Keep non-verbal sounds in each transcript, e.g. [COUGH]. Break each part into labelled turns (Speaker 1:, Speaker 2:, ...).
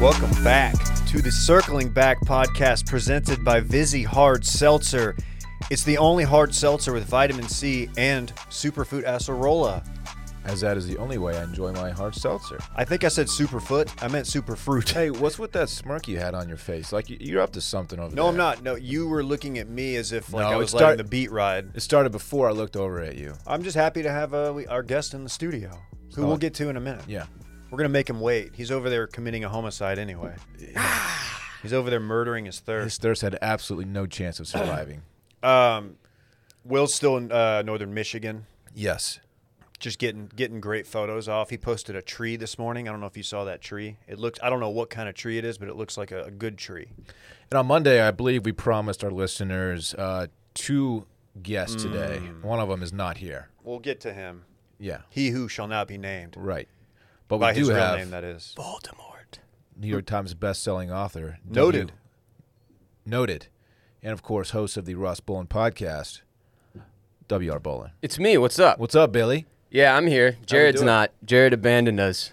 Speaker 1: Welcome back to the Circling Back podcast presented by Vizzy Hard Seltzer. It's the only hard seltzer with vitamin C and superfood acerola.
Speaker 2: as that is the only way I enjoy my hard seltzer.
Speaker 1: I think I said superfoot. I meant superfruit.
Speaker 2: Hey, what's with that smirk you had on your face? Like y- you're up to something over there.
Speaker 1: No, I'm not. No, you were looking at me as if like
Speaker 2: No,
Speaker 1: I
Speaker 2: it
Speaker 1: was
Speaker 2: start-
Speaker 1: letting the beat ride.
Speaker 2: It started before I looked over at you.
Speaker 1: I'm just happy to have uh, we, our guest in the studio, who we'll get to in a minute.
Speaker 2: Yeah.
Speaker 1: We're gonna make him wait. He's over there committing a homicide anyway. He's over there murdering his thirst.
Speaker 2: His thirst had absolutely no chance of
Speaker 1: [CLEARS THROAT]
Speaker 2: surviving.
Speaker 1: Um, Will's still in uh, northern Michigan,
Speaker 2: yes.
Speaker 1: just getting getting great photos off. He posted a tree this morning. I don't know if you saw that tree. It looks. I don't know what kind of tree it is, but it looks like a, a good tree.
Speaker 2: And on Monday, I believe we promised our listeners uh, two guests today.
Speaker 1: Mm.
Speaker 2: One of them is not here.
Speaker 1: We'll get to him.
Speaker 2: Yeah.
Speaker 1: He who shall not be named
Speaker 2: Right. But
Speaker 1: by
Speaker 2: we
Speaker 1: his
Speaker 2: do
Speaker 1: real
Speaker 2: have
Speaker 1: name. That is.
Speaker 3: Voldemort.
Speaker 2: New York Times best-selling author, W.
Speaker 1: Noted.
Speaker 2: noted, and of course, host of the Ross Bolin podcast, W.R. Bolin.
Speaker 3: It's me. What's up?
Speaker 2: What's up, Billy?
Speaker 3: Yeah, I'm here. Jared's
Speaker 2: doing?
Speaker 3: not. Jared abandoned us.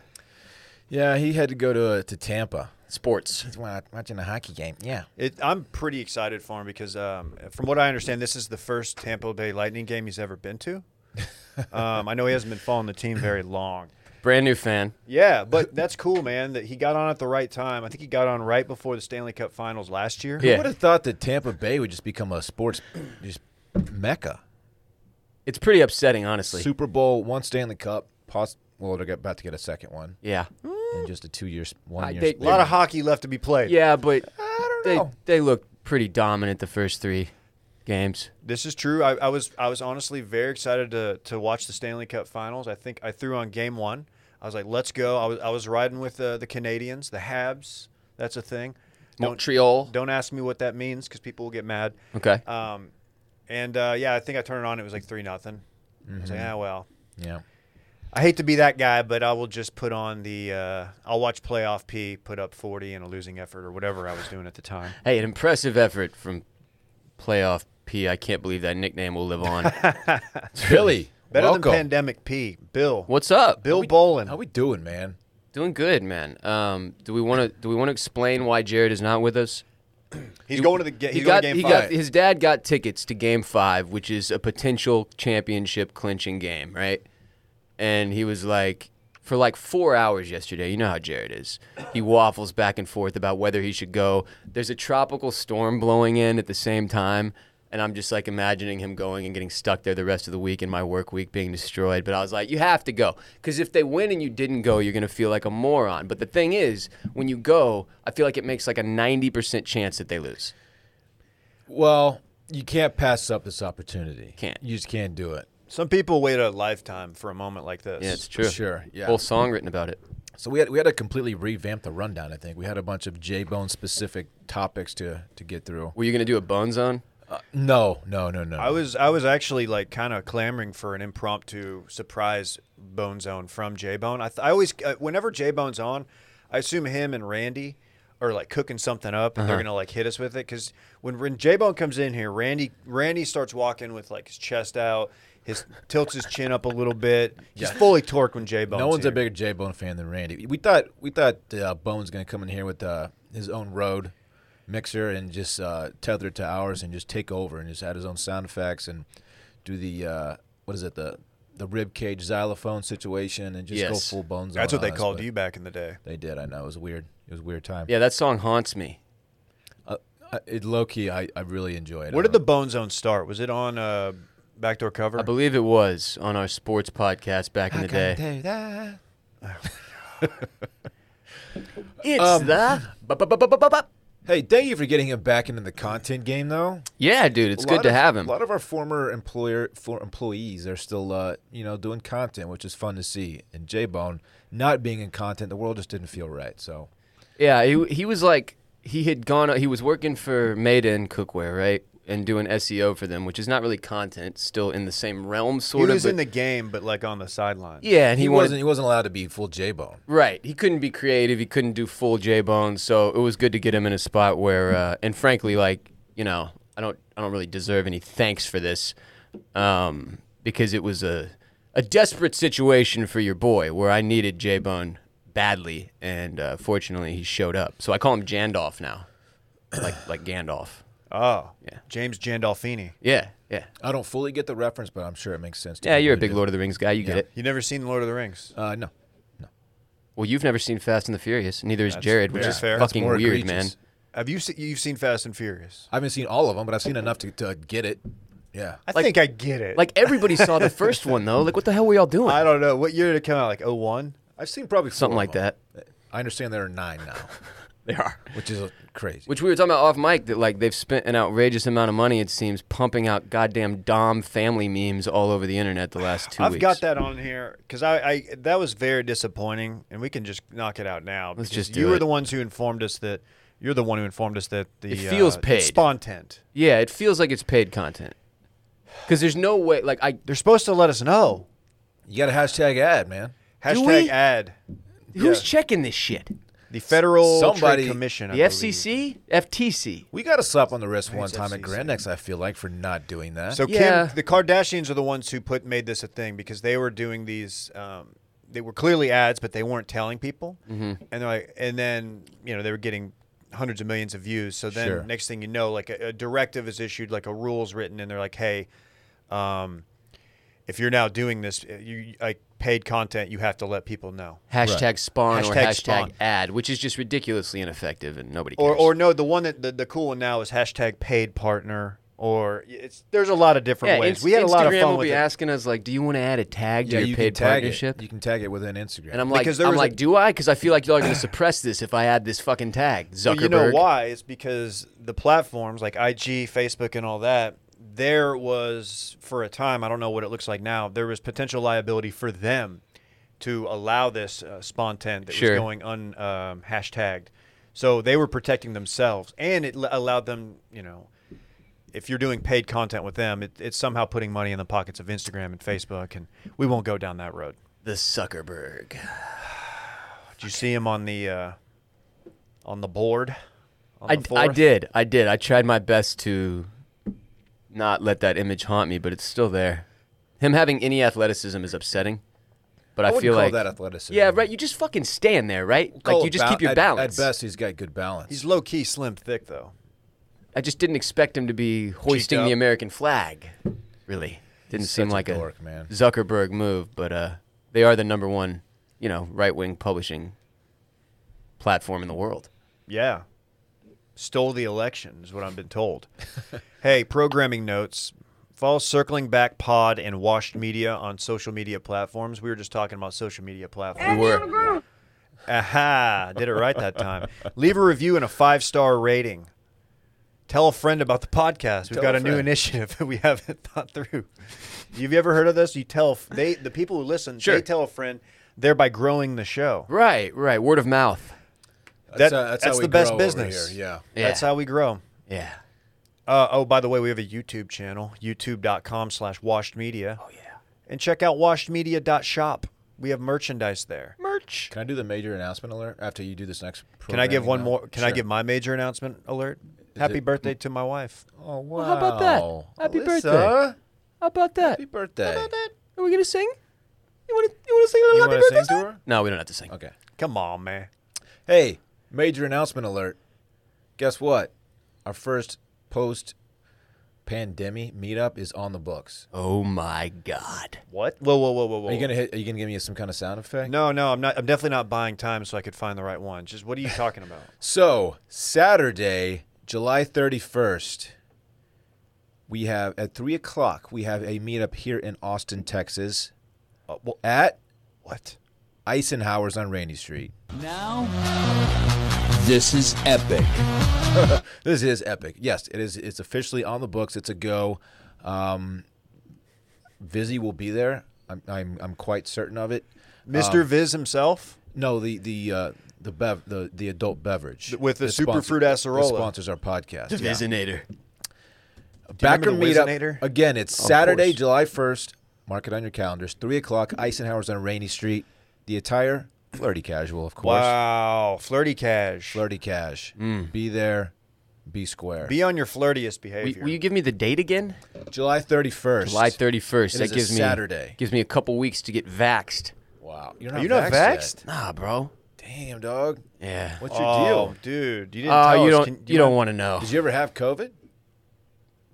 Speaker 2: Yeah, he had to go to uh, to Tampa.
Speaker 3: Sports.
Speaker 2: He's wa- watching a hockey game. Yeah.
Speaker 1: It, I'm pretty excited for him because, um, from what I understand, this is the first Tampa Bay Lightning game he's ever been to. Um, I know he hasn't been following the team very long.
Speaker 3: Brand new fan.
Speaker 1: Yeah, but that's cool, man. That he got on at the right time. I think he got on right before the Stanley Cup Finals last year.
Speaker 2: I
Speaker 3: Yeah.
Speaker 2: would have thought that Tampa Bay would just become a sports just mecca.
Speaker 3: It's pretty upsetting, honestly.
Speaker 2: Super Bowl, one Stanley Cup, poss- well, they're about to get a second one
Speaker 3: Yeah.
Speaker 2: in just a two years, one
Speaker 3: I-
Speaker 2: year.
Speaker 3: they-
Speaker 1: a
Speaker 2: span.
Speaker 1: lot of hockey left to be played.
Speaker 3: Yeah, but
Speaker 2: I don't
Speaker 3: they
Speaker 2: know.
Speaker 3: they look pretty dominant the first three games.
Speaker 1: This is true. I, I was I was honestly very excited to to watch the Stanley Cup Finals. I think I threw on game one. I was like, let's go. I was I was riding with uh, the Canadians, the Habs. That's a thing. Don't
Speaker 3: Montreal.
Speaker 1: don't ask me what that means because people will get mad.
Speaker 3: Okay.
Speaker 2: Uh,
Speaker 1: Um, and uh, yeah, I think I turned it on. It was like three nothing. I was like,
Speaker 2: Mm-hmm.
Speaker 1: ah, well,
Speaker 2: Yeah.
Speaker 1: I hate to be that guy, but I will just put on the. Uh, I'll watch playoff P put up forty in a losing effort or whatever I was doing at the time.
Speaker 3: Hey, an impressive effort from playoff P. I can't believe that nickname will
Speaker 2: [LAUGHS]
Speaker 3: live on.
Speaker 2: Billy,
Speaker 1: Better
Speaker 2: welcome.
Speaker 1: than pandemic P, Bill.
Speaker 3: What's up?
Speaker 1: Bill Bolin.
Speaker 2: How we doing, man?
Speaker 3: Doing good, man. Um, do we want to do we want to explain why Jared is not with us?
Speaker 1: he's going to the ga- he's
Speaker 3: he
Speaker 1: going
Speaker 3: got,
Speaker 1: to game
Speaker 3: he
Speaker 1: five.
Speaker 3: got his dad got tickets to game five, which is a potential championship clinching game, right? And he was like, for like four hours yesterday, you know how Jared is. He waffles back and forth about whether he should go. There's a tropical storm blowing in at the same time. And I'm just like imagining him going and getting stuck there the rest of the week and my work week being destroyed. But I was like, you have to go. Because if they win and you didn't go, you're going to feel like a moron. But the thing is, when you go, I feel like it makes like a 90% chance that they lose.
Speaker 2: Well, you can't pass up this opportunity.
Speaker 3: Can't.
Speaker 2: You just can't do it.
Speaker 1: Some people wait a lifetime for a moment like this.
Speaker 3: Yeah, it's true.
Speaker 2: Sure, yeah.
Speaker 3: Whole song written about it.
Speaker 2: So we had we had to completely revamp the rundown. I think we had a bunch of J Bone specific topics to to get through.
Speaker 3: Were you gonna do a bone zone?
Speaker 2: No, no, no, no.
Speaker 1: I was I was actually like kind of clamoring for an impromptu surprise Bone Zone from J Bone. I, th- I always uh, whenever J Bone's on, I assume him and Randy are like cooking something up and they're
Speaker 3: Uh-huh.
Speaker 1: gonna like hit us with it because when, when J Bone comes in here, Randy Randy starts walking with like his chest out, his tilts his chin up a little bit. He's fully torqued when J Bone.
Speaker 2: no one's a bigger J Bone fan than Randy. We thought we thought uh, Bone's gonna come in here with uh, his own road mixer and just uh, tether it to ours and just take over and just add his own sound effects and do the uh, what is it the the rib cage xylophone situation and just go
Speaker 3: Yes.
Speaker 2: full bones.
Speaker 1: That's
Speaker 2: on
Speaker 1: what they
Speaker 2: us,
Speaker 1: called
Speaker 2: but
Speaker 1: you back in the day.
Speaker 2: They did. I know. It was weird. It was a weird time.
Speaker 3: Yeah, that song haunts me.
Speaker 2: I, it, low key, I, I really enjoyed it.
Speaker 1: Where
Speaker 2: I
Speaker 1: did the Bone Zone start? Was it on uh, backdoor cover?
Speaker 3: I believe it was on our sports podcast back in the day. It's
Speaker 2: Um,
Speaker 3: the
Speaker 2: Hey, thank you for getting him back into the content game, though.
Speaker 3: yeah, dude. It's
Speaker 2: A
Speaker 3: good
Speaker 2: lot
Speaker 3: to
Speaker 2: of-
Speaker 3: have him.
Speaker 2: A lot of our former employer for employees are still, uh, you know, doing content, which is fun to see. And J Bone not being in content, the world just didn't feel right. So
Speaker 3: Yeah, he he was like he had gone. He was working for Maiden Cookware, right, and doing SEO for them, which is not really content. It's Still in the same realm,
Speaker 1: he
Speaker 3: sort of.
Speaker 1: was in
Speaker 3: but-
Speaker 1: the game, but like on the sideline.
Speaker 3: yeah, and
Speaker 2: he,
Speaker 3: he, wanted
Speaker 2: wasn't he wasn't allowed to be full J Bone.
Speaker 3: Right. He couldn't be creative. He couldn't do full J Bone. So it was good to get him in a spot where, uh, and frankly, like you know, I don't, I don't really deserve any thanks for this, um, because it was a, a desperate situation for your boy where I needed J Bone badly, and uh, fortunately he showed up. So I call him Jandolf now, like like Gandalf.
Speaker 1: Oh,
Speaker 3: Yeah.
Speaker 1: James Gandolfini.
Speaker 3: Yeah, yeah,
Speaker 2: I don't fully get the reference, but I'm sure it makes sense. To
Speaker 3: yeah.
Speaker 2: me.
Speaker 3: You're a big Lord of the Rings guy. You get
Speaker 2: Yeah.
Speaker 3: it.
Speaker 1: You never seen Lord of the Rings?
Speaker 2: Uh, no,
Speaker 3: Well, you've never seen Fast and the Furious. Neither is Jared, which
Speaker 1: fair.
Speaker 3: is
Speaker 1: Fair. That's
Speaker 3: fucking
Speaker 2: more
Speaker 3: weird, man.
Speaker 2: egregious.
Speaker 1: Have you se- you've seen Fast and Furious?
Speaker 2: I haven't seen all of them, but I've seen enough to, to get it. Yeah,
Speaker 1: I think I get it.
Speaker 3: Like everybody saw the first one though. Like what the hell were y'all doing?
Speaker 1: I don't know what year did it come out. Like 01?
Speaker 2: I've seen probably four
Speaker 3: Something
Speaker 2: of
Speaker 3: like
Speaker 2: them.
Speaker 3: that.
Speaker 2: I understand there are nine now,
Speaker 3: [LAUGHS] They are.
Speaker 2: which is uh, crazy.
Speaker 3: Which we were talking about off mic that like they've spent an outrageous amount of money it seems pumping out goddamn Dom family memes all over the internet the last 2
Speaker 1: I've
Speaker 3: weeks.
Speaker 1: got that on here because I, I that was very disappointing, and we can just knock it out now. Let's
Speaker 3: just do
Speaker 1: you
Speaker 3: it.
Speaker 1: were the ones who informed us that you're the one who informed us that the
Speaker 3: It feels
Speaker 1: uh,
Speaker 3: paid.
Speaker 1: spawn tent.
Speaker 3: Yeah, it feels like it's paid content. Cuz there's no way like I
Speaker 1: They're supposed to let us know.
Speaker 2: you got a hashtag ad, man.
Speaker 3: Do
Speaker 1: Hashtag
Speaker 3: we?
Speaker 1: ad
Speaker 3: who's checking this shit?
Speaker 1: the Federal Trade
Speaker 2: Somebody-
Speaker 1: Commission. I
Speaker 3: The E
Speaker 1: believe.
Speaker 3: FCC, FTC.
Speaker 2: We got a slap on the wrist one time at
Speaker 1: FCC.
Speaker 2: Grand Nex. I feel like for not doing that.
Speaker 1: So
Speaker 3: Yeah.
Speaker 1: Kim, the Kardashians are the ones who put made this a thing because they were doing these. Um, they were clearly ads, but they weren't telling people. Mm-hmm. And they're like, and then you know they were getting hundreds of millions of views. So then
Speaker 2: Sure.
Speaker 1: next thing you know, like a, a directive is issued, like a rule's written, and they're like, hey, um, if you're now doing this, uh, you like paid content, you have to let people know.
Speaker 3: Hashtag spawn or
Speaker 1: Hashtag
Speaker 3: hashtag
Speaker 1: spawn.
Speaker 3: ad, which is just ridiculously ineffective and nobody cares.
Speaker 1: Or, or no, the one that the, the cool one now is hashtag paid partner. Or it's there's a lot of different ways.
Speaker 3: Inst-
Speaker 1: we had a lot of
Speaker 3: Instagram
Speaker 1: fun
Speaker 3: will
Speaker 1: with
Speaker 3: be
Speaker 1: it.
Speaker 3: asking us like, "Do you want to add a tag to
Speaker 2: yeah,
Speaker 3: your
Speaker 2: you
Speaker 3: paid
Speaker 2: can tag
Speaker 3: partnership?"
Speaker 2: it. You can tag it within Instagram.
Speaker 3: and I'm like,
Speaker 1: Because there
Speaker 3: I'm
Speaker 1: was a-
Speaker 3: like, "Do I?" Because I feel like y'all are going to suppress this if I add this fucking tag, Zuckerberg.
Speaker 1: Well, you know why? It's because the platforms like IG, Facebook, and all that. There was for a time. I don't know what it looks like now. There was potential liability for them to allow this uh, spontan that
Speaker 3: Sure.
Speaker 1: was going un um, hashtagged. So they were protecting themselves, and it l- allowed them. You know, if you're doing paid content with them, it, it's somehow putting money in the pockets of Instagram and Facebook, and we won't go down that road.
Speaker 3: The Zuckerberg.
Speaker 1: Did you see him on the uh, on the board? On
Speaker 3: I,
Speaker 1: the
Speaker 3: I
Speaker 1: fourth?
Speaker 3: did. I did. I tried my best to not let that image haunt me, but it's still there. Him having any athleticism is upseticill, but I,
Speaker 2: I, wouldn't
Speaker 3: feel
Speaker 2: call
Speaker 3: like
Speaker 2: that athleticism.
Speaker 3: yeah, right. You just fucking stand there, right?
Speaker 2: Call
Speaker 3: like you
Speaker 2: it
Speaker 3: just
Speaker 2: ba-
Speaker 3: keep your
Speaker 2: at-
Speaker 3: balance.
Speaker 2: At best, he's got good balance.
Speaker 1: He's low key, slim, thick though.
Speaker 3: I just didn't expect him to be hoisting
Speaker 1: up.
Speaker 3: the American flag. Really, didn't
Speaker 2: He's
Speaker 3: seem
Speaker 2: such a
Speaker 3: like a,
Speaker 2: dork, man.
Speaker 3: Zuckerberg move, but uh, they are the number one, you know, right wing publishing platform in the world.
Speaker 1: Yeah. Stole the election is what I've been told. hey, programming notes. Follow Circling Back Pod and Washed Media on social media platforms. We were just talking about social media platforms.
Speaker 3: We were
Speaker 1: Aha, did it right that time. Leave a review and a five star rating. Tell a friend about the podcast. We've
Speaker 2: Tell
Speaker 1: got
Speaker 2: a
Speaker 1: a new
Speaker 2: friend.
Speaker 1: initiative [LAUGHS] that we haven't thought through. You've ever heard of this? You tell they the people who listen,
Speaker 3: Sure.
Speaker 1: they tell a friend, thereby growing the show.
Speaker 3: right, right. Word of mouth.
Speaker 1: That-
Speaker 2: how- how
Speaker 1: that's
Speaker 2: we
Speaker 1: the best
Speaker 2: grow over
Speaker 1: business.
Speaker 2: here, Yeah.
Speaker 3: Yeah.
Speaker 1: That's how we grow.
Speaker 3: Yeah.
Speaker 1: Uh, oh, by the way, we have a YouTube channel, youtube.com slash washed media. Oh, yeah. And check out washedmedia.shop. We have merchandise there.
Speaker 3: Merch.
Speaker 2: Can I do the major announcement alert after you do this next?
Speaker 1: Can I give
Speaker 2: programming
Speaker 1: one
Speaker 2: now?
Speaker 1: more? Can I
Speaker 2: Sure.
Speaker 1: give my major announcement alert? Happy
Speaker 2: it-
Speaker 1: birthday to my wife.
Speaker 2: Oh wow!
Speaker 3: how about that? Happy birthday. How about that?
Speaker 2: Happy birthday!
Speaker 3: Are we gonna sing? You wanna you wanna sing a little
Speaker 2: You
Speaker 3: happy
Speaker 2: want to
Speaker 3: birthday
Speaker 2: sing to
Speaker 3: song?
Speaker 2: her?
Speaker 3: No, we don't have to sing.
Speaker 2: Okay.
Speaker 1: Come on, man.
Speaker 2: Hey, major announcement alert! Guess what? Our first post-pandemic meetup is on the books.
Speaker 3: Oh my god.
Speaker 1: What? Whoa, whoa, whoa, whoa, whoa.
Speaker 2: Are you gonna hit? Are you gonna give me some kind of sound effect?
Speaker 1: No, no, I'm not. I'm definitely not buying time so I could find the right one. Just what are you talking
Speaker 2: [LAUGHS]
Speaker 1: about?
Speaker 2: So Saturday, July thirty-first, we have at three o'clock we have a meetup here in Austin, Texas,
Speaker 1: Uh, well,
Speaker 2: at
Speaker 1: what?
Speaker 2: Eisenhower's on Randy Street.
Speaker 4: Now, this is epic.
Speaker 2: [LAUGHS] This is epic. Yes, it is. It's officially on the books. It's a go. Um, Vizzy will be there. I'm, I'm, I'm quite certain of it. Um,
Speaker 1: Mr. Viz himself?
Speaker 2: No, the the uh, the bev the, the adult beverage
Speaker 1: With the
Speaker 2: that
Speaker 1: superfruit
Speaker 2: sponsor-
Speaker 1: acerola.
Speaker 2: that sponsors our podcast. Yeah.
Speaker 3: Visinator.
Speaker 2: Backer
Speaker 1: remember the
Speaker 2: meetup
Speaker 1: Wizinator?
Speaker 2: again. It's Saturday,
Speaker 1: course.
Speaker 2: July first. Mark it on your calendars. Three o'clock. Eisenhower's on Rainy Street. The attire flirty casual, of course.
Speaker 1: Wow. Flirty cash.
Speaker 2: Flirty cash. Be there. Be square.
Speaker 1: Be on your flirtiest behavior.
Speaker 3: Will you give me the date again?
Speaker 2: July thirty first.
Speaker 3: July 31st.
Speaker 2: It
Speaker 3: that
Speaker 2: is a
Speaker 3: gives me
Speaker 2: Saturday.
Speaker 3: gives me a couple weeks to get vaxxed.
Speaker 2: Wow. You're
Speaker 1: Are you not
Speaker 2: yet.
Speaker 1: vaxxed?
Speaker 3: Nah, bro.
Speaker 2: Damn, dog.
Speaker 3: Yeah.
Speaker 2: What's your
Speaker 1: Oh,
Speaker 2: deal?
Speaker 1: dude, you didn't
Speaker 3: Oh,
Speaker 1: tell
Speaker 3: you
Speaker 1: us.
Speaker 3: don't.
Speaker 1: Can-
Speaker 3: you don't want to know.
Speaker 2: Did you ever have COVID?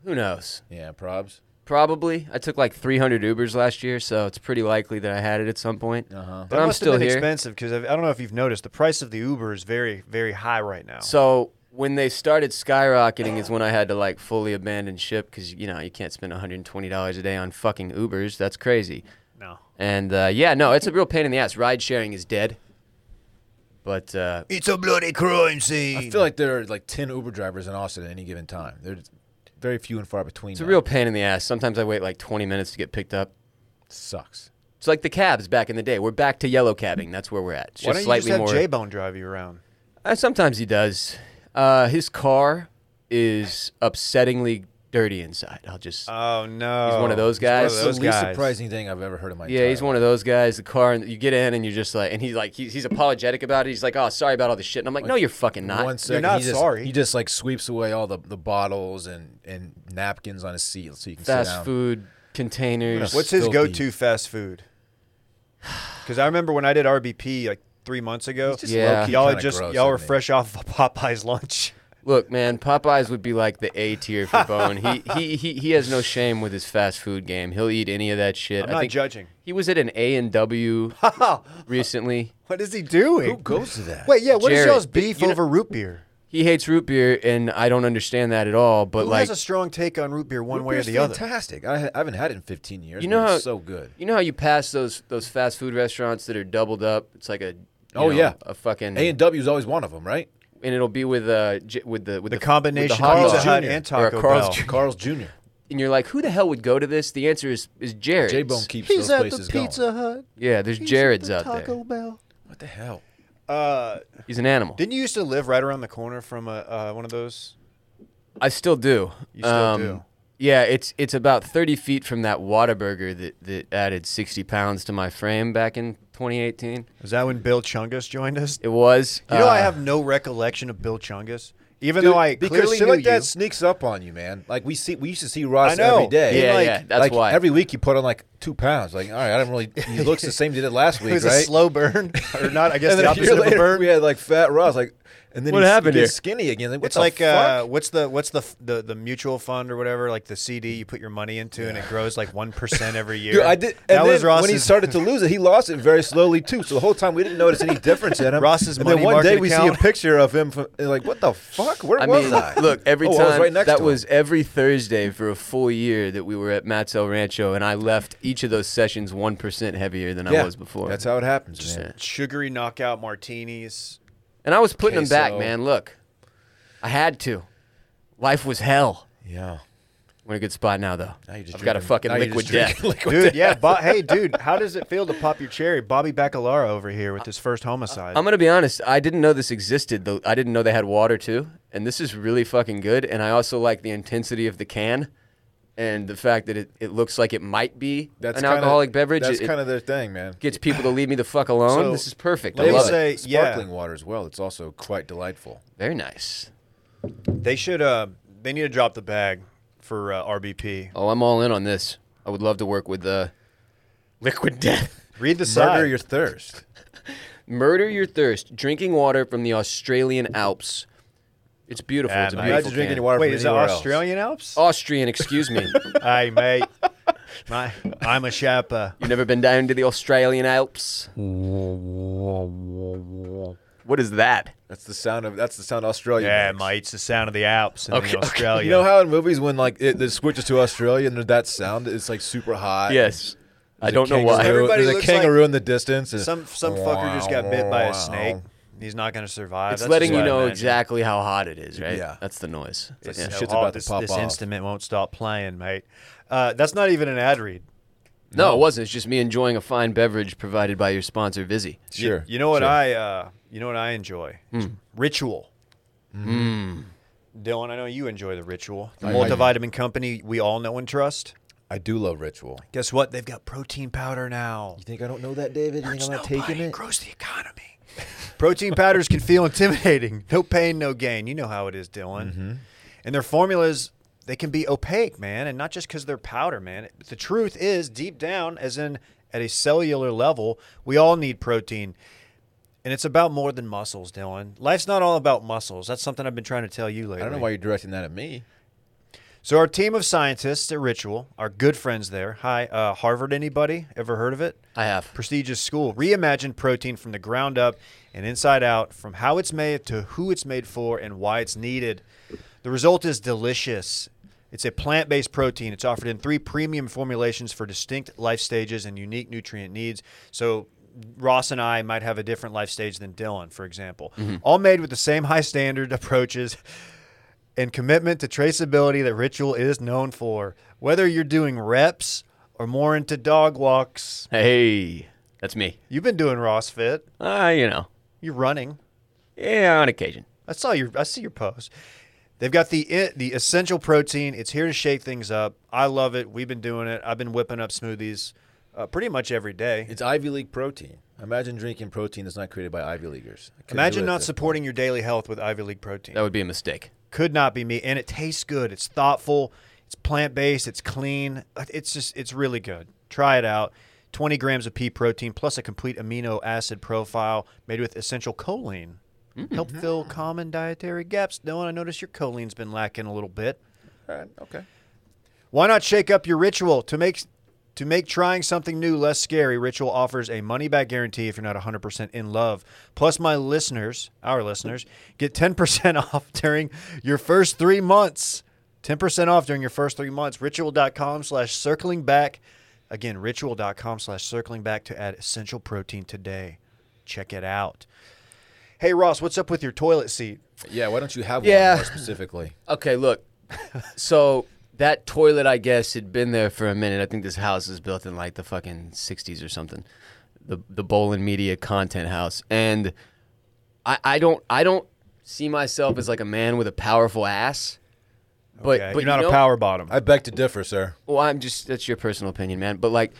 Speaker 3: Who knows?
Speaker 2: Yeah, probs.
Speaker 3: Probably. I took like 300 Ubers last year, so it's pretty likely that I had it at some point.
Speaker 2: Uh-huh.
Speaker 3: But
Speaker 1: that
Speaker 3: I'm
Speaker 1: must
Speaker 3: still
Speaker 1: have been
Speaker 3: here.
Speaker 1: expensive because I don't know if you've noticed the price of the Uber is very, very high right now.
Speaker 3: So when they started skyrocketing is when I had to like fully abandon ship because you know you can't spend 120 dollars a day on fucking Ubers. That's crazy.
Speaker 1: no,
Speaker 3: And uh, yeah, no, it's a real pain in the ass. Ride sharing is dead. But uh,
Speaker 1: it's a bloody crime scene.
Speaker 2: I feel like there are like ten Uber drivers in Austin at any given time. They're very few and far between.
Speaker 3: it's a real pain in the ass. Sometimes I wait like 20 minutes to get picked up.
Speaker 2: sucks.
Speaker 3: It's like the cabs back in the day. We're back to yellow cabbing. That's where we're at. It's
Speaker 1: why
Speaker 3: just
Speaker 1: don't you
Speaker 3: slightly
Speaker 1: just have
Speaker 3: more.
Speaker 1: J Bone drive you around?
Speaker 3: Uh, sometimes he does. Uh, his car is upsettingly dirty inside. I'll just.
Speaker 1: Oh no,
Speaker 3: one of those
Speaker 1: He's one of
Speaker 3: guys.
Speaker 2: It's
Speaker 3: It's
Speaker 2: the
Speaker 1: those
Speaker 2: least
Speaker 1: guys.
Speaker 2: surprising thing I've ever heard in my
Speaker 3: yeah, he's one of those guys. The car, and you get in, and you're just like, and he's like, he's, he's apologetic about it. He's like, oh, sorry about all this shit. And I'm like, no, you're fucking not.
Speaker 2: One second,
Speaker 1: not
Speaker 2: he just,
Speaker 1: sorry.
Speaker 2: He just like sweeps away all the, the bottles and, and napkins on his seat so you can sit
Speaker 3: Fast
Speaker 2: down.
Speaker 3: food containers.
Speaker 1: What's his
Speaker 2: Filthy.
Speaker 1: go-to fast food? [SIGHS] Because I remember when I did RBP like three months ago.
Speaker 2: just
Speaker 3: Yeah. low-key
Speaker 1: y'all had
Speaker 2: kinda
Speaker 1: just
Speaker 2: gross,
Speaker 1: y'all were
Speaker 2: isn't he?
Speaker 1: fresh off of [LAUGHS] Popeye's lunch.
Speaker 3: Look, man, Popeyes would be like the A
Speaker 1: [LAUGHS]
Speaker 3: tier for Bone. he, he he he has no shame with his fast food game. He'll eat any of that shit.
Speaker 1: I'm
Speaker 3: I
Speaker 1: not
Speaker 3: think
Speaker 1: judging.
Speaker 3: He was at an A
Speaker 1: [LAUGHS]
Speaker 3: and W recently.
Speaker 1: What is he doing?
Speaker 2: Who goes to that?
Speaker 1: Wait, yeah, what is
Speaker 3: Jared,
Speaker 1: y'all's
Speaker 3: but
Speaker 1: beef
Speaker 3: you know-
Speaker 1: over root beer?
Speaker 3: He hates root beer, and I don't understand that at all. But
Speaker 1: Who
Speaker 3: like,
Speaker 1: has a strong take on root beer one
Speaker 2: Root
Speaker 1: way or
Speaker 2: beer's
Speaker 1: the other?
Speaker 2: fantastic. I, ha- I haven't had it in 15 years.
Speaker 3: You know
Speaker 2: but it's
Speaker 3: how-
Speaker 2: so good.
Speaker 3: you know how you pass those those fast food restaurants that are doubled up? It's like a you
Speaker 2: Oh,
Speaker 3: know,
Speaker 2: yeah.
Speaker 3: a fucking
Speaker 2: A and W is always one of them, right?
Speaker 3: and it'll be with uh j- with the with
Speaker 1: The
Speaker 3: the,
Speaker 1: combination
Speaker 3: with the hot
Speaker 1: Pizza
Speaker 3: dog.
Speaker 1: Hut
Speaker 2: Jr.
Speaker 1: and
Speaker 3: Or a
Speaker 1: Taco
Speaker 3: Carl's
Speaker 1: Bell.
Speaker 3: Jr.
Speaker 2: Carl's Jr.
Speaker 3: and you're like, who the hell would go to this? The answer is is Jared's.
Speaker 2: J Bone keeps those places going.
Speaker 1: Hut.
Speaker 3: Yeah, there's Jared's out there.
Speaker 1: Bell.
Speaker 2: What the hell?
Speaker 1: Uh,
Speaker 3: He's an animal.
Speaker 1: didn't you used to live right around the corner from a, uh, one of those?
Speaker 3: I still do. Um,
Speaker 1: You still do.
Speaker 3: Yeah, it's it's about thirty feet from that Whataburger that that added sixty pounds to my frame back in 2018.
Speaker 1: Is that when Bill Chungus joined us?
Speaker 3: It was.
Speaker 1: You know, I
Speaker 3: uh,
Speaker 1: have no recollection of Bill Chungus, even
Speaker 2: Dude,
Speaker 1: though I
Speaker 2: because
Speaker 1: clearly
Speaker 2: shit
Speaker 1: knew
Speaker 2: like that
Speaker 1: you.
Speaker 2: sneaks up on you, man. Like we see, we used to see Ross
Speaker 1: I know.
Speaker 2: every day.
Speaker 3: Yeah,
Speaker 2: And, like,
Speaker 3: yeah, that's
Speaker 2: like,
Speaker 3: why.
Speaker 2: Every week he put on like two pounds. Like, all right, I don't really. He looks the same he did last week,
Speaker 1: It was
Speaker 2: right?
Speaker 1: a slow burn, or not? I guess
Speaker 2: and
Speaker 1: the
Speaker 2: then a year
Speaker 1: opposite of a
Speaker 2: later,
Speaker 1: burn.
Speaker 2: we had like fat Ross. Like, and then
Speaker 3: What
Speaker 2: he,
Speaker 3: happened
Speaker 2: he
Speaker 3: here?
Speaker 2: gets skinny again. Like, what
Speaker 1: It's
Speaker 2: the
Speaker 1: like uh,
Speaker 2: fuck?
Speaker 1: what's the what's the, f- the the mutual fund or whatever, like the CD you put your money into and it grows like one percent every year.
Speaker 2: Dude, I did. And
Speaker 1: That
Speaker 2: then
Speaker 1: was Ross's.
Speaker 2: when he started to lose it, he lost it very slowly too. So the whole time we didn't notice any difference in him.
Speaker 1: Ross's
Speaker 2: and then
Speaker 1: money
Speaker 2: one day
Speaker 1: market
Speaker 2: we see
Speaker 1: account.
Speaker 2: a picture of him. From, and like, what the fuck? Where
Speaker 3: I
Speaker 2: was [LAUGHS]
Speaker 3: mean,
Speaker 2: I?
Speaker 3: look, every
Speaker 2: Oh, I
Speaker 3: time
Speaker 2: was right next
Speaker 3: that
Speaker 2: to him.
Speaker 3: was every Thursday for a full year that we were at Matt's El Rancho, and I left each of those sessions one percent heavier than I
Speaker 2: Yeah,
Speaker 3: was before.
Speaker 2: That's how it happens, man.
Speaker 1: sugary knockout martinis.
Speaker 3: and I was putting them back,
Speaker 2: Queso.
Speaker 3: man. Look, I had to. Life was hell.
Speaker 2: Yeah.
Speaker 3: We're in a good spot now, though.
Speaker 2: Now you're just
Speaker 3: I've got a
Speaker 2: drinking-
Speaker 3: fucking
Speaker 2: now you're
Speaker 3: liquid
Speaker 2: just
Speaker 3: death.
Speaker 2: drinking [LAUGHS] liquid
Speaker 1: Dude, yeah. Bo- hey, dude, how does it feel to pop your cherry? Bobby Bacalaro over here with his first homicide.
Speaker 3: Uh, I'm gonna be honest. I didn't know this existed. Though I didn't know they had water too, and this is really fucking good. And I also like the intensity of the can, and the fact that it, it looks like it might be
Speaker 2: That's
Speaker 3: an
Speaker 2: kinda-
Speaker 3: alcoholic beverage.
Speaker 2: That's
Speaker 3: It- it
Speaker 2: kind of their thing, man.
Speaker 3: gets people to leave me the fuck alone.
Speaker 1: So,
Speaker 3: this is perfect.
Speaker 1: let
Speaker 3: I
Speaker 1: me
Speaker 3: love it.
Speaker 1: say- yeah.
Speaker 2: sparkling water as well. It's also quite delightful.
Speaker 3: Very nice.
Speaker 1: They should. Uh, they need to drop the bag for uh, RBP.
Speaker 3: Oh, I'm all in on this. I would love to work with uh, Liquid Death.
Speaker 1: Read the side.
Speaker 2: Murder your thirst.
Speaker 3: Murder your thirst. Drinking water from the Australian Alps. It's beautiful.
Speaker 1: Yeah,
Speaker 3: it's a
Speaker 1: man.
Speaker 3: beautiful
Speaker 2: Imagine drinking
Speaker 3: can.
Speaker 2: your water
Speaker 1: Wait,
Speaker 2: from
Speaker 1: is it
Speaker 2: anywhere
Speaker 1: Australian Alps?
Speaker 3: Austrian, excuse me.
Speaker 1: hey, mate.
Speaker 3: [LAUGHS]
Speaker 1: My, I'm a Sherpa.
Speaker 3: You've never been down to the Australian Alps? What is that?
Speaker 2: Else. That's the sound of that's the sound Australia.
Speaker 1: Yeah,
Speaker 2: makes.
Speaker 1: mate. It's the sound of the Alps in
Speaker 3: Okay, okay.
Speaker 1: Australia.
Speaker 2: You know how in movies when like it, it switches to Australia and that sound it's like super high.
Speaker 3: Yes. I don't know
Speaker 2: Kangaroo-
Speaker 1: Just
Speaker 3: why.
Speaker 1: every- Everybody
Speaker 2: There's a
Speaker 1: looks like-
Speaker 2: kangaroo in the distance. and-
Speaker 1: Some some fucker just got bit by a snake. He's not going to survive.
Speaker 3: It's
Speaker 1: That's
Speaker 3: letting
Speaker 1: just
Speaker 3: you
Speaker 1: what I
Speaker 3: know
Speaker 1: imagine.
Speaker 3: exactly how hot it is, right?
Speaker 2: Yeah.
Speaker 3: That's the noise.
Speaker 2: It's
Speaker 3: Yeah.
Speaker 2: like-
Speaker 1: So
Speaker 2: Shit's
Speaker 1: all
Speaker 2: about to
Speaker 1: this,
Speaker 2: pop
Speaker 1: this
Speaker 2: off.
Speaker 1: instrument won't stop playing, mate. Uh, that's not even an ad read.
Speaker 3: No, it wasn't. It's just me enjoying a fine beverage provided by your sponsor, Vizzy.
Speaker 2: Sure.
Speaker 1: You know what
Speaker 2: sure. Hmm.
Speaker 1: I? Uh, you know what I enjoy? Ritual. Dylan, I know you enjoy the ritual. The multivitamin company we all know and trust.
Speaker 2: I do love ritual.
Speaker 1: Guess what? They've got protein powder now.
Speaker 2: You think I don't know that, David? You think I'm not taking
Speaker 1: Nobody
Speaker 2: it?
Speaker 1: grows the economy. [LAUGHS] Protein powders can feel intimidating. No pain, no gain. You know how it is, Dylan. And their formulas, they can be opaque, man, and not just because they're powder, man. The truth is, deep down, as in at a cellular level, we all need protein. And it's about more than muscles, Dylan. Life's not all about muscles. That's something I've been trying to tell you lately.
Speaker 2: I don't know why you're directing that at me.
Speaker 1: So our team of scientists at Ritual, our good friends there. Hi, uh, Harvard. Anybody ever heard of it?
Speaker 3: I have.
Speaker 1: Prestigious school. Reimagined protein from the ground up and inside out, from how it's made to who it's made for and why it's needed. The result is delicious. It's a plant based protein. It's offered in three premium formulations for distinct life stages and unique nutrient needs. So, Ross and I might have a different life stage than Dylan, for example. All made with the same high standard approaches and commitment to traceability that Ritual is known for. Whether you're doing reps or more into dog walks,
Speaker 3: Hey, that's me.
Speaker 1: you've been doing Ross Fit,
Speaker 3: Ah, you know.
Speaker 1: you're running.
Speaker 3: Yeah, on occasion.
Speaker 1: I saw your I see your post. They've got the it, the essential protein. It's here to shake things up. I love it. We've been doing it. I've been whipping up smoothies uh, pretty much every day.
Speaker 2: It's Ivy League protein. Imagine drinking protein that's not created by Ivy Leaguers. I couldn't do
Speaker 1: Imagine
Speaker 2: it
Speaker 1: not
Speaker 2: if-
Speaker 1: supporting your daily health with Ivy League protein.
Speaker 3: That would be a mistake.
Speaker 1: Could not be me. And it tastes good. It's thoughtful. It's plant based. It's clean. It's just it's really good. Try it out. 20 grams of pea protein plus a complete amino acid profile made with essential choline. Help fill common dietary gaps. Dylan, I notice your choline's been lacking a little bit.
Speaker 2: All right, okay.
Speaker 1: Why not shake up your ritual to make to make trying something new less scary? Ritual offers a money back guarantee if you're not 100% in love. Plus my listeners, our listeners, get 10% [LAUGHS] off during your first 3 months. 10% off during your first 3 months. ritual.com/circling slash circling back. Again, ritual.com/circling slash circling back to add essential protein today. Check it out. Hey Ross, what's up with your toilet seat?
Speaker 2: Yeah, why don't you have
Speaker 3: Yeah.
Speaker 2: one more specifically?
Speaker 3: Okay, look. [LAUGHS] so that toilet, I guess, had been there for a minute. I think this house was built in like the fucking '60s or something. The the Bolin Media Content House, and I, I don't I don't see myself as like a man with a powerful ass. But
Speaker 1: Okay,
Speaker 3: but
Speaker 1: you're not
Speaker 3: you
Speaker 1: a
Speaker 3: know-
Speaker 1: power bottom.
Speaker 2: I beg to differ, sir.
Speaker 3: Well, I'm just that's your personal opinion, man. But like,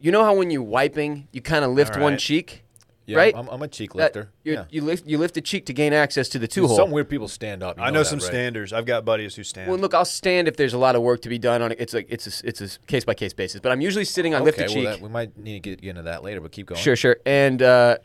Speaker 3: you know how when you're wiping, you kind of lift
Speaker 1: All
Speaker 3: one
Speaker 1: right.
Speaker 3: cheek,
Speaker 2: Yeah,
Speaker 3: right?
Speaker 2: I'm, I'm a cheek
Speaker 3: That-
Speaker 2: lifter.
Speaker 3: you-
Speaker 2: yeah.
Speaker 3: You lift you lift a cheek to gain access to the two hole.
Speaker 2: Some weird people stand up. you
Speaker 1: I know
Speaker 2: that,
Speaker 1: some
Speaker 2: right?
Speaker 1: standers. I've got buddies who stand.
Speaker 3: Well, look, I'll stand if there's a lot of work to be done on it. It's like it's a, it's a case by case basis, but I'm usually sitting on lift a
Speaker 2: Okay,
Speaker 3: cheek.
Speaker 2: well, that, we might need to get, get into that later, but keep going.
Speaker 3: sure, sure. And uh,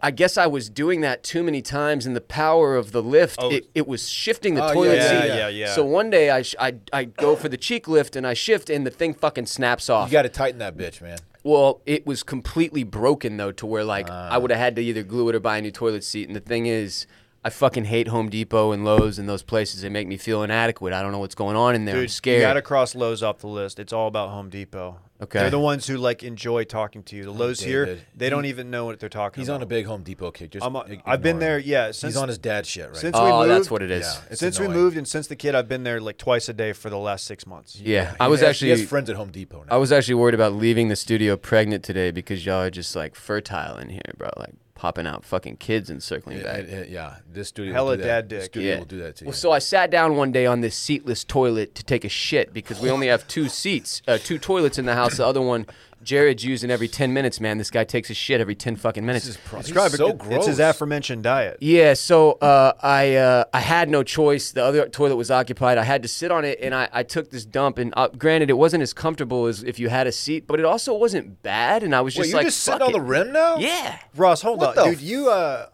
Speaker 3: I guess I was doing that too many times, and the power of the lift it, it was shifting the
Speaker 2: Oh,
Speaker 3: toilet
Speaker 2: yeah,
Speaker 3: seat.
Speaker 2: yeah,
Speaker 1: yeah, yeah.
Speaker 3: So one day I sh- I I go for the cheek lift and I shift, and the thing fucking snaps off.
Speaker 2: You got to tighten that bitch, man.
Speaker 3: Well, it was completely broken though, to where like I would have had to either glue it or buy a new toilet seat. And the thing is, I fucking hate Home Depot and Lowe's and those places. They make me feel inadequate. I don't know what's going on in there. I'm
Speaker 1: Dude,
Speaker 3: scared.
Speaker 1: You got to cross Lowe's off the list. It's all about Home Depot.
Speaker 3: Okay.
Speaker 1: They're the ones who like enjoy talking to you. The Lowe's here,
Speaker 2: David.
Speaker 1: they don't even know what they're talking
Speaker 2: He's
Speaker 1: about.
Speaker 2: on a big Home Depot kick. Just
Speaker 1: I'm a-
Speaker 2: ig-
Speaker 1: I've been
Speaker 2: ignore
Speaker 1: there,
Speaker 2: him.
Speaker 1: yeah, since-
Speaker 2: He's on his dad shit right
Speaker 1: since
Speaker 2: now.
Speaker 1: we
Speaker 3: Oh,
Speaker 1: moved,
Speaker 3: that's what it is.
Speaker 2: Yeah. It's
Speaker 1: since we
Speaker 2: annoying.
Speaker 1: moved and since the kid, I've been there like twice a day for the last six months.
Speaker 3: Yeah, I was
Speaker 2: He has-
Speaker 3: actually
Speaker 2: he has friends at Home Depot now.
Speaker 3: I was actually worried about leaving the studio pregnant today because y'all are just like fertile in here, bro. Like popping out fucking kids and circling
Speaker 2: yeah,
Speaker 3: back.
Speaker 2: it- it- yeah, this studio.
Speaker 1: Hella
Speaker 2: will do that.
Speaker 1: dad dick.
Speaker 2: This studio will do that to you.
Speaker 3: Well, so I sat down one day on this seatless toilet to take a shit because we only have two seats, uh, two toilets in the house. The other one, Jared's using every ten minutes. Man, this guy takes a shit every ten fucking minutes.
Speaker 2: This is pro-
Speaker 1: Describe
Speaker 2: he's
Speaker 1: it.
Speaker 2: so
Speaker 1: It-
Speaker 2: gross.
Speaker 1: It's his aforementioned diet.
Speaker 3: Yeah, so uh, I uh, I had no choice. The other toilet was occupied. I had to sit on it, and I, I took this dump. And uh, granted, it wasn't as comfortable as if you had a seat, but it also wasn't bad. And I was
Speaker 2: Wait,
Speaker 3: just
Speaker 2: you
Speaker 3: like,
Speaker 2: just sitting
Speaker 3: "Fuck
Speaker 2: on the
Speaker 3: it."
Speaker 2: rim now?
Speaker 3: Yeah.
Speaker 1: Ross, hold
Speaker 2: What
Speaker 1: on,
Speaker 2: the
Speaker 1: dude. you, uh,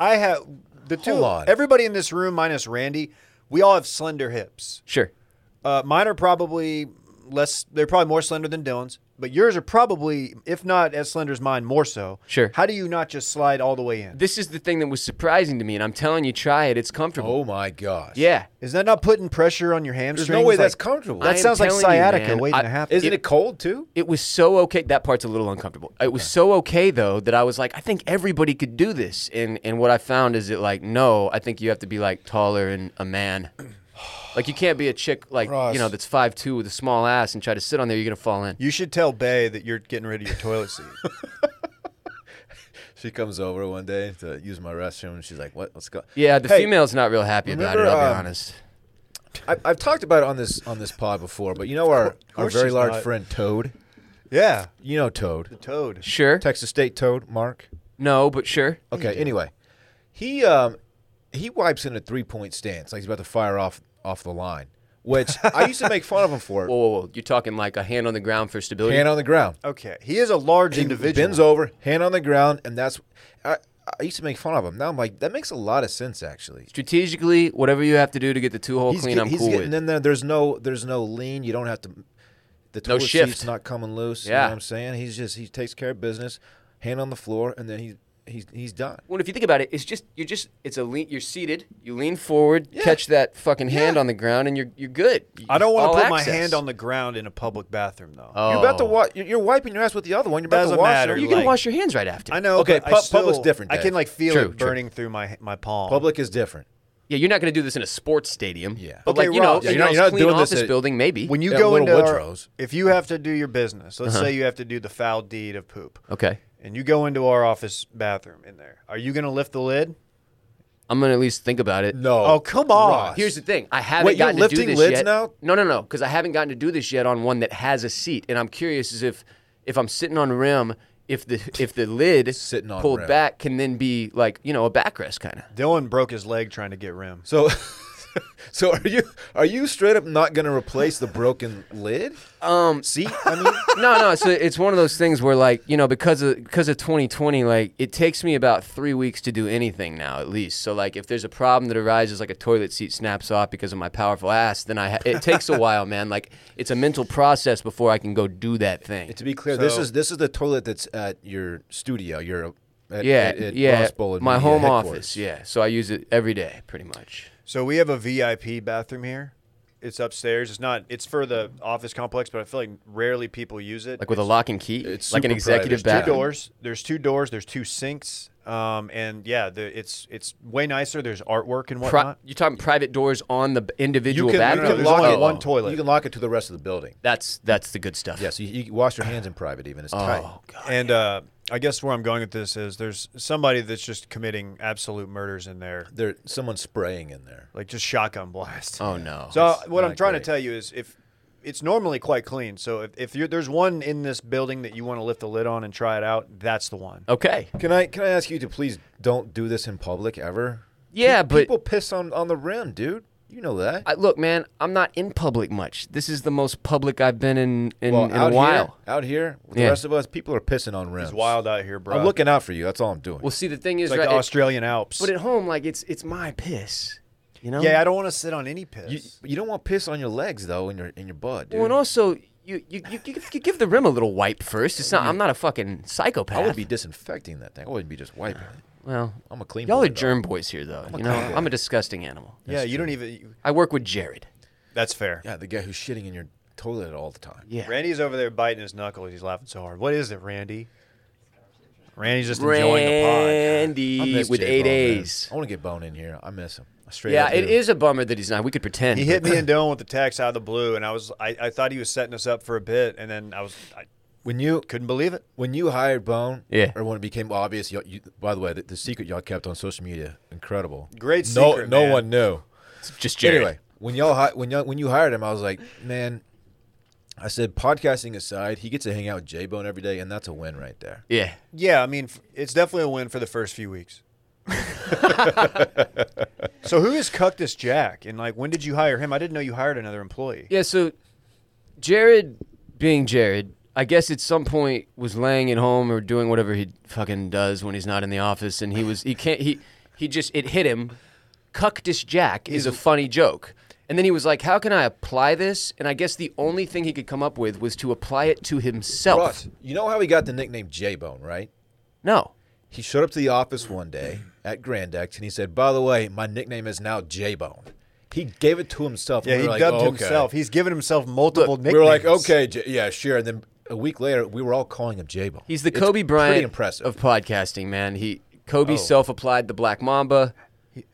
Speaker 1: I have the two.
Speaker 2: Hold on.
Speaker 1: Everybody in this room, minus Randy, we all have slender hips.
Speaker 3: Sure.
Speaker 1: Uh, mine are probably less. They're probably more slender than Dylan's, but yours are probably, if not as slender as mine, more so.
Speaker 3: Sure.
Speaker 1: How do you not just slide all the way in?
Speaker 3: This is the thing that was surprising to me, and I'm telling you, try it. It's comfortable.
Speaker 2: Oh my gosh.
Speaker 3: Yeah.
Speaker 1: Is that not putting pressure on your hamstrings?
Speaker 2: There's no way that's
Speaker 1: Like,
Speaker 2: comfortable.
Speaker 3: I
Speaker 1: that
Speaker 3: am
Speaker 1: sounds like
Speaker 3: telling you,
Speaker 1: sciatica
Speaker 3: man.
Speaker 1: waiting
Speaker 3: I-
Speaker 1: to happen.
Speaker 2: Isn't it cold too?
Speaker 3: It was so okay. That part's a little uncomfortable. It was so okay though that I was like, I think everybody could do this. And and what I found is that like, no, I think you have to be like taller and
Speaker 2: [CLEARS THROAT]
Speaker 3: a man. Like you can't be a chick like
Speaker 2: Ross.
Speaker 3: you know that's five two with a small ass and try to sit on there. You're gonna fall in.
Speaker 1: you should tell Bay that you're getting rid of your toilet
Speaker 2: [LAUGHS]
Speaker 1: seat.
Speaker 2: She comes over one day to use my restroom, and she's like, "What? Let's go."
Speaker 3: Yeah, the
Speaker 2: Hey,
Speaker 3: female's not real happy about it.
Speaker 2: remember,
Speaker 3: I'll be
Speaker 2: um,
Speaker 3: honest.
Speaker 2: I, I've talked about it on this on this pod before, but you know our our
Speaker 1: course
Speaker 2: very
Speaker 1: she's
Speaker 2: large
Speaker 1: not.
Speaker 2: friend Toad.
Speaker 1: yeah,
Speaker 2: You know Toad,
Speaker 1: toad.
Speaker 3: Sure.
Speaker 2: Texas State Toad, Mark.
Speaker 3: No, but sure.
Speaker 2: Okay. Anyway, he um he wipes in a three point stance, like he's about to fire off off the line,
Speaker 3: [LAUGHS]
Speaker 2: which I used to make fun of him for.
Speaker 3: Whoa, whoa, whoa. You're talking like a hand on the ground for stability.
Speaker 2: hand on the ground.
Speaker 1: Okay, he is a large
Speaker 2: He
Speaker 1: individual.
Speaker 2: bends over, hand on the ground, and that's I, I used to make fun of him. Now I'm like, that makes a lot of sense actually.
Speaker 3: Strategically, whatever you have to do to get the two hole
Speaker 2: He's,
Speaker 3: clean,
Speaker 2: get-
Speaker 3: I'm
Speaker 2: he's
Speaker 3: cool
Speaker 2: getting
Speaker 3: with.
Speaker 2: in there. There's no there's no lean. You don't have to. The
Speaker 3: No
Speaker 2: toilet
Speaker 3: shift.
Speaker 2: seat's not coming loose. You
Speaker 3: Yeah.
Speaker 2: know what I'm saying? He's just he takes care of business, hand on the floor, and then he's he's he's done.
Speaker 3: Well, if you think about it, it's just you're just it's a lean. You're seated. You lean forward, catch that fucking hand on the ground, and you're you're good.
Speaker 1: I don't want
Speaker 3: All
Speaker 1: to put my
Speaker 3: access.
Speaker 1: hand on the ground in a public bathroom though.
Speaker 2: You're about to
Speaker 3: Oh.
Speaker 2: wa- you're- You're wiping your ass with the other one. You're about
Speaker 1: Doesn't
Speaker 2: to wash
Speaker 1: matter.
Speaker 2: her.
Speaker 3: You can
Speaker 1: like-
Speaker 3: wash your hands right after. Oh,
Speaker 1: I know.
Speaker 2: Okay,
Speaker 1: but I
Speaker 2: pub- public's
Speaker 1: still-
Speaker 2: different,
Speaker 1: I
Speaker 2: Dave.
Speaker 1: can like feel
Speaker 3: True, true.
Speaker 1: it burning through my my palm.
Speaker 2: Public is different.
Speaker 3: Yeah, you're not going to do this in a sports stadium.
Speaker 2: Yeah.
Speaker 3: but
Speaker 1: Okay,
Speaker 3: like you know,
Speaker 1: Rob,
Speaker 2: yeah,
Speaker 3: you
Speaker 2: you're
Speaker 3: know,
Speaker 2: not- you're not
Speaker 3: clean
Speaker 2: doing
Speaker 3: office
Speaker 2: this at-
Speaker 3: building maybe.
Speaker 1: When you
Speaker 2: Yeah,
Speaker 1: go
Speaker 2: Little
Speaker 1: into our-
Speaker 2: Woodrow's.
Speaker 1: if you have to do your business, let's say you have to do the foul deed of poop,
Speaker 3: Uh-huh. okay,
Speaker 1: and you go into our office bathroom in there, are you going to lift the lid?
Speaker 3: I'm going to at least think about it.
Speaker 2: No.
Speaker 1: Oh, come on.
Speaker 2: Ross.
Speaker 3: Here's the thing. I haven't
Speaker 2: Wait, you're
Speaker 3: gotten to
Speaker 2: lifting
Speaker 3: do this
Speaker 2: lids
Speaker 3: yet.
Speaker 2: now?
Speaker 3: No, no, no. Because I haven't gotten to do this yet on one that has a seat, and I'm curious as if if I'm sitting on rim, if the if the lid
Speaker 2: Sitting on
Speaker 3: pulled
Speaker 2: rim.
Speaker 3: back can then be like you know a backrest kind of.
Speaker 1: Dylan broke his leg trying to get rim.
Speaker 2: So, [LAUGHS] so are you are you straight up not going to replace the broken lid? Um,
Speaker 3: [LAUGHS]
Speaker 2: see, I mean,
Speaker 3: no, no. So it's one of those things where, like, you know, because of because of 2020, like, it takes me about three weeks to do anything now, at least. So, like, if there's a problem that arises, like a toilet seat snaps off because of my powerful ass, then I ha- it takes a while, man. Like, it's a mental process before I can go do that thing.
Speaker 2: to be clear, this
Speaker 1: So-
Speaker 2: is this is the toilet that's at your studio. Your at,
Speaker 3: yeah,
Speaker 2: at, at
Speaker 3: yeah.
Speaker 2: Ross Bowl and
Speaker 3: my
Speaker 2: Media
Speaker 3: home
Speaker 2: headquarters.
Speaker 3: office, yeah. So I use it every day, pretty much.
Speaker 1: So we have a VIP bathroom here. It's upstairs. It's not. It's for the office complex, but I feel like rarely people use it.
Speaker 3: Like with a lock and key,
Speaker 2: It's
Speaker 3: like an
Speaker 2: super private. There's
Speaker 3: executive
Speaker 1: two
Speaker 2: that.
Speaker 3: bathroom.
Speaker 1: doors. There's two doors. There's two sinks. Um, and yeah, the, it's it's way nicer. There's artwork and
Speaker 3: Pri-
Speaker 1: whatnot.
Speaker 3: you're talking private doors on the b-
Speaker 2: You
Speaker 3: individual
Speaker 2: can, you
Speaker 3: bathroom. Oh,
Speaker 2: can
Speaker 1: there's
Speaker 2: lock
Speaker 1: only
Speaker 2: it.
Speaker 1: one toilet.
Speaker 2: You can lock it to the rest of the building.
Speaker 3: That's that's the good stuff.
Speaker 2: Yes, you, you wash your hands in private. Even it's
Speaker 3: Oh.
Speaker 2: tight.
Speaker 1: and uh, I guess where I'm going with this is there's somebody that's just committing absolute murders in there,
Speaker 2: There, someone's spraying in there.
Speaker 1: like just shotgun blast.
Speaker 3: Oh no.
Speaker 1: So what I'm
Speaker 2: not
Speaker 1: trying to
Speaker 2: great.
Speaker 1: tell you is if it's normally quite clean. So if, if you're, there's one in this building that you want to lift the lid on and try it out, that's the one.
Speaker 2: Oh,
Speaker 3: okay.
Speaker 2: Can I can I ask you to please don't do this in public ever?
Speaker 3: Yeah,
Speaker 2: Pe-
Speaker 3: but
Speaker 2: people piss on on the rim, dude. You know that.
Speaker 3: I, look, man, I'm not in public much. This is the most public I've been in in, in a
Speaker 2: out
Speaker 3: while.
Speaker 2: here, out here, with
Speaker 3: Yeah.
Speaker 2: the rest of us, people are pissing on rims.
Speaker 1: It's wild out here, bro.
Speaker 2: I'm looking out for you. That's all I'm doing.
Speaker 3: Well, see, the thing
Speaker 1: it's
Speaker 3: is,
Speaker 1: like
Speaker 3: right,
Speaker 1: the
Speaker 3: it-
Speaker 1: Australian Alps.
Speaker 3: but at home, like it's it's my piss, you know.
Speaker 1: yeah, I don't want to sit on any
Speaker 2: you,
Speaker 1: piss.
Speaker 2: you don't want piss on your legs though, in your in your butt, dude.
Speaker 3: Well, and also, you you, you you you give the rim a little wipe first. It's not. I'm not a fucking psychopath.
Speaker 2: I would be disinfecting that thing. I wouldn't be just wiping it.
Speaker 3: Well,
Speaker 2: I'm a clean.
Speaker 3: y'all
Speaker 2: boy,
Speaker 3: are
Speaker 2: dog.
Speaker 3: germ boys here, though. you know, I'm a disgusting animal.
Speaker 1: yeah, you don't even. you-
Speaker 3: I work with Jared.
Speaker 1: that's fair.
Speaker 2: Yeah, the guy who's shitting in your toilet all the time.
Speaker 3: Yeah.
Speaker 1: Randy's over there biting his knuckles. He's laughing so hard. What is it, Randy? Randy's just enjoying the pod.
Speaker 2: I
Speaker 3: Randy
Speaker 2: miss
Speaker 3: with
Speaker 2: J-Bone,
Speaker 3: eight
Speaker 2: man.
Speaker 3: A's.
Speaker 2: I want to get Bone in here. I miss him. I straight
Speaker 3: Yeah,
Speaker 2: up
Speaker 3: it
Speaker 2: do.
Speaker 3: is a bummer that he's not. We could pretend.
Speaker 1: He
Speaker 3: but-
Speaker 1: hit me and Dylan with the text out of the blue, and I was I, I thought he was setting us up for a bit, and then I was I
Speaker 2: When you
Speaker 1: couldn't believe it.
Speaker 2: when you hired Bone,
Speaker 3: Yeah.
Speaker 2: or when it became obvious. You, you, by the way, the, the secret y'all kept on social media, incredible.
Speaker 1: Great
Speaker 2: No,
Speaker 1: secret,
Speaker 2: no
Speaker 1: man.
Speaker 2: one knew.
Speaker 3: just Jared.
Speaker 2: Anyway, when y'all hi- when y'all, when you hired him, I was like, man, I said podcasting aside, he gets to hang out with J Bone every day, and that's a win right there.
Speaker 3: Yeah.
Speaker 1: Yeah, I mean f- it's definitely a win for the first few
Speaker 3: [LAUGHS]
Speaker 1: weeks. so who is Cuctus Jack, and like when did you hire him? I didn't know you hired another employee.
Speaker 3: Yeah, so Jared being Jared, I guess at some point was laying at home or doing whatever he fucking does when he's not in the office and he was he can't he he just it hit him. Cuctus Jack is a funny joke. And then he was like, How can I apply this? And I guess the only thing he could come up with was to apply it to himself.
Speaker 2: Ross, you know how he got the nickname J Bone, right?
Speaker 3: No.
Speaker 2: He showed up to the office one day at Grand X, and he said, "By the way, my nickname is now J Bone." He gave it to himself. and
Speaker 1: Yeah,
Speaker 2: we
Speaker 1: he
Speaker 2: were like,
Speaker 1: dubbed
Speaker 3: "Oh,
Speaker 2: "Okay."
Speaker 1: himself. He's given himself multiple
Speaker 3: Look,
Speaker 1: nicknames.
Speaker 2: We were like, "Okay, J- yeah, sure." And then a week later, we were all calling him J Bone.
Speaker 3: He's the Kobe Bryant
Speaker 2: Pretty impressive. Oh.
Speaker 3: of podcasting, man. He Kobe self applied the black mamba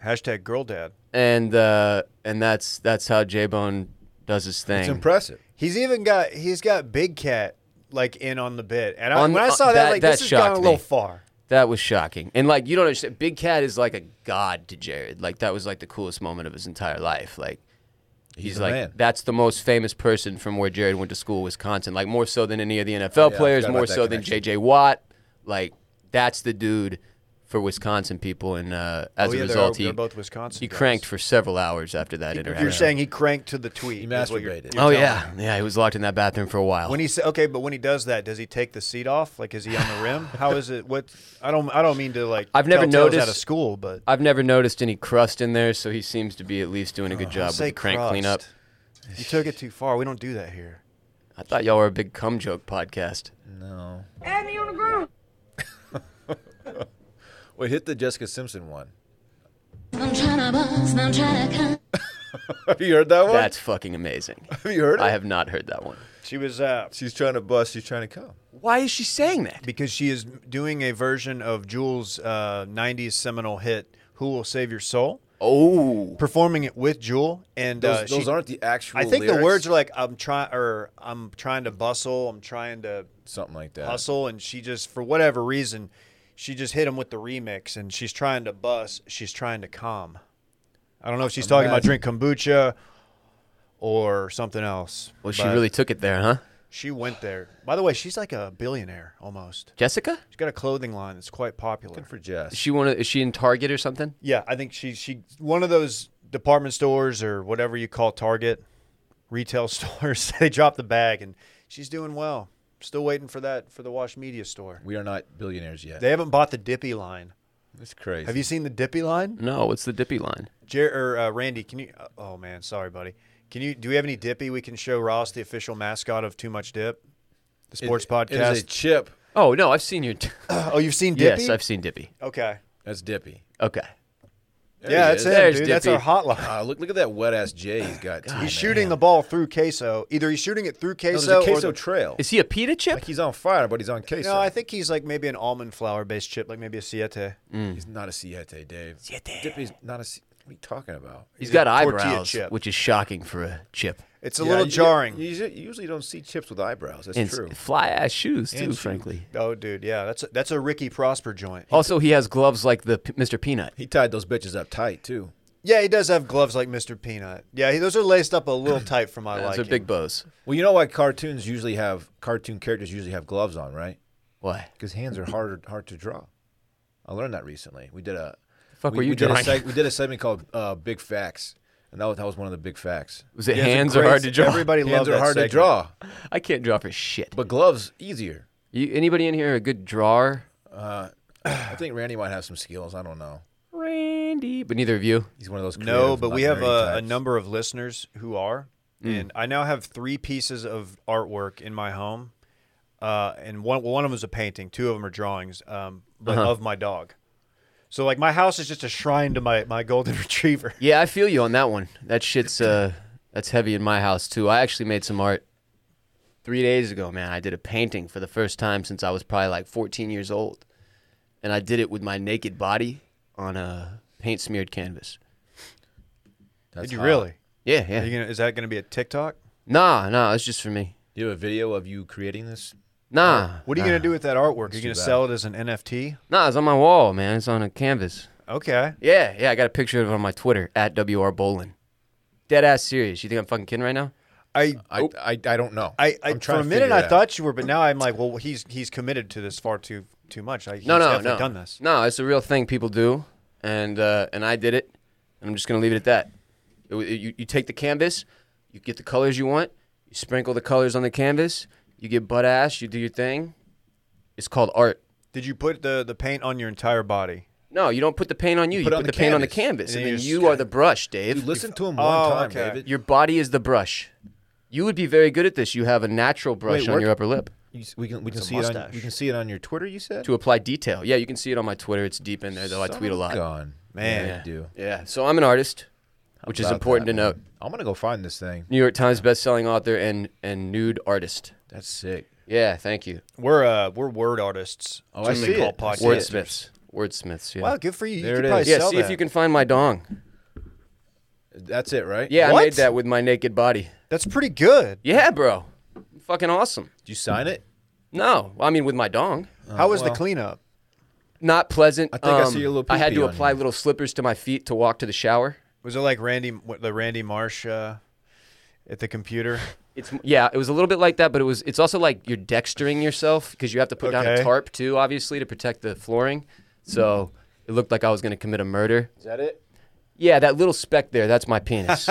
Speaker 1: Hashtag girl dad.
Speaker 3: and uh and that's that's how J Bone does his thing.
Speaker 2: it's impressive.
Speaker 1: He's even got he's got Big Cat like in on the bit, and I,
Speaker 3: On-
Speaker 1: when I
Speaker 3: uh,
Speaker 1: saw that,
Speaker 3: that-
Speaker 1: like
Speaker 3: that
Speaker 1: this has gone a
Speaker 3: shocked me.
Speaker 1: little far.
Speaker 3: That was shocking. And like you don't understand Big Cat is like a god to Jared. Like that was like the coolest moment of his entire life. Like he's,
Speaker 2: the
Speaker 3: like
Speaker 2: man.
Speaker 3: that's the most famous person from where Jared went to school, Wisconsin. Like more so than any of the NFL
Speaker 1: Oh,
Speaker 2: Yeah, I
Speaker 3: players,
Speaker 2: forgot
Speaker 3: more
Speaker 2: about that
Speaker 3: so than
Speaker 2: connection.
Speaker 3: JJ Watt. Like that's the dude for Wisconsin people, and uh, as
Speaker 1: Oh,
Speaker 3: a
Speaker 1: yeah, they're-
Speaker 3: result,
Speaker 1: they're
Speaker 3: he
Speaker 1: both Wisconsin
Speaker 3: He
Speaker 1: guys.
Speaker 3: cranked for several hours after that
Speaker 1: You're
Speaker 3: interaction.
Speaker 1: saying he cranked to the tweet.
Speaker 2: He
Speaker 1: is what you're-
Speaker 2: masturbated.
Speaker 1: you're
Speaker 3: Oh
Speaker 1: telling
Speaker 3: yeah,
Speaker 1: me.
Speaker 3: yeah. He was locked in that bathroom for a while.
Speaker 1: When he sa- okay, but when he does that, does he take the seat off? Like, is he on the rim? How is it? What? I don't. I don't mean to like.
Speaker 3: I've never
Speaker 1: tell tales
Speaker 3: noticed-
Speaker 1: out of school, but
Speaker 3: I've never noticed any crust in there, so he seems to be at least doing a good job uh, with
Speaker 1: Uh, say
Speaker 3: the crank
Speaker 1: crust.
Speaker 3: cleanup.
Speaker 1: You took it too far. We don't do that here.
Speaker 3: I thought y'all were a big cum joke podcast.
Speaker 2: No.
Speaker 5: Add me on the ground.
Speaker 2: Wait, hit the Jessica Simpson one. [LAUGHS]
Speaker 6: I'm tryna bust, I'm tryna come.
Speaker 2: Have you heard that one?
Speaker 3: That's fucking amazing.
Speaker 2: Have you heard it?
Speaker 3: I have not heard that one.
Speaker 1: She was uh,
Speaker 2: She's trying to bust. She's trying to come.
Speaker 3: Why is she saying that?
Speaker 1: because she is doing a version of Jules' uh, '90s seminal hit "Who Will Save Your Soul,"
Speaker 3: Oh,
Speaker 1: performing it with Jewel, and
Speaker 2: Those,
Speaker 1: uh,
Speaker 2: those
Speaker 1: she-
Speaker 2: aren't the actual.
Speaker 1: I think the
Speaker 2: lyrics.
Speaker 1: words are like "I'm trying" or "I'm trying to bustle," "I'm trying to
Speaker 2: something like that.
Speaker 1: hustle," and she just, for whatever reason, she just hit him with the remix, and she's trying to bust, she's trying to calm. I don't know if she's talking about drink kombucha or something else.
Speaker 3: well, she
Speaker 1: but
Speaker 3: really took it there, huh?
Speaker 1: she went there. By the way, she's like a billionaire almost.
Speaker 3: Jessica?
Speaker 1: She's got a clothing line that's quite popular.
Speaker 2: Good for Jess.
Speaker 3: Is she one? Of, is she in Target or something?
Speaker 1: yeah, I think she she one of those department stores or whatever you call Target retail [LAUGHS] stores. they drop the bag, and she's doing well. Still waiting for that for the Wash Media store.
Speaker 2: we are not billionaires yet.
Speaker 1: They haven't bought the Dippy line.
Speaker 2: That's crazy.
Speaker 1: Have you seen the Dippy line?
Speaker 3: No, it's the Dippy line.
Speaker 1: Jer- or, uh, Randy, can you? uh, oh man, sorry, buddy. Can you? Do we have any Dippy we can show Ross, the official mascot of Too Much Dip, the
Speaker 2: It-
Speaker 1: sports
Speaker 2: It is a
Speaker 1: podcast?
Speaker 2: chip.
Speaker 3: Oh no, I've seen your.
Speaker 1: oh, you've seen Dippy?
Speaker 3: yes, I've seen Dippy.
Speaker 1: Okay.
Speaker 2: That's Dippy.
Speaker 3: Okay.
Speaker 2: There
Speaker 1: yeah,
Speaker 2: he
Speaker 1: that's
Speaker 2: is.
Speaker 1: it,
Speaker 3: There's
Speaker 1: dude. That's our
Speaker 3: Dippy.
Speaker 1: hotline.
Speaker 2: Ah, look, look at that wet ass J he's got. too, Oh, man.
Speaker 1: He's shooting the ball through queso. Either he's shooting it through
Speaker 2: No, there's
Speaker 1: queso.
Speaker 2: a
Speaker 1: or
Speaker 2: queso
Speaker 1: the-
Speaker 2: trail.
Speaker 3: Is he a pita chip?
Speaker 2: Like he's on fire, but he's on queso.
Speaker 1: no, I think he's like maybe an almond flour based chip, like maybe a siete.
Speaker 2: he's not a siete, Dave. Siete. Dippy's not a. si- What are you talking about?
Speaker 3: He's got
Speaker 1: a tortilla
Speaker 3: eyebrows,
Speaker 1: chip.
Speaker 3: which is shocking for a chip.
Speaker 1: It's a
Speaker 2: Yeah,
Speaker 1: little
Speaker 2: you-
Speaker 1: jarring.
Speaker 2: You, you usually don't see chips with eyebrows. That's
Speaker 3: And
Speaker 2: true.
Speaker 3: fly ass shoes too,
Speaker 2: And shoes.
Speaker 3: frankly.
Speaker 1: oh, dude, yeah, that's a, that's a Ricky Prosper joint.
Speaker 3: Also, he has gloves like the P- Mr. Peanut.
Speaker 2: He tied those bitches up tight too.
Speaker 1: Yeah, he does have gloves like Mr. Peanut. Yeah, he, those are laced up a
Speaker 2: [CLEARS THROAT]
Speaker 1: little tight for my
Speaker 3: Those
Speaker 1: liking.
Speaker 3: are big bows.
Speaker 2: Well, you know why cartoons usually have cartoon characters usually have gloves on, right?
Speaker 3: Why?
Speaker 2: Because hands are hard hard to draw. I learned that recently. We did a
Speaker 3: Fuck
Speaker 2: we,
Speaker 3: were you
Speaker 2: we did a
Speaker 3: drawing?
Speaker 2: seg- we did a segment called uh, Big Facts, and that was, that was one of the big facts.
Speaker 3: Was it
Speaker 1: Yeah, it's a
Speaker 3: hands are
Speaker 1: great-
Speaker 3: hard to draw?
Speaker 1: Everybody
Speaker 2: hands
Speaker 1: loves
Speaker 2: are
Speaker 1: that
Speaker 2: hard
Speaker 1: segment.
Speaker 2: to draw,
Speaker 3: I can't draw for shit.
Speaker 2: but gloves easier.
Speaker 3: You, anybody in here a good drawer?
Speaker 2: I think Randy might have some skills. I don't know.
Speaker 3: Randy, but neither of you.
Speaker 2: He's one of those.
Speaker 1: No,
Speaker 2: creative,
Speaker 1: but
Speaker 2: not Mm.
Speaker 1: we have
Speaker 2: nerdy
Speaker 1: a, a
Speaker 2: types.
Speaker 1: number of listeners who are, and I now have three pieces of artwork in my home, uh, and one one of them is a painting, two of them are drawings, um, but
Speaker 2: Uh-huh.
Speaker 1: of my dog. So like my house is just a shrine to my my golden [LAUGHS] retriever.
Speaker 3: Yeah, I feel you on that one. That shit's uh, that's heavy in my house too. I actually made some art three days ago, man. I did a painting for the first time since I was probably like 14 years old, and I did it with my naked body on a paint smeared canvas.
Speaker 2: [LAUGHS] That's
Speaker 1: Did you
Speaker 2: hot.
Speaker 1: really?
Speaker 3: Yeah,
Speaker 1: Are you
Speaker 3: yeah.
Speaker 1: gonna, is that going to be a TikTok?
Speaker 3: Nah, nah, it's just for me.
Speaker 2: Do you have a video of you creating this?
Speaker 3: Nah,
Speaker 1: What are you going to do with that artwork? Are you
Speaker 2: too
Speaker 1: going to
Speaker 2: bad.
Speaker 1: sell it as an NFT?
Speaker 3: nah, it's on my wall, man. It's on a canvas.
Speaker 1: Okay.
Speaker 3: Yeah, yeah, I got a picture of it on my Twitter at WR Bolin. Dead ass serious. You think I'm fucking kidding right now?
Speaker 1: I
Speaker 2: I, I, I don't know.
Speaker 1: I, I
Speaker 2: I'm
Speaker 1: for
Speaker 2: trying
Speaker 1: a
Speaker 2: to
Speaker 1: minute
Speaker 2: figure
Speaker 1: I
Speaker 2: it out.
Speaker 1: thought you were, but now I'm like, well, he's he's committed to this far too too much. I, he's
Speaker 3: No, no,
Speaker 1: definitely
Speaker 3: no.
Speaker 1: Done this.
Speaker 3: No, it's a real thing people do, and uh, and I did it, and I'm just gonna leave it at that. It- it- you, you take the canvas, you get the colors you want, you sprinkle the colors on the canvas, you get butt ass, you do your thing. It's called art.
Speaker 1: Did you put the the paint on your entire body?
Speaker 3: No, you don't put the paint on you. You,
Speaker 2: put it
Speaker 3: put
Speaker 2: on
Speaker 3: the,
Speaker 2: the
Speaker 3: paint on the
Speaker 2: canvas.
Speaker 3: canvas,
Speaker 1: And
Speaker 3: and,
Speaker 1: then
Speaker 3: then
Speaker 1: you
Speaker 3: you
Speaker 1: just-
Speaker 3: are the brush, Dave.
Speaker 2: Dude, listen to him one
Speaker 1: Oh,
Speaker 2: time,
Speaker 1: okay.
Speaker 2: David.
Speaker 3: Your body is the brush. You would be very good at this. You have a natural brush
Speaker 2: Wait,
Speaker 3: on
Speaker 2: work-
Speaker 3: your upper lip
Speaker 2: You s- we can we can
Speaker 1: It's a
Speaker 2: see it on
Speaker 1: mustache.
Speaker 2: we can see it on your Twitter. You said
Speaker 3: to apply detail. Yeah, you can see it on my Twitter. It's deep in there, though. I tweet a lot.
Speaker 2: Gone. Man,
Speaker 3: Yeah.
Speaker 2: I do.
Speaker 3: Yeah. So I'm an artist, which is
Speaker 2: About
Speaker 3: important
Speaker 2: that,
Speaker 3: to
Speaker 2: man.
Speaker 3: note.
Speaker 2: I'm gonna go find this thing.
Speaker 3: New York Times best-selling author and and nude artist.
Speaker 2: That's sick.
Speaker 3: Yeah, thank you.
Speaker 1: We're uh we're word artists.
Speaker 2: Oh, I
Speaker 1: Something
Speaker 2: see
Speaker 1: called
Speaker 2: it. I see it.
Speaker 1: podcasters.
Speaker 3: Wordsmiths. Wordsmiths. Yeah.
Speaker 1: Wow, good for you.
Speaker 2: There
Speaker 1: you could
Speaker 2: it
Speaker 1: probably
Speaker 2: is.
Speaker 3: yeah.
Speaker 1: sell
Speaker 3: See if
Speaker 1: that.
Speaker 3: you can find my dong.
Speaker 2: That's it, right?
Speaker 3: Yeah, I
Speaker 1: What?
Speaker 3: made that with my naked body.
Speaker 1: That's pretty good.
Speaker 3: Yeah, bro. Fucking awesome.
Speaker 2: Did you sign it?
Speaker 3: No, I mean with my dong.
Speaker 1: How was
Speaker 2: well.
Speaker 1: the cleanup?
Speaker 3: Not pleasant.
Speaker 2: I think I
Speaker 3: Um,
Speaker 2: see a little
Speaker 3: I had
Speaker 2: pee-pee
Speaker 3: to
Speaker 2: on
Speaker 3: apply
Speaker 2: you.
Speaker 3: little slippers to my feet to walk to the shower.
Speaker 1: Was it like Randy what, the Randy Marsh uh, at the computer?
Speaker 3: It's yeah, it was a little bit like that, but it was it's also like you're dextering yourself because you have to put down a
Speaker 1: Okay.
Speaker 3: tarp too, obviously, to protect the flooring. So it looked like I was going to commit a murder.
Speaker 2: Is that it?
Speaker 3: Yeah, that little speck there, that's my penis.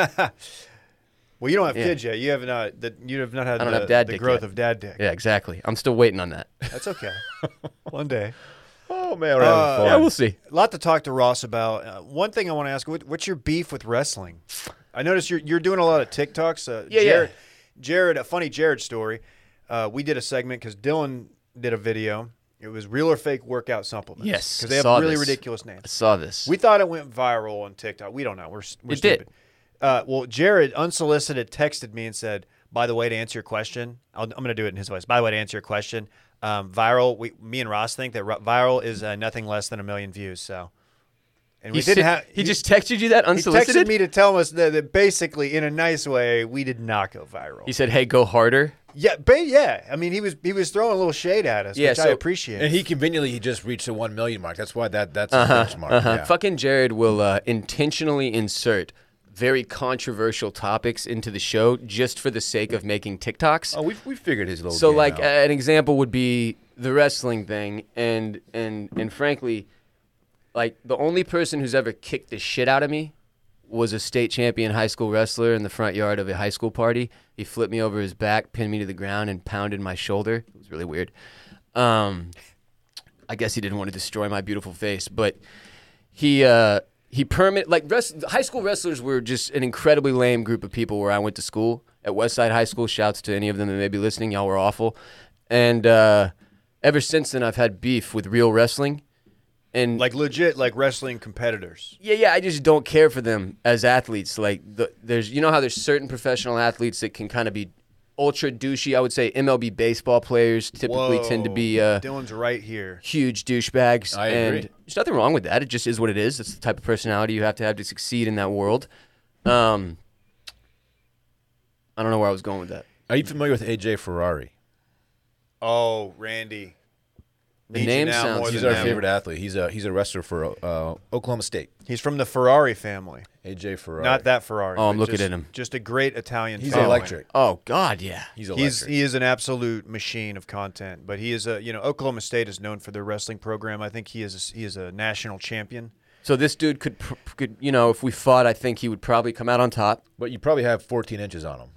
Speaker 1: Well, you don't have
Speaker 3: Yeah.
Speaker 1: kids yet. You have not. The, you have not had
Speaker 3: I don't
Speaker 1: the,
Speaker 3: have dad
Speaker 1: the
Speaker 3: dick
Speaker 1: growth
Speaker 3: yet.
Speaker 1: of dad dick.
Speaker 3: yeah, exactly. I'm still waiting on [LAUGHS] that.
Speaker 1: That's [LAUGHS] okay. One day.
Speaker 2: Oh man, we're
Speaker 1: Uh,
Speaker 2: having
Speaker 3: yeah,
Speaker 2: fun.
Speaker 3: we'll see.
Speaker 1: A lot to talk to Ross about. Uh, one thing I want to ask: what, What's your beef with wrestling? I noticed you're you're doing a lot of TikToks. Uh,
Speaker 3: Yeah, yeah.
Speaker 1: Jared, Jared, a funny Jared story. Uh, we did a segment because Dylan did a video. It was real or fake workout supplements.
Speaker 3: Yes,
Speaker 1: because they have
Speaker 3: saw
Speaker 1: really
Speaker 3: this.
Speaker 1: ridiculous
Speaker 3: I
Speaker 1: names.
Speaker 3: saw this.
Speaker 1: We thought it went viral on TikTok. We don't know. We're, s- we're
Speaker 3: It did.
Speaker 1: stupid. Uh, well, Jared unsolicited texted me and said, "By the way, to answer your question, I'll, I'm going to do it in his voice. By the way, to answer your question, um, viral. We, me and Ross think that ru- viral is uh, nothing less than a million views. So, and we
Speaker 3: he,
Speaker 1: didn't
Speaker 3: sit-
Speaker 1: have.
Speaker 3: he just texted you that
Speaker 1: he texted
Speaker 3: unsolicited?
Speaker 1: me to tell us that, that basically, in a nice way, we did not go viral.
Speaker 3: He said, hey, go harder.
Speaker 1: yeah, but yeah, I mean, he was he was throwing a little shade at us,
Speaker 3: Yeah,
Speaker 1: which I
Speaker 3: so-
Speaker 1: appreciate.
Speaker 2: And he conveniently he just reached the one million mark. That's why that that's his benchmark.
Speaker 3: Uh-huh.
Speaker 2: yeah.
Speaker 3: Fucking Jared will uh, intentionally insert very controversial topics into the show just for the sake of making TikToks.
Speaker 2: Oh, we we figured his little.
Speaker 3: so,
Speaker 2: game
Speaker 3: like,
Speaker 2: out.
Speaker 3: uh, an example would be the wrestling thing, and and and frankly, like the only person who's ever kicked the shit out of me was a state champion high school wrestler in the front yard of a high school party. He flipped me over his back, pinned me to the ground, and pounded my shoulder. It was really weird. Um, I guess he didn't want to destroy my beautiful face, but he uh, he permit like rest- high school wrestlers were just an incredibly lame group of people where I went to school at Westside High School. Shouts to any of them that may be listening, y'all were awful. And uh, ever since then, I've had beef with real wrestling, and
Speaker 1: like legit, like wrestling competitors.
Speaker 3: yeah, yeah. I just don't care for them as athletes. Like the, there's, you know how there's certain professional athletes that can kind of be ultra douchey. I would say MLB baseball players typically tend to
Speaker 1: Whoa,
Speaker 3: be uh,
Speaker 1: Dylan's right here.
Speaker 3: huge douchebags.
Speaker 2: I
Speaker 3: and
Speaker 2: agree.
Speaker 3: There's nothing wrong with that. It just is what it is. That's the type of personality you have to have to succeed in that world. Um, I don't know where I was going with that.
Speaker 2: are you familiar with AJ Ferrari?
Speaker 1: Oh, Randy. Need
Speaker 3: The
Speaker 1: you
Speaker 3: name
Speaker 1: now
Speaker 3: sounds
Speaker 1: more
Speaker 3: He's
Speaker 2: He's
Speaker 1: than
Speaker 2: our
Speaker 1: ever.
Speaker 2: favorite athlete. He's a he's a wrestler for uh, Oklahoma State.
Speaker 1: He's from the Ferrari family.
Speaker 2: AJ Ferrari.
Speaker 1: Not that Ferrari.
Speaker 3: Oh, I'm
Speaker 1: but
Speaker 3: looking
Speaker 1: just-
Speaker 3: at him.
Speaker 1: Just a great Italian.
Speaker 2: He's
Speaker 1: family.
Speaker 2: electric.
Speaker 3: Oh God, yeah.
Speaker 1: He's
Speaker 2: He's electric.
Speaker 1: he is an absolute machine of content. But he is a you know Oklahoma State is known for their wrestling program. I think he is a, he is a national champion.
Speaker 3: So this dude could, pr- could, you know, if we fought, I think he would probably come out on top.
Speaker 2: but you probably have 14 inches on him.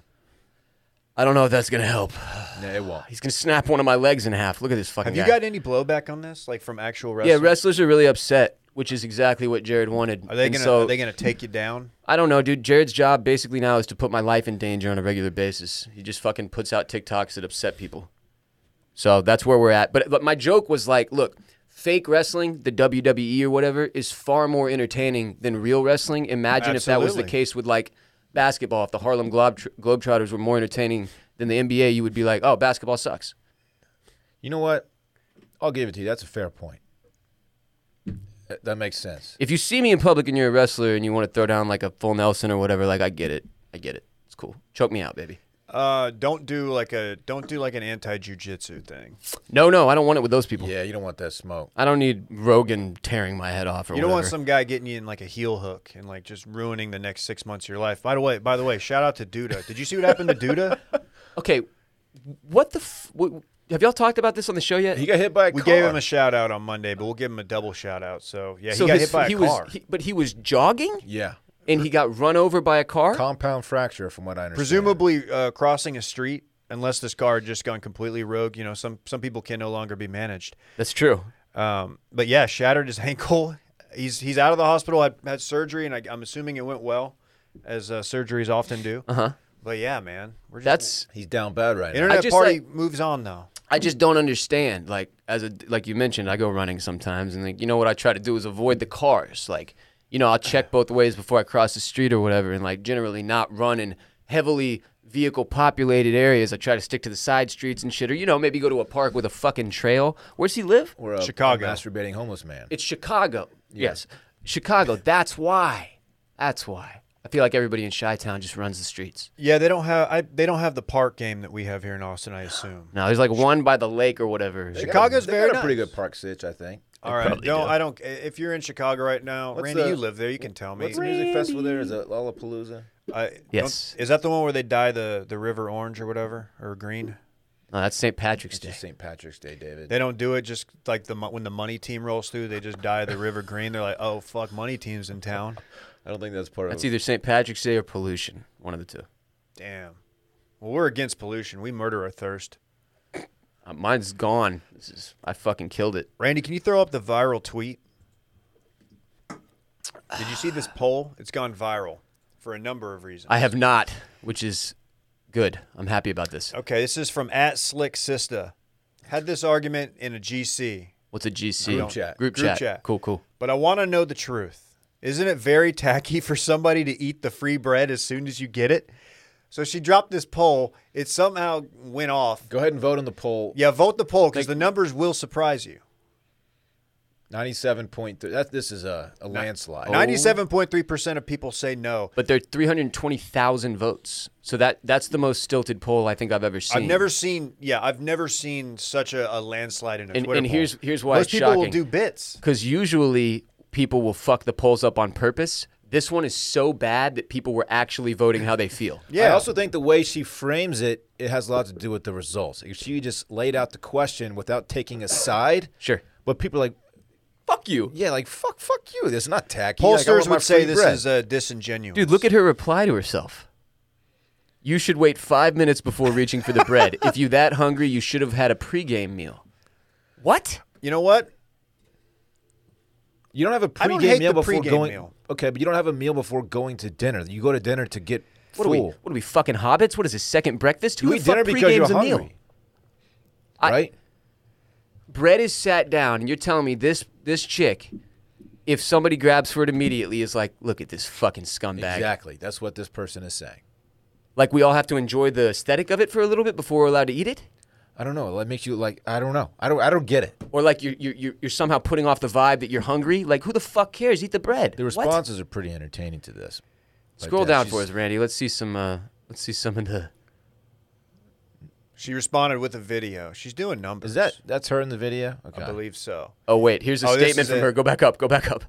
Speaker 3: I don't know if that's gonna help.
Speaker 2: No, it won't.
Speaker 3: He's gonna snap one of my legs in half. Look at this fucking
Speaker 1: Have you
Speaker 3: guy.
Speaker 1: got any blowback on this, like from actual
Speaker 3: yeah,
Speaker 1: wrestling?
Speaker 3: wrestlers are really upset, which is exactly what Jared wanted.
Speaker 1: Are they
Speaker 3: And
Speaker 1: gonna
Speaker 3: so-
Speaker 1: are they gonna take you down?
Speaker 3: I don't know, dude. Jared's job basically now is to put my life in danger on a regular basis. He just fucking puts out TikToks that upset people. So that's where we're at. But, but my joke was like, look, fake wrestling, the WWE or whatever, is far more entertaining than real wrestling. Imagine if that was the
Speaker 1: Absolutely.
Speaker 3: case with like basketball. If the Harlem Globetrot- Globetrotters were more entertaining than the NBA, you would be like, oh, basketball sucks.
Speaker 2: You know what? I'll give it to you. That's a fair point. That, that makes sense.
Speaker 3: If you see me in public and you're a wrestler and you want to throw down like a full Nelson or whatever, like I get it. I get it. It's cool. Choke me out, baby.
Speaker 1: Uh, don't do like a don't do like an anti jujitsu thing.
Speaker 3: No, no, I don't want it with those people.
Speaker 2: Yeah, you don't want that smoke.
Speaker 3: I don't need Rogan tearing my head off or
Speaker 1: You don't want
Speaker 3: whatever.
Speaker 1: some guy getting you in like a heel hook and like just ruining the next six months of your life. By the way, by the way, shout out to Duda. Did you see what happened to
Speaker 3: [LAUGHS]
Speaker 1: Duda?
Speaker 3: Okay, what the? F- what, have y'all talked about this on the show yet?
Speaker 2: He got hit by a
Speaker 1: We
Speaker 2: car.
Speaker 1: gave him a shout out on Monday, but we'll give him a double shout out. So yeah, he
Speaker 3: so
Speaker 1: got
Speaker 3: his-
Speaker 1: hit by a
Speaker 3: he
Speaker 1: car.
Speaker 3: Was, he, but he was jogging
Speaker 2: yeah
Speaker 3: and he got run over by a car.
Speaker 2: compound fracture, from what I understand.
Speaker 1: Presumably uh, crossing a street, unless this car had just gone completely rogue. You know, some some people can no longer be managed.
Speaker 3: That's true.
Speaker 1: Um, but yeah, shattered his [LAUGHS] ankle. He's he's out of the hospital. Had had surgery, and I, I'm assuming it went well, as uh, surgeries often do. Uh huh. But yeah, man, we're just,
Speaker 3: Uh-huh. That's
Speaker 2: he's down bad right now.
Speaker 1: internet
Speaker 3: just,
Speaker 1: party
Speaker 3: like-
Speaker 1: moves on though.
Speaker 3: I just don't understand. Like as a like you mentioned, I go running sometimes, and like you know what I try to do is avoid the cars. Like you know I'll check both ways before I cross the street or whatever, and like generally not run in heavily vehicle populated areas. I try to stick to the side streets and shit, or you know maybe go to a park with a fucking trail. Where's he live?
Speaker 2: Or a,
Speaker 1: Chicago.
Speaker 2: a masturbating homeless man.
Speaker 3: It's Chicago. Yes. Chicago. That's why. That's why. I feel like everybody in Chi Town just runs the streets.
Speaker 1: Yeah, they don't have I, they don't have the park game that we have here in Austin. I assume.
Speaker 3: No, there's like one by the lake or whatever.
Speaker 1: Chicago's
Speaker 2: they
Speaker 1: very
Speaker 2: got a pretty
Speaker 1: nice.
Speaker 2: good park sitch, I think.
Speaker 1: All right, don't I don't. If you're in Chicago right now, Randy,
Speaker 2: the-
Speaker 1: you live there. You can tell me.
Speaker 2: What's the music festival there? Is it Lollapalooza?
Speaker 1: I, don't-
Speaker 3: Yes.
Speaker 1: Is that the one where they dye the, the river orange or whatever or green?
Speaker 3: No, that's St. Patrick's Day.
Speaker 2: It's St. Patrick's Day, David.
Speaker 1: They don't do it just like the mo- when the money team rolls through, they just dye the river green. They're like, oh fuck, money team's in town.
Speaker 2: I don't think that's part
Speaker 3: That's
Speaker 2: of.
Speaker 3: either St. Patrick's Day or pollution. One of the two.
Speaker 1: Damn. Well, we're against pollution. We murder our thirst.
Speaker 3: Uh, mine's gone. This is I fucking killed it.
Speaker 1: Randy, can you throw up the viral tweet? Did you see this poll? It's gone viral for a number of reasons.
Speaker 3: I have not, which is good. I'm happy about this.
Speaker 1: Okay, this is from at Slick Sista. Had this argument in a GC,
Speaker 3: What's a GC?
Speaker 2: Group chat.
Speaker 3: Group,
Speaker 1: Group
Speaker 3: chat.
Speaker 1: chat.
Speaker 3: Cool, cool.
Speaker 1: but I want to know the truth. Isn't it very tacky for somebody to eat the free bread as soon as you get it? So she dropped this poll. It somehow went off.
Speaker 2: Go ahead and vote on the poll.
Speaker 1: Yeah, vote the poll because the numbers will surprise you.
Speaker 2: Ninety-seven point three. That this is a, a landslide.
Speaker 3: Oh.
Speaker 1: 97.3% of people say no.
Speaker 3: But there are 320,000 votes. So that that's the most stilted poll I think I've ever seen.
Speaker 1: I've never seen, yeah, I've never seen such a, a landslide in a
Speaker 3: And-
Speaker 1: Twitter
Speaker 3: and
Speaker 1: poll.
Speaker 3: here's- here's why
Speaker 1: Most
Speaker 3: it's
Speaker 1: people will
Speaker 3: shocking.
Speaker 1: do bits.
Speaker 3: Because usually people will fuck the polls up on purpose. This one is so bad that people were actually voting how they
Speaker 2: [LAUGHS]
Speaker 3: feel.
Speaker 2: I
Speaker 1: Yeah.
Speaker 2: also think the way she frames it, it has a lot to do with the results. If she just laid out the question without taking a side,
Speaker 3: Sure.
Speaker 2: But people are like,
Speaker 3: Fuck you.
Speaker 2: yeah, like fuck, fuck you. This is not tacky. Like, I want
Speaker 1: Pollsters
Speaker 2: my
Speaker 1: would say
Speaker 2: free
Speaker 1: this
Speaker 2: bread.
Speaker 1: is uh, disingenuous.
Speaker 3: Dude, look at her reply to herself. You should wait five minutes before reaching for
Speaker 2: [LAUGHS]
Speaker 3: the bread. if you that hungry, you should have had a pregame meal. What?
Speaker 1: You know what?
Speaker 2: You don't have a
Speaker 1: I don't
Speaker 2: pregame
Speaker 1: hate
Speaker 2: meal
Speaker 1: the
Speaker 2: before
Speaker 1: pregame
Speaker 2: going.
Speaker 1: meal.
Speaker 2: Okay, but you don't have a meal before going to dinner. You go to dinner to get
Speaker 3: What
Speaker 2: full.
Speaker 3: are we? What are we fucking hobbits? What is this second breakfast? Who
Speaker 2: You
Speaker 3: the
Speaker 2: eat
Speaker 3: fuck
Speaker 2: dinner because you're
Speaker 3: pregames a
Speaker 2: hungry,
Speaker 3: meal? I-
Speaker 2: right?
Speaker 3: Bread is sat down, and you're telling me this this chick, if somebody grabs for it immediately, is like, look at this fucking scumbag.
Speaker 2: Exactly. That's what this person is saying.
Speaker 3: Like we all have to enjoy the aesthetic of it for a little bit before we're allowed to eat it,
Speaker 2: I don't know. That makes you like I don't know. I don't. I don't get it.
Speaker 3: or like you're you're, you're- you're somehow putting off the vibe that you're hungry. Like who the fuck cares? Eat the bread.
Speaker 2: The
Speaker 3: What?
Speaker 2: responses are pretty entertaining to this. Like,
Speaker 3: Scroll
Speaker 2: yeah,
Speaker 3: down
Speaker 2: she's-
Speaker 3: for us, Randy. Let's see some. Uh, let's see some of the.
Speaker 1: She responded with a video. She's doing numbers.
Speaker 2: Is that that's her in the video? Okay.
Speaker 1: I believe so.
Speaker 3: Oh wait, here's a
Speaker 1: Oh, this
Speaker 3: statement
Speaker 1: is
Speaker 3: from
Speaker 1: it.
Speaker 3: her. Go back up. Go back up.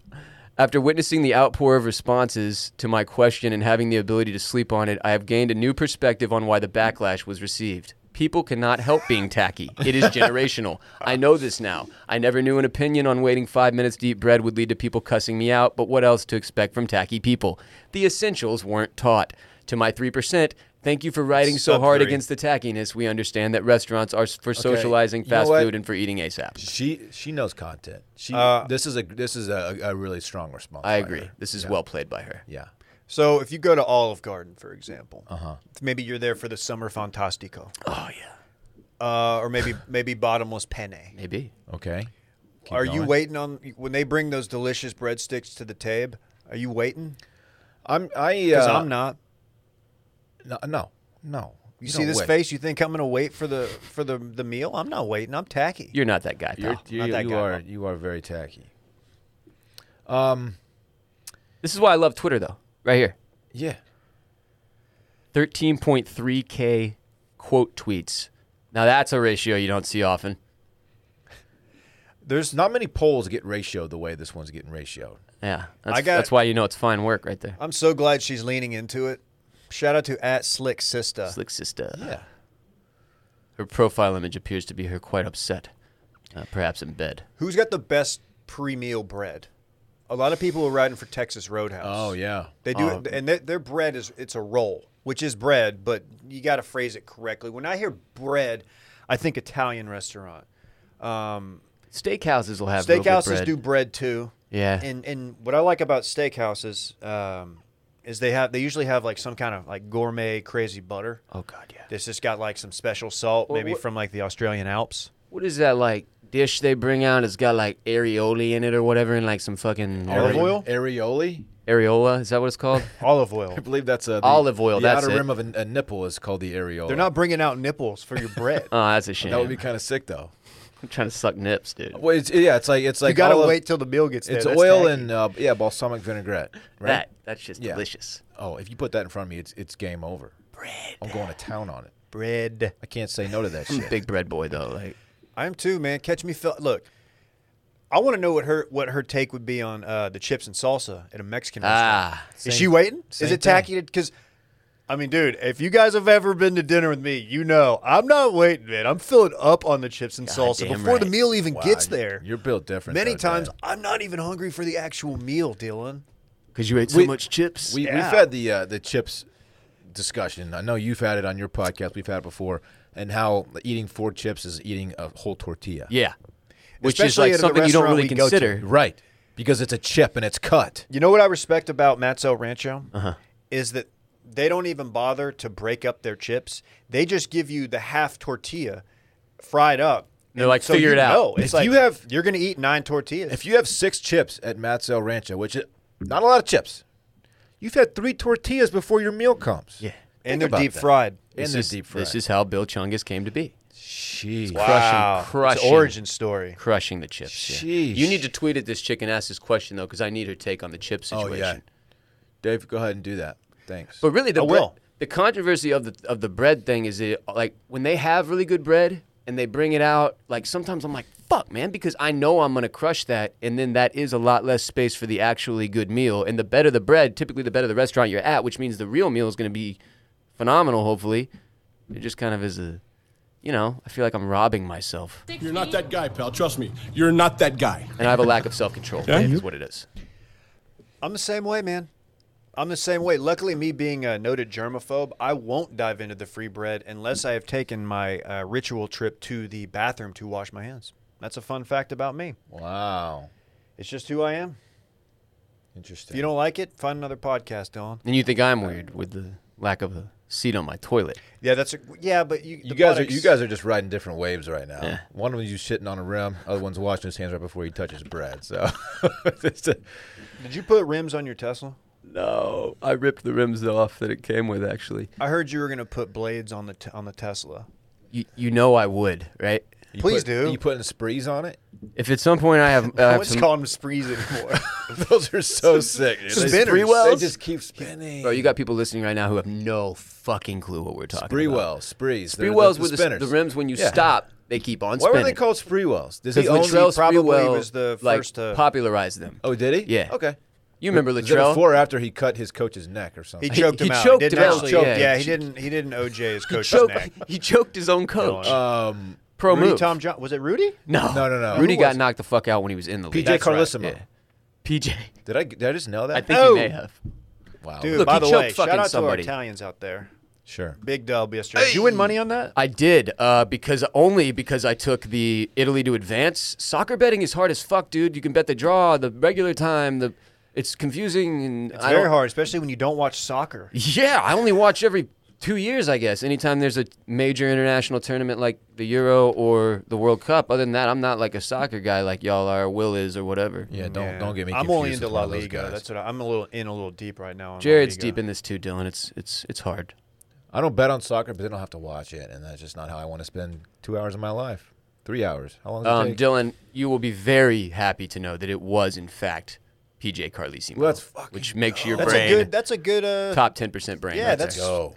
Speaker 3: After witnessing the outpour of responses to my question and having the ability to sleep on it, I have gained a new perspective on why the backlash was received. People cannot help being tacky. It is generational. I know this now. I never knew an opinion on waiting five minutes to eat bread would lead to people cussing me out, but what else to expect from tacky people? The essentials weren't taught. To my 3%, thank you for writing so
Speaker 1: Sub
Speaker 3: hard
Speaker 1: three.
Speaker 3: against the tackiness. We understand that restaurants are s- for socializing
Speaker 2: you know
Speaker 3: fast
Speaker 2: what?
Speaker 3: food and for eating ASAP.
Speaker 2: She she knows content. She
Speaker 1: Uh,
Speaker 2: this is a this is a, a really strong response.
Speaker 3: I
Speaker 2: by
Speaker 3: agree.
Speaker 2: her.
Speaker 3: This is well played by her.
Speaker 2: Yeah.
Speaker 1: So if you go to Olive Garden, for example, uh-huh. maybe you're there for the summer fantastico,
Speaker 3: Oh yeah.
Speaker 1: uh, or
Speaker 2: [SIGHS]
Speaker 1: maybe maybe bottomless penne.
Speaker 3: Maybe.
Speaker 2: Okay. Keep
Speaker 1: are you
Speaker 2: going.
Speaker 1: waiting on when they bring those delicious breadsticks to the table? Are you waiting?
Speaker 2: I'm I
Speaker 1: Because
Speaker 2: uh,
Speaker 1: I'm not.
Speaker 2: No no. no.
Speaker 1: You,
Speaker 2: don't
Speaker 1: see this
Speaker 2: wait.
Speaker 1: face? You think I'm gonna wait for the for the the meal? I'm not waiting. I'm tacky.
Speaker 3: You're not that guy, pal.
Speaker 2: You're, you
Speaker 1: not that
Speaker 2: you
Speaker 1: guy,
Speaker 2: are
Speaker 1: Mom.
Speaker 2: you are very tacky.
Speaker 3: this is why I love Twitter, though. Right here.
Speaker 2: Yeah.
Speaker 3: 13.3K quote tweets. Now, that's a ratio you don't see often.
Speaker 2: There's not many polls get ratioed the way this one's getting ratioed.
Speaker 3: Yeah. That's,
Speaker 1: I got-
Speaker 3: that's why you know it's fine work right there.
Speaker 1: I'm so glad she's leaning into it. Shout out to at Slick Sista.
Speaker 3: Slick sister.
Speaker 2: Yeah.
Speaker 3: Her profile image appears to be her quite upset, uh, perhaps in bed.
Speaker 1: Who's got the best pre-meal bread? A lot of people are riding for Texas Roadhouse.
Speaker 2: Oh yeah.
Speaker 1: They do,
Speaker 2: Um,
Speaker 1: it, and their, their bread is it's a roll, which is bread, but you got to phrase it correctly. When I hear bread, I think Italian restaurant.
Speaker 3: Steakhouses will have real good
Speaker 1: Steakhouses
Speaker 3: bread.
Speaker 1: do bread too.
Speaker 3: Yeah.
Speaker 1: and and what I like about steakhouses um, is they have they usually have like some kind of like gourmet crazy butter.
Speaker 3: Oh, God, yeah.
Speaker 1: It's just got like some special salt, maybe
Speaker 3: what-
Speaker 1: from like the Australian Alps.
Speaker 3: What is that, like, dish they bring out? It's got, like, areoli in it or whatever, and, like, some fucking
Speaker 1: Olive
Speaker 3: are-
Speaker 1: oil?
Speaker 2: Areoli.
Speaker 3: Areola? Is that what it's called?
Speaker 1: Olive
Speaker 3: [LAUGHS]
Speaker 1: oil.
Speaker 2: I believe that's a the,
Speaker 3: Olive oil,
Speaker 2: The
Speaker 3: that's
Speaker 2: outer
Speaker 3: it.
Speaker 2: rim of a, a nipple is called the areola.
Speaker 1: They're not bringing out nipples for your bread.
Speaker 3: oh, that's a shame.
Speaker 2: That would be kind of sick though.
Speaker 3: I'm trying to suck nips, dude.
Speaker 2: Well, it's, yeah, it's like it's like
Speaker 1: you gotta
Speaker 2: olive-
Speaker 1: wait till the meal gets there.
Speaker 2: It's
Speaker 1: That's
Speaker 2: oil
Speaker 1: tacky.
Speaker 2: and uh, yeah, balsamic vinaigrette. Right.
Speaker 3: That that's just
Speaker 2: Yeah.
Speaker 3: delicious.
Speaker 2: Oh, if you put that in front of me, it's it's game over. Bread. I'm going to town on it.
Speaker 1: bread.
Speaker 2: I can't say no to that shit.
Speaker 3: Big bread boy though, like
Speaker 1: I am too, man. Catch me. Fil- Look, I want to know what her what her take would be on uh, the chips and salsa at a Mexican restaurant.
Speaker 3: [LAUGHS] ah,
Speaker 1: Is she waiting?
Speaker 2: same
Speaker 1: Is it
Speaker 2: thing.
Speaker 1: tacky? Because I mean, dude, if you guys have ever been to dinner with me, you know I'm not waiting, man. I'm filling up on the chips and salsa
Speaker 3: damn
Speaker 1: before the
Speaker 3: right.
Speaker 1: meal even
Speaker 2: Wow,
Speaker 1: gets
Speaker 2: you-
Speaker 1: there.
Speaker 2: You're built different.
Speaker 1: Many
Speaker 2: though, Dad.
Speaker 1: times, I'm not even hungry for the actual meal, Dylan.
Speaker 3: Because you ate so
Speaker 2: We-
Speaker 3: much chips.
Speaker 2: We,
Speaker 1: Yeah.
Speaker 2: We've had the uh, the chips discussion. I know you've had it on your podcast. We've had it before, and how eating four chips is eating a whole tortilla.
Speaker 3: yeah. Which is
Speaker 1: Especially
Speaker 3: like
Speaker 1: at the
Speaker 3: something you don't
Speaker 1: restaurant
Speaker 3: really
Speaker 1: we go to.
Speaker 3: consider.
Speaker 2: Right, because it's a chip and it's cut.
Speaker 1: You know what I respect about Matt's El Rancho
Speaker 3: Uh-huh.
Speaker 1: is that they don't even bother to break up their chips. They just give you the half tortilla fried up.
Speaker 3: They're
Speaker 1: And
Speaker 3: like, "Figure
Speaker 1: you
Speaker 3: it out."
Speaker 1: know. It's
Speaker 2: If
Speaker 1: like
Speaker 2: you have-
Speaker 1: you're going to eat nine tortillas.
Speaker 2: If you have six chips at Matt's El Rancho, which is not a lot of chips, you've had three tortillas before your meal comes. Yeah,
Speaker 1: and they're deep fried.
Speaker 2: And
Speaker 3: This
Speaker 2: they're
Speaker 3: is,
Speaker 2: deep fried.
Speaker 3: This is how Bill Chungus came to be.
Speaker 2: Jeez.
Speaker 3: Crushing,
Speaker 1: It's
Speaker 3: crushing.
Speaker 1: origin story.
Speaker 3: Crushing the chips. yeah.
Speaker 2: Sheesh.
Speaker 3: You need to tweet at this chick and ask this question, though, because I need her take on the chip
Speaker 2: Oh
Speaker 3: situation.
Speaker 2: yeah, Dave, go ahead and do that. Thanks.
Speaker 3: But really, the
Speaker 1: I
Speaker 3: bread-
Speaker 1: will.
Speaker 3: the controversy of the of the bread thing is it like when they have really good bread and they bring it out. Like sometimes I'm like, fuck, man, because I know I'm gonna crush that, and then that is a lot less space for the actually good meal. And the better the bread, typically the better the restaurant you're at, which means the real meal is gonna be phenomenal. Hopefully, it just kind of is a, you know, I feel like I'm robbing myself,
Speaker 5: You're not that guy, pal. Trust me. You're not that guy.
Speaker 3: and I have a lack of self control. Is what it is.
Speaker 1: I'm the same way, man. I'm the same way. Luckily, me being a noted germaphobe, I won't dive into the free bread unless I have taken my uh, ritual trip to the bathroom to wash my hands. That's a fun fact about me.
Speaker 2: wow,
Speaker 1: It's just who I am.
Speaker 2: interesting.
Speaker 1: If you don't like it, find another podcast, Dylan.
Speaker 3: And you think I'm weird with the lack of a seat on my toilet?
Speaker 1: Yeah, that's a, yeah, but you,
Speaker 2: You guys are you guys are just riding different waves right now. One of you sitting on a rim, other one's washing his hands right before he touches bread. So [LAUGHS] it's a-
Speaker 1: Did you put rims on your Tesla?
Speaker 3: No, I ripped the rims off that it came with actually.
Speaker 1: I heard you were gonna put blades on the t- on the Tesla.
Speaker 3: you, you know I would, right?
Speaker 2: you
Speaker 1: Please
Speaker 2: put-
Speaker 1: do.
Speaker 2: You putting sprees on it? [LAUGHS]
Speaker 3: If at some point I have, I
Speaker 1: I
Speaker 3: have
Speaker 1: wouldn't
Speaker 3: some,
Speaker 1: call them sprees
Speaker 3: [LAUGHS]
Speaker 1: anymore.
Speaker 2: Those are so sick. dude. They-
Speaker 1: Spinners.
Speaker 2: They
Speaker 1: Spreewells?
Speaker 2: just keep spinning.
Speaker 3: bro, you got people listening right now who have no fucking clue what we're talking
Speaker 2: spree
Speaker 3: about.
Speaker 2: wells, sprees. They're
Speaker 3: Spree wells
Speaker 2: the,
Speaker 3: with
Speaker 2: the
Speaker 3: the,
Speaker 2: spinners.
Speaker 3: the rims when you
Speaker 2: Yeah.
Speaker 3: stop, they keep
Speaker 2: Why
Speaker 3: on spinning.
Speaker 2: were they called spree wells? Does he
Speaker 3: Because
Speaker 2: own the-
Speaker 3: Latrell
Speaker 1: probably
Speaker 3: Sprewell
Speaker 1: was the
Speaker 3: like,
Speaker 1: first to-
Speaker 3: popularized them.
Speaker 2: Oh, did he?
Speaker 3: Yeah.
Speaker 2: Okay.
Speaker 3: you remember
Speaker 2: Was that
Speaker 3: Latrell? [LAUGHS]
Speaker 2: before or after he cut his coach's neck or
Speaker 1: he
Speaker 2: something?
Speaker 1: choked
Speaker 3: he
Speaker 1: him out.
Speaker 3: choked
Speaker 1: didn't
Speaker 3: him out,
Speaker 1: actually-
Speaker 3: yeah.
Speaker 1: he didn't. He didn't. OJ his
Speaker 3: he
Speaker 1: coach's
Speaker 3: choked, [LAUGHS]
Speaker 1: neck.
Speaker 3: he choked his own coach.
Speaker 2: um,
Speaker 3: Pro
Speaker 1: Rudy
Speaker 3: move.
Speaker 1: Tom John was it Rudy?
Speaker 3: no,
Speaker 2: No, no, no.
Speaker 3: Rudy
Speaker 2: Who
Speaker 3: got
Speaker 2: was it?
Speaker 3: knocked the fuck out when he was in the league.
Speaker 2: PJ
Speaker 3: That's right,
Speaker 2: Carlissimo.
Speaker 3: yeah. PJ,
Speaker 2: did I did I just know that?
Speaker 3: I think
Speaker 1: Oh.
Speaker 3: he may have.
Speaker 2: Wow.
Speaker 1: Dude,
Speaker 3: Look,
Speaker 1: by
Speaker 3: he
Speaker 1: the
Speaker 3: choked
Speaker 1: way, shout
Speaker 3: fucking
Speaker 1: out
Speaker 3: somebody.
Speaker 1: to our Italians out there.
Speaker 2: Sure.
Speaker 1: Big dub yesterday. Did you win money on that?
Speaker 3: I did uh, because only because I took the Italy to advance. Soccer betting is hard as fuck, dude. You can bet the draw, the regular time, the it's confusing and
Speaker 1: It's
Speaker 3: I
Speaker 1: very
Speaker 3: don't-
Speaker 1: hard, especially when you don't watch soccer.
Speaker 3: Yeah, I only watch every two years, I guess. Anytime there's a major international tournament like the Euro or the World Cup. Other than that, I'm not like a soccer guy like y'all are, Will is, or whatever.
Speaker 2: Yeah, don't don't get me.
Speaker 1: I'm
Speaker 2: confused
Speaker 1: only into
Speaker 2: with
Speaker 1: La
Speaker 2: one of those
Speaker 1: Liga.
Speaker 2: guys.
Speaker 1: That's what I, I'm a little in a little deep right now. on La
Speaker 3: Jared's
Speaker 1: Liga.
Speaker 3: deep in this too, Dylan. It's it's it's hard.
Speaker 2: I don't bet on soccer, but then I'll have to watch it, and that's just not how I want to spend two hours of my life. Three hours. How long does
Speaker 3: Um,
Speaker 2: it take?
Speaker 3: Dylan, you will be very happy to know that it was in fact PJ Carlisi,
Speaker 2: Let's fucking
Speaker 3: which makes your
Speaker 1: That's
Speaker 3: brain
Speaker 1: a good. That's a good. Uh,
Speaker 3: top ten percent brain.
Speaker 1: Yeah,
Speaker 3: right
Speaker 1: that's-
Speaker 3: there.
Speaker 2: Go.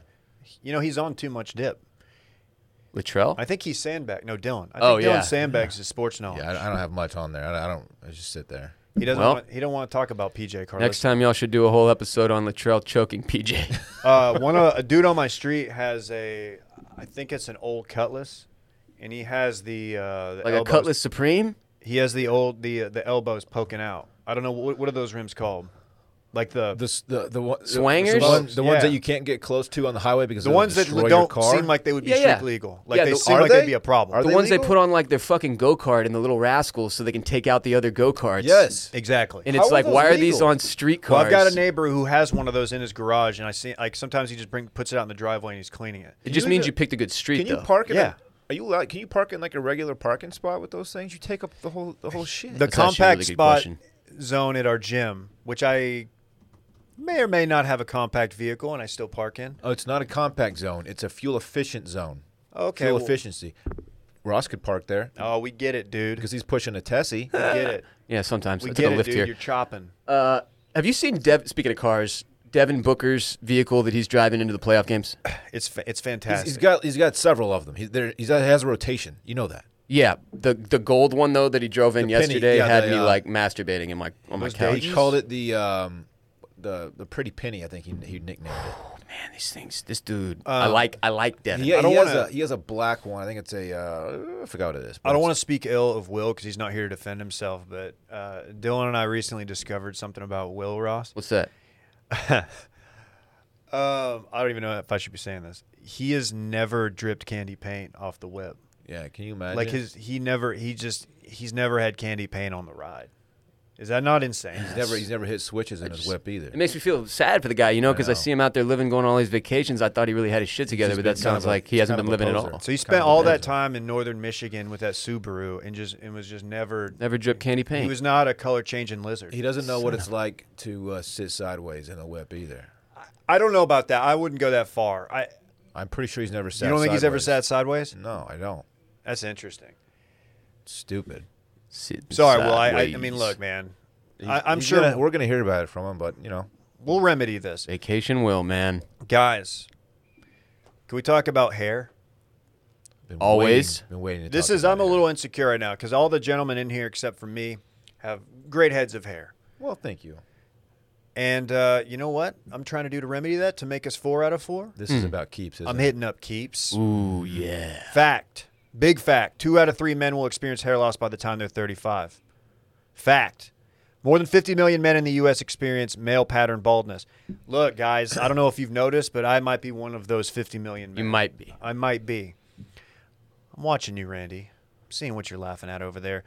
Speaker 1: You know, he's on too much dip.
Speaker 3: Latrell.
Speaker 1: I think he's sandbag. No, Dylan. I think
Speaker 3: Oh,
Speaker 1: Dylan
Speaker 3: yeah.
Speaker 1: sandbags his sports knowledge.
Speaker 2: Yeah, I, I don't have much on there. I, don't- I don't. I just sit there.
Speaker 1: He doesn't.
Speaker 3: Well-
Speaker 1: want, he don't want to talk about PJ Carlos.
Speaker 3: Next time, y'all should do a whole episode on Latrell choking PJ.
Speaker 1: uh, one of, a dude on my street has a. I think it's an old Cutlass, and he has the, uh, the
Speaker 3: like a
Speaker 1: elbows-
Speaker 3: Cutlass Supreme?
Speaker 1: He has the old the uh, the elbows poking out. I don't know what what are those rims called, like the
Speaker 2: The
Speaker 1: the,
Speaker 2: s- the the, one- the the,
Speaker 3: Swangers?
Speaker 2: one- the ones
Speaker 1: Yeah.
Speaker 2: that you can't get close to on the highway because they'll
Speaker 1: ones that
Speaker 2: destroy your
Speaker 1: don't
Speaker 2: car?
Speaker 1: seem like they would be
Speaker 3: Yeah, yeah.
Speaker 1: strict legal. Like
Speaker 3: Yeah,
Speaker 1: they
Speaker 3: the-
Speaker 1: seem
Speaker 2: are
Speaker 1: like
Speaker 2: they?
Speaker 1: would be a problem.
Speaker 2: Are
Speaker 3: The
Speaker 2: they
Speaker 3: ones they
Speaker 2: legal?
Speaker 3: put on like their fucking go kart and the little rascals so they can take out the other go karts.
Speaker 2: yes.
Speaker 1: Exactly.
Speaker 3: And
Speaker 2: How
Speaker 3: it's
Speaker 2: are
Speaker 3: like,
Speaker 2: those
Speaker 3: why are these
Speaker 2: legal?
Speaker 3: on street cars?
Speaker 1: Well, I've got a neighbor who has one of those in his garage, and I see like sometimes he just bring puts it out in the driveway and he's cleaning it.
Speaker 3: It just
Speaker 2: you
Speaker 3: means
Speaker 2: ju-
Speaker 3: you picked a good street,
Speaker 2: Can you
Speaker 3: though.
Speaker 2: park? In
Speaker 1: Yeah.
Speaker 2: A, are you allowed? Can you park in like a regular parking spot with those things? You take up the whole the whole shit.
Speaker 1: The
Speaker 3: That's actually a
Speaker 1: compact
Speaker 3: really good
Speaker 1: spot
Speaker 3: question.
Speaker 1: zone at our gym, which I may or may not have a compact vehicle, and I still park in.
Speaker 2: oh, it's not a compact zone. It's a fuel efficient zone.
Speaker 1: Okay,
Speaker 2: Fuel
Speaker 1: well-
Speaker 2: efficiency. Ross could park there
Speaker 1: Oh, we get it, dude.
Speaker 2: because he's pushing a Tessie. [LAUGHS]
Speaker 1: We get it.
Speaker 3: yeah, sometimes.
Speaker 1: We
Speaker 3: uh, I took
Speaker 1: get
Speaker 3: a
Speaker 1: it,
Speaker 3: lift
Speaker 1: dude.
Speaker 3: here.
Speaker 1: You're chopping.
Speaker 3: Uh, have you seen, Dev- speaking of cars, Devin Booker's vehicle that he's driving into the playoff games?
Speaker 1: It's fa- it's
Speaker 2: He's-
Speaker 1: fantastic.
Speaker 2: he's got he's got several of them. He's there. He's, he has a rotation. You know that.
Speaker 3: Yeah, the the gold one though that he drove in
Speaker 2: The penny-
Speaker 3: yesterday
Speaker 2: yeah,
Speaker 3: had
Speaker 2: the,
Speaker 3: me
Speaker 2: uh,
Speaker 3: like masturbating in my on my
Speaker 1: those
Speaker 3: couch.
Speaker 2: He called it the um, the the pretty penny. I think he he nicknamed it.
Speaker 3: man, these things. This dude, I like. I like Devin.
Speaker 2: He,
Speaker 1: I don't
Speaker 2: he has
Speaker 1: wanna-
Speaker 2: a he has a black one. I think it's a uh, I forgot what it is.
Speaker 1: I don't want to speak ill of Will because he's not here to defend himself, but uh, Dylan and I recently discovered something about Will Ross.
Speaker 3: What's that?
Speaker 1: Um, I don't even know if I should be saying this. He has never dripped candy paint off the whip.
Speaker 2: to. Yeah, can you imagine?
Speaker 1: Like his, he never, he just, he's never had candy paint on the ride. Is that not insane?
Speaker 2: he's never he's never hit switches in his whip either.
Speaker 3: It makes me feel sad for the guy, you know, because I,
Speaker 2: know.
Speaker 3: see him out there living, going on all these vacations. I thought he really had his shit together,
Speaker 2: just
Speaker 3: but
Speaker 2: been
Speaker 3: that sounds
Speaker 2: kind of a-
Speaker 3: like he
Speaker 2: he's
Speaker 3: hasn't
Speaker 2: kind
Speaker 3: been
Speaker 2: of a
Speaker 3: living at
Speaker 2: poser.
Speaker 3: all.
Speaker 1: So he
Speaker 2: Kind
Speaker 1: spent
Speaker 2: of
Speaker 1: all that
Speaker 2: amazing.
Speaker 1: time in northern Michigan with that Subaru and just, and was just never,
Speaker 3: Never drip candy paint.
Speaker 1: he was not a color changing lizard.
Speaker 2: he doesn't know what it's like to uh, sit sideways in a whip either.
Speaker 1: I don't know about that. I wouldn't go that far. I,
Speaker 2: I'm pretty sure he's never sat.
Speaker 1: you don't think he's ever
Speaker 2: sideways.
Speaker 1: sat
Speaker 2: Mm.
Speaker 1: sideways?
Speaker 2: No, I don't.
Speaker 1: That's interesting.
Speaker 2: Stupid.
Speaker 3: Sitting
Speaker 1: Sorry, Will. I, I, I
Speaker 3: sideways.
Speaker 1: mean, look, man. I, I'm
Speaker 2: He's
Speaker 1: sure
Speaker 2: gonna- we're gonna hear about it from him, but you know,
Speaker 1: we'll remedy this.
Speaker 3: vacation will, man.
Speaker 1: Guys, can we talk about hair?
Speaker 2: been
Speaker 3: Always.
Speaker 2: waiting, been waiting. To
Speaker 1: This
Speaker 2: talk
Speaker 1: is,
Speaker 2: about
Speaker 1: I'm a
Speaker 2: it.
Speaker 1: little insecure right now because all the gentlemen in here, except for me, have great heads of hair.
Speaker 2: Well, thank you.
Speaker 1: And uh, you know what? I'm trying to do to remedy that to make us four out of four.
Speaker 2: This is about keeps. Isn't
Speaker 1: Hmm. I'm
Speaker 2: it?
Speaker 1: hitting up keeps.
Speaker 3: Ooh yeah.
Speaker 1: Fact. Big fact. Two out of three men will experience hair loss by the time they're 35. Fact. More than 50 million men in the U.S. experience male pattern baldness. Look, guys, I don't know if you've noticed, but I might be one of those 50 million
Speaker 3: You
Speaker 1: men.
Speaker 3: might be.
Speaker 1: I might be. I'm watching you, Randy. I'm seeing what you're laughing at over there.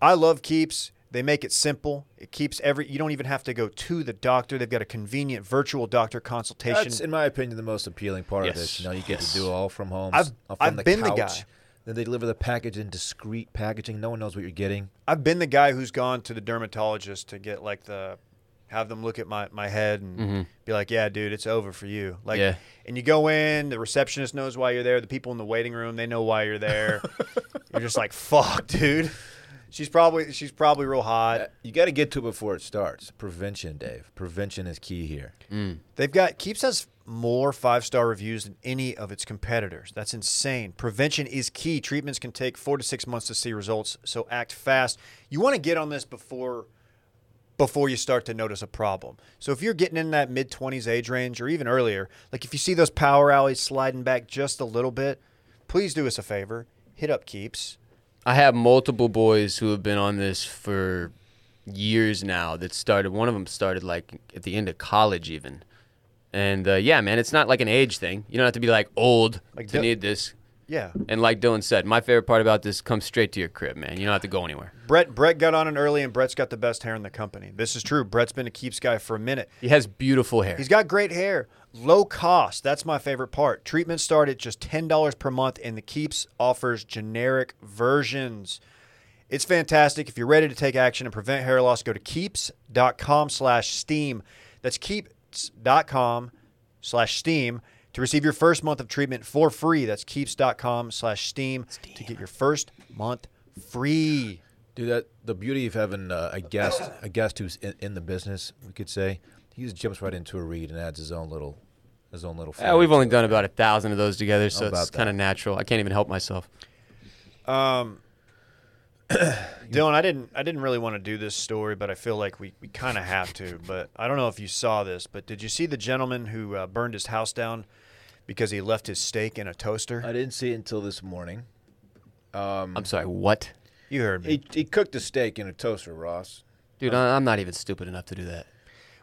Speaker 1: I love Keeps. They make it simple. It keeps every. You don't even have to go to the doctor. They've got a convenient virtual doctor consultation.
Speaker 2: That's, in my opinion, the most appealing part of this.
Speaker 3: Yes.
Speaker 2: You know, you get to do it all from home.
Speaker 1: I've-
Speaker 2: s- from
Speaker 1: I've
Speaker 2: the
Speaker 1: been the
Speaker 2: couch.
Speaker 1: guy.
Speaker 2: Then they deliver the package in discreet packaging. No one knows what you're getting.
Speaker 1: I've been the guy who's gone to the dermatologist to get like the have them look at my, my head and be like, Yeah, dude, it's over for you. Like
Speaker 3: Yeah.
Speaker 1: and you go in, the receptionist knows why you're there, the people in the waiting room, they know why you're there. you're just like, Fuck, dude. She's probably she's probably real hot.
Speaker 2: You got to get to it before it starts. Prevention, Dave. Prevention is key here.
Speaker 1: They've got Keeps has more five star reviews than any of its competitors. That's insane. Prevention is key. Treatments can take four to six months to see results, so act fast. You want to get on this before before you start to notice a problem. So if you're getting in that mid twenties age range or even earlier, like if you see those power alleys sliding back just a little bit, please do us a favor. Hit up Keeps.
Speaker 3: I have multiple boys who have been on this for years now. That started. One of them started like at the end of college, even. And uh, yeah, man, it's not like an age thing. You don't have to be like old
Speaker 1: Like
Speaker 3: to
Speaker 1: Dil-
Speaker 3: need this.
Speaker 1: Yeah.
Speaker 3: And like Dylan said, my favorite part about this comes straight to your crib, man. You don't have to go anywhere.
Speaker 1: Brett Brett got on it early and Brett's got the best hair in the company. This is true. Brett's been a Keeps guy for a minute.
Speaker 3: He has beautiful hair.
Speaker 1: He's got great hair. Low cost. That's my favorite part. Treatments start at just $10 per month, and the Keeps offers generic versions. It's fantastic. If you're ready to take action and prevent hair loss, go to keeps.com slash steam. That's keeps.com slash steam to receive your first month of treatment for free. That's keeps.com slash steam to get your first month free.
Speaker 2: Dude, that the beauty of having uh, a guest, a guest who's in, in the business, we could say, he just jumps right into a read and adds his own little, his own little.
Speaker 3: Yeah, we've
Speaker 2: flavor
Speaker 3: only
Speaker 2: to
Speaker 3: done about a thousand of those together, so
Speaker 2: about
Speaker 3: it's kind of
Speaker 2: that?
Speaker 3: natural. I can't even help myself.
Speaker 1: Dylan, I didn't I didn't really want to do this story, but I feel like we, we kind of have to. But I don't know if you saw this, but did you see the gentleman who uh, burned his house down because he left his steak in a
Speaker 2: it.
Speaker 1: toaster?
Speaker 2: I didn't see it until this morning. Mm.
Speaker 3: I'm sorry, what?
Speaker 1: You heard
Speaker 3: Hmm.
Speaker 1: me.
Speaker 2: He, he cooked a steak in a toaster, Ross.
Speaker 3: Dude, I, I'm not even stupid enough to do that.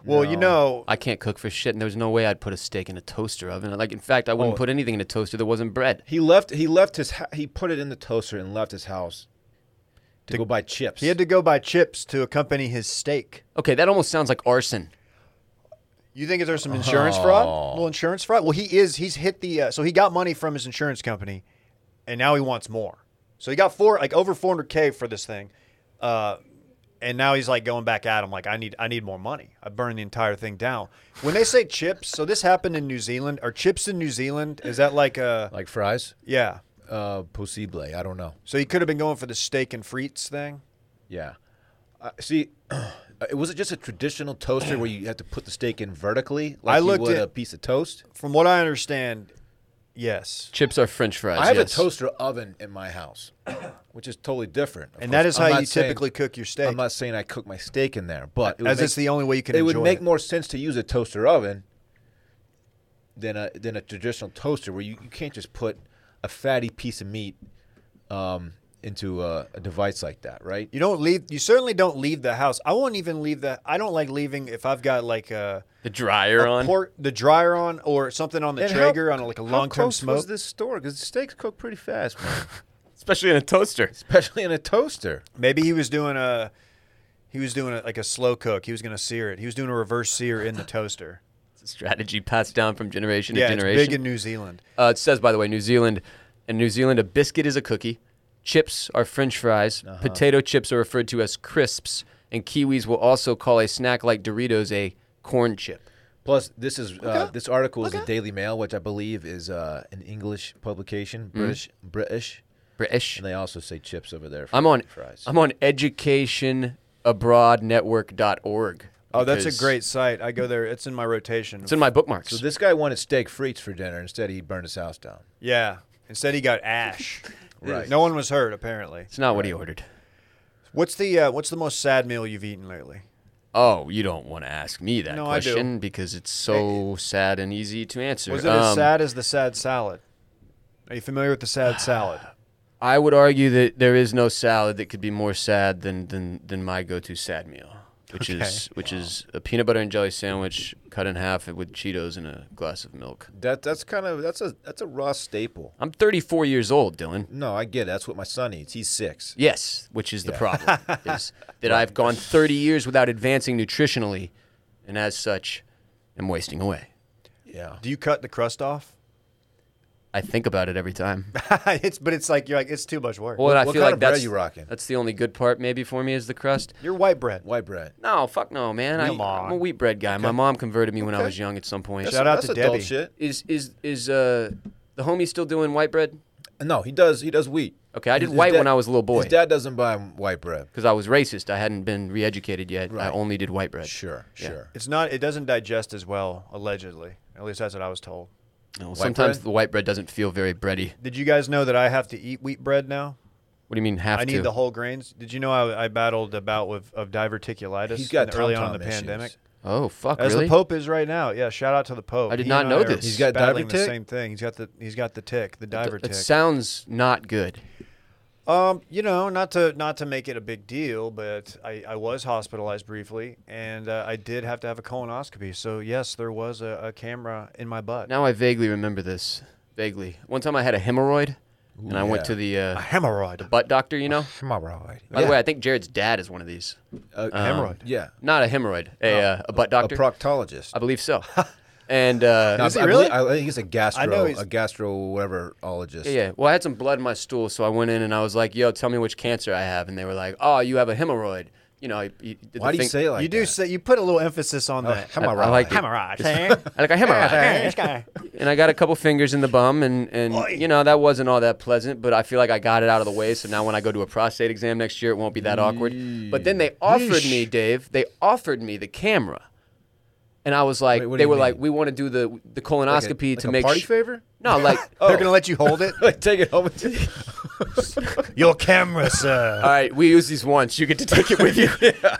Speaker 1: well, you know,
Speaker 3: I can't cook for shit, and there's no way I'd put a steak in a toaster oven. Like, in fact, I wouldn't
Speaker 2: Oh.
Speaker 3: put anything in a toaster that wasn't bread.
Speaker 2: He left. He left his. hou- He put it in the toaster and left his house to, go buy chips.
Speaker 1: he had to go buy chips to accompany his steak.
Speaker 3: Okay, that almost sounds like arson.
Speaker 1: You think there's some insurance fraud? A
Speaker 2: Oh.
Speaker 1: little insurance fraud? Well, he is. He's hit the. Uh, so he got money from his insurance company, and now he wants more. So he got four, like over 400k for this thing, uh, and now he's like going back at him, like I need, I need more money. I burned the entire thing down. When they say chips, so this happened in New Zealand. Are chips in New Zealand? Is that like a
Speaker 2: like fries.
Speaker 1: yeah?
Speaker 2: Uh, possible. I don't know.
Speaker 1: So he could have been going for the steak and frites thing.
Speaker 2: Yeah. Uh, see, [CLEARS THROAT] it was it just a traditional toaster where you had to put the steak in vertically, like
Speaker 1: I
Speaker 2: you
Speaker 1: looked
Speaker 2: would
Speaker 1: at-
Speaker 2: a piece of toast.
Speaker 1: From what I understand, yes.
Speaker 3: Chips are french fries.
Speaker 2: I have
Speaker 3: yes.
Speaker 2: a toaster oven in my house, which is totally different. of
Speaker 1: And that
Speaker 2: course.
Speaker 1: is
Speaker 2: I'm
Speaker 1: how
Speaker 2: not
Speaker 1: you
Speaker 2: saying-
Speaker 1: typically cook your steak.
Speaker 2: I'm not saying I cook my steak in there, but it would
Speaker 1: As it's the only way you can
Speaker 2: It would
Speaker 1: enjoy
Speaker 2: make
Speaker 1: it.
Speaker 2: more sense to use a toaster oven than a than a traditional toaster where you, you can't just put a fatty piece of meat um, into a, a device like that, right?
Speaker 1: You don't leave. You certainly don't leave the house. I won't even leave the. I don't like leaving if I've got like a,
Speaker 3: The dryer on.
Speaker 1: por- the dryer on or something on the
Speaker 2: And how-
Speaker 1: Traeger on like a
Speaker 2: how
Speaker 1: long term
Speaker 2: close
Speaker 1: smoke.
Speaker 2: Was this store because the steaks cook pretty
Speaker 1: [LAUGHS]
Speaker 2: fast, man.
Speaker 3: Especially in a toaster.
Speaker 2: especially in a toaster.
Speaker 1: Maybe he was doing a. He was doing a, like a slow cook. He was gonna sear it. He was doing a reverse sear [LAUGHS] in the toaster.
Speaker 3: It's a strategy passed down from generation
Speaker 1: yeah,
Speaker 3: to
Speaker 1: it's
Speaker 3: generation.
Speaker 1: big in New Zealand.
Speaker 3: Uh, it says, by the way, New Zealand. In New Zealand, a biscuit is a cookie. Chips are French fries.
Speaker 1: Uh-huh.
Speaker 3: Potato chips are referred to as crisps, and Kiwis will also call a snack like Doritos a corn chip.
Speaker 2: Plus, this is uh, this article is the Daily Mail, which I believe is uh, an English publication,
Speaker 1: Mm-hmm.
Speaker 2: British, British,
Speaker 3: British.
Speaker 2: and they also say chips over there. For
Speaker 3: I'm on.
Speaker 2: fries.
Speaker 3: I'm on educationabroadnetwork.org.
Speaker 1: Oh, that's a
Speaker 3: because
Speaker 1: great site. I go there. It's in my rotation.
Speaker 3: It's in my bookmarks.
Speaker 2: so this guy wanted steak frites for dinner. Instead, he burned his house down.
Speaker 1: yeah. Instead, he got [LAUGHS] ash.
Speaker 2: Right.
Speaker 1: No one was hurt apparently.
Speaker 3: it's not what he ordered.
Speaker 1: What's the uh, What's the most sad meal you've eaten lately?
Speaker 3: Oh, you don't want to ask me that
Speaker 1: No, I do.
Speaker 3: question because it's so sad and easy to answer.
Speaker 1: Was it as
Speaker 3: Um,
Speaker 1: sad as the sad salad? Are you familiar with the [SIGHS] sad salad?
Speaker 3: I would argue that there is no salad that could be more sad than than, than my go-to sad meal, which is which is a peanut butter and jelly sandwich cut in half with Cheetos and a glass of milk.
Speaker 2: That that's kind of that's a that's a raw staple.
Speaker 3: I'm 34 years old, Dylan.
Speaker 2: No, I get it. That's what my son eats. He's six.
Speaker 3: Yes, which is
Speaker 2: [LAUGHS]
Speaker 3: the problem is that I've gone 30 years without advancing nutritionally, and as such, am wasting away.
Speaker 2: Yeah.
Speaker 1: Do you cut the crust off? [LAUGHS]
Speaker 3: I think about it
Speaker 2: [LAUGHS]
Speaker 3: every time.
Speaker 1: it's but it's like you're like it's too much work.
Speaker 3: Well, and I
Speaker 2: what
Speaker 3: feel
Speaker 2: kind
Speaker 3: like
Speaker 2: of bread
Speaker 3: that's
Speaker 2: you rocking?
Speaker 3: that's the only good part maybe for me is the crust.
Speaker 1: You're white bread.
Speaker 2: White bread.
Speaker 3: No, fuck no, man. I,
Speaker 1: Come on.
Speaker 3: I'm a wheat bread guy. My mom converted me when I was young at some point.
Speaker 1: Shout out
Speaker 2: that's
Speaker 1: to
Speaker 2: adult
Speaker 1: Debbie.
Speaker 2: shit.
Speaker 3: Is is is uh the homie still doing white bread?
Speaker 2: No, he does. He does wheat.
Speaker 3: Okay, I did
Speaker 2: His- his
Speaker 3: white when
Speaker 2: dad-
Speaker 3: I was a little boy.
Speaker 2: His dad doesn't buy him white bread.
Speaker 3: Because I was racist. I hadn't been re-educated yet. I
Speaker 2: Right.
Speaker 3: only did white bread.
Speaker 2: Sure, sure.
Speaker 1: It's not. It doesn't digest as well, allegedly. At least that's what I was told.
Speaker 3: No, sometimes
Speaker 2: bread?
Speaker 3: the white bread doesn't feel very bready.
Speaker 1: Did you guys know that I have to eat wheat bread now?
Speaker 3: What do you mean have
Speaker 1: I
Speaker 3: to?
Speaker 1: need the whole grains. Did you know I, I battled a bout with of diverticulitis
Speaker 2: He's got
Speaker 1: in- early on in
Speaker 2: tum-tum
Speaker 1: the
Speaker 2: issues.
Speaker 1: pandemic?
Speaker 3: oh fuck,
Speaker 1: As
Speaker 3: really?
Speaker 1: the Pope is right now. Yeah, shout out to the Pope.
Speaker 3: I did
Speaker 1: He
Speaker 3: not
Speaker 1: and
Speaker 3: know
Speaker 1: are
Speaker 3: this. He's
Speaker 2: got
Speaker 1: battling
Speaker 2: diver
Speaker 1: the
Speaker 2: tick?
Speaker 1: same thing. He's got the he's got the tick, the diver
Speaker 3: It
Speaker 1: tick.
Speaker 3: sounds not good.
Speaker 1: Um, you know, not to not to make it a big deal, but I, I was hospitalized briefly, and uh, I did have to have a colonoscopy. So yes, there was a, a camera in my butt.
Speaker 3: Now I vaguely remember this. Vaguely. One time I had a hemorrhoid, and I went
Speaker 2: yeah.
Speaker 3: to the uh,
Speaker 1: hemorrhoid.
Speaker 3: butt doctor. You know.
Speaker 2: Hemorrhoid.
Speaker 3: By the way, I think Jared's dad is one of these.
Speaker 2: Uh,
Speaker 1: hemorrhoid.
Speaker 2: Yeah.
Speaker 3: Not a hemorrhoid, a uh, a butt doctor.
Speaker 2: A proctologist.
Speaker 3: I believe so. and uh,
Speaker 2: No,
Speaker 1: Is
Speaker 2: I-
Speaker 1: he
Speaker 2: I
Speaker 1: really?
Speaker 2: believe- I think he's a gastro,
Speaker 1: know he's-
Speaker 2: a gastro whateverologist.
Speaker 3: Yeah, yeah. Well, I had some blood in my stool, so I went in and I was like, "Yo, tell me which cancer I have," and they were like, "Oh, you have a hemorrhoid." You know, you, you did the
Speaker 2: Why do you
Speaker 3: thing-
Speaker 2: say it like
Speaker 1: you do
Speaker 2: that? Oh,
Speaker 1: say you put a little emphasis on that.
Speaker 2: Hemorrhoid.
Speaker 3: I like it.
Speaker 1: Hemorrhoid.
Speaker 2: [LAUGHS]
Speaker 1: eh?
Speaker 3: I like a hemorrhoid,
Speaker 1: This guy.
Speaker 3: [LAUGHS] and I got a couple fingers in the bum, and and you know that wasn't all that pleasant, but I feel like I got it out of the way. So now when I go to a prostate exam next year, it won't be that awkward. But then they offered me, Dave. They offered me the camera, and I was like,
Speaker 2: Wait, what do
Speaker 3: they
Speaker 2: you
Speaker 3: were like,
Speaker 2: mean?
Speaker 3: "We want to do the the
Speaker 2: Like
Speaker 3: colonoscopy
Speaker 2: a- like
Speaker 3: to
Speaker 2: a
Speaker 3: make
Speaker 2: party
Speaker 3: su-
Speaker 2: favor.
Speaker 3: No, like
Speaker 2: [LAUGHS] Oh.
Speaker 1: They're gonna let you hold it.
Speaker 2: [LAUGHS] Like take it home. And
Speaker 1: Your camera, sir.
Speaker 3: All right, we use these once. You get to take it with you.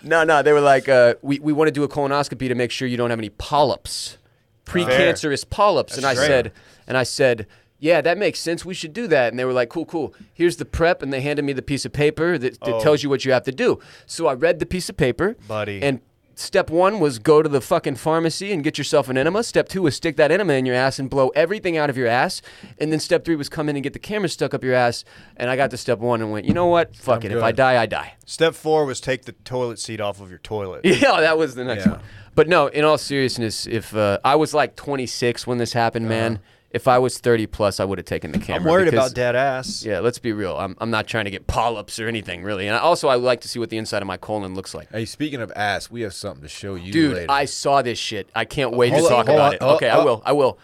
Speaker 3: No, no, they were like, uh, we, we want to do a colonoscopy to make sure you don't have any polyps, precancerous polyps. and I
Speaker 1: great.
Speaker 3: said, and I said, yeah, that makes sense. We should do that. And they were like, cool, cool. Here's the prep. And they handed me the piece of paper that, that tells you what you have to do. So I read the piece of paper.
Speaker 1: Buddy.
Speaker 3: And step one was go to the fucking pharmacy and get yourself an enema. Step two was stick that enema in your ass and blow everything out of your ass. And then step three was come in and get the camera stuck up your ass. And I got to step one and went, you know what? Fuck it. If I
Speaker 2: good.
Speaker 3: die, I die. [LAUGHS]
Speaker 1: Step four was take the toilet seat off of your toilet.
Speaker 3: Yeah, that was the next
Speaker 2: Yeah.
Speaker 3: one. But no, in all seriousness, if uh, I was like 26 when this happened, man, if I was 30 plus, I would have taken the camera.
Speaker 1: Uh-huh. I'm worried
Speaker 3: because-
Speaker 1: about dead ass.
Speaker 3: Yeah, let's be real. I'm, I'm not trying to get polyps or anything really. And I, also, I like to see what the inside of my colon looks like.
Speaker 2: [LAUGHS] Hey, speaking of ass, we have something to show you,
Speaker 3: Dude,
Speaker 2: later.
Speaker 3: I saw this shit. I can't wait to
Speaker 2: hold
Speaker 3: talk
Speaker 2: on, hold
Speaker 3: about
Speaker 2: on.
Speaker 3: it.
Speaker 2: Oh,
Speaker 3: okay, I
Speaker 2: oh.
Speaker 3: will. I will.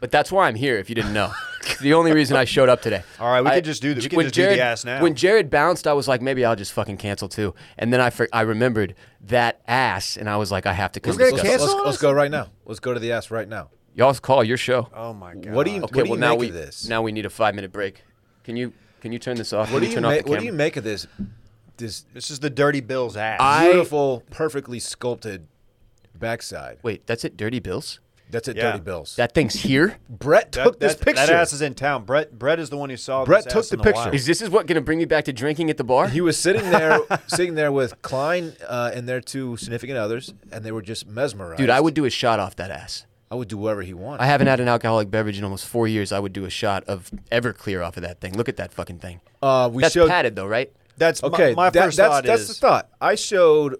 Speaker 3: But that's why I'm here. If you
Speaker 2: [LAUGHS]
Speaker 3: didn't know, It's the only reason I showed up today.
Speaker 1: All right, we
Speaker 3: I-
Speaker 1: could just do this. We could
Speaker 3: when
Speaker 1: just do the ass now.
Speaker 3: When Jared bounced, I was like, maybe I'll just fucking cancel too. And then I for, I remembered that ass, and I was like, I have to. come
Speaker 1: gonna
Speaker 3: discuss
Speaker 2: Let's-
Speaker 1: cancel
Speaker 2: let's,
Speaker 1: on
Speaker 2: let's
Speaker 1: us?
Speaker 2: go right now. Let's go to the ass right now.
Speaker 3: it. Y'all's call your show.
Speaker 1: Oh my god.
Speaker 2: What do you?
Speaker 3: okay,
Speaker 2: what do
Speaker 3: well
Speaker 2: you
Speaker 3: now
Speaker 2: make
Speaker 3: we
Speaker 2: of this?
Speaker 3: now we need a five minute break. Can you can you turn this off?
Speaker 2: what
Speaker 3: can
Speaker 2: do you
Speaker 3: turn off
Speaker 2: make?
Speaker 3: the
Speaker 2: What do you
Speaker 3: camera?
Speaker 2: make of this? This
Speaker 1: This is the dirty Bill's ass.
Speaker 3: I-
Speaker 2: beautiful, perfectly sculpted backside.
Speaker 3: Wait, that's it. Dirty Bills.
Speaker 2: That's at
Speaker 1: Yeah.
Speaker 2: Dirty Bills.
Speaker 3: That thing's here.
Speaker 2: Brett
Speaker 1: That,
Speaker 2: took
Speaker 1: that,
Speaker 2: this picture.
Speaker 1: that ass is in town. Brett Brett is the one who saw.
Speaker 2: Brett
Speaker 1: this
Speaker 2: took
Speaker 1: ass
Speaker 2: the
Speaker 1: in
Speaker 2: picture.
Speaker 1: wild.
Speaker 3: Is this is what going to bring me back to drinking at the bar?
Speaker 2: [LAUGHS] he was sitting
Speaker 3: [LAUGHS]
Speaker 2: there, sitting there with Klein uh, and their two significant others, and they were just mesmerized.
Speaker 3: Dude, I would do a shot off that ass.
Speaker 2: I would do whatever he wanted.
Speaker 3: I haven't had an alcoholic beverage in almost four years. I would do a shot of Everclear off of that thing. Look at that fucking thing.
Speaker 2: Uh, we
Speaker 3: That's
Speaker 2: showed-
Speaker 3: padded though, right?
Speaker 1: That's
Speaker 2: okay,
Speaker 1: My, my
Speaker 2: that-
Speaker 1: first
Speaker 2: that's,
Speaker 1: thought
Speaker 2: that's
Speaker 1: is
Speaker 2: the thought. I showed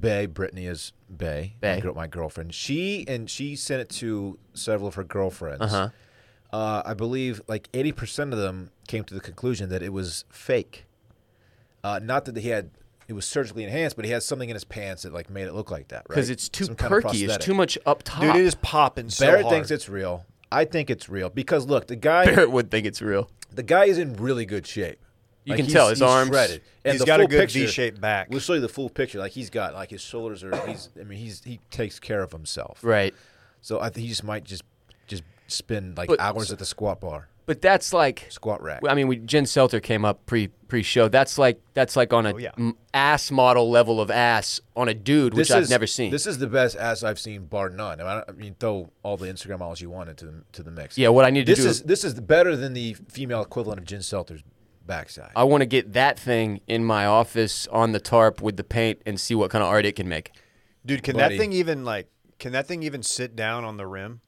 Speaker 2: Bay, Brittany is Bay,
Speaker 3: Bay.
Speaker 2: My, girl, my girlfriend. She and she sent it to several of her girlfriends. Uh-huh. I believe like eighty percent of them came to the conclusion that it was fake. Uh, not that he had it was surgically enhanced, but he had something in his pants that like made it look like that.
Speaker 3: Because
Speaker 2: right?
Speaker 3: it's too
Speaker 2: Some kind of
Speaker 3: perky. it's
Speaker 2: prosthetic.
Speaker 3: too much up top.
Speaker 1: dude.
Speaker 3: [LAUGHS]
Speaker 1: It is popping so
Speaker 2: Barrett
Speaker 1: hard.
Speaker 2: thinks it's real. I think it's real because look, the guy
Speaker 3: Barrett would think it's real.
Speaker 2: the guy is in really good shape.
Speaker 3: You can tell his
Speaker 2: he's
Speaker 3: arms.
Speaker 2: shredded. And
Speaker 1: He's
Speaker 2: the
Speaker 1: got a
Speaker 2: full
Speaker 1: good
Speaker 2: picture-
Speaker 1: V-shaped back.
Speaker 2: We'll show you the full picture. Like he's got like his shoulders are. He's. I mean, he's he takes care of himself.
Speaker 3: Right.
Speaker 2: So I think he just might just just spend like
Speaker 3: But-
Speaker 2: hours at the squat bar,
Speaker 3: But that's like
Speaker 2: squat rack.
Speaker 3: I mean, we, Jen Selter came up pre pre show. That's like that's like
Speaker 2: Oh,
Speaker 3: on a
Speaker 1: yeah.
Speaker 3: m- ass model level of ass on a dude, which
Speaker 2: This
Speaker 3: I've
Speaker 2: is-
Speaker 3: never seen.
Speaker 2: This is the best ass I've seen, bar none. I mean, I don't- I mean, throw all the Instagram models you wanted to the, to the mix.
Speaker 3: yeah, what I need to
Speaker 2: This
Speaker 3: do
Speaker 2: is this is better than the female equivalent of Jen Selter's backside.
Speaker 3: I want to get that thing in my office on the tarp with the paint and see what kind of art it can make.
Speaker 1: dude. Can
Speaker 2: Buddy.
Speaker 1: that thing even like? Can that thing even sit down on the rim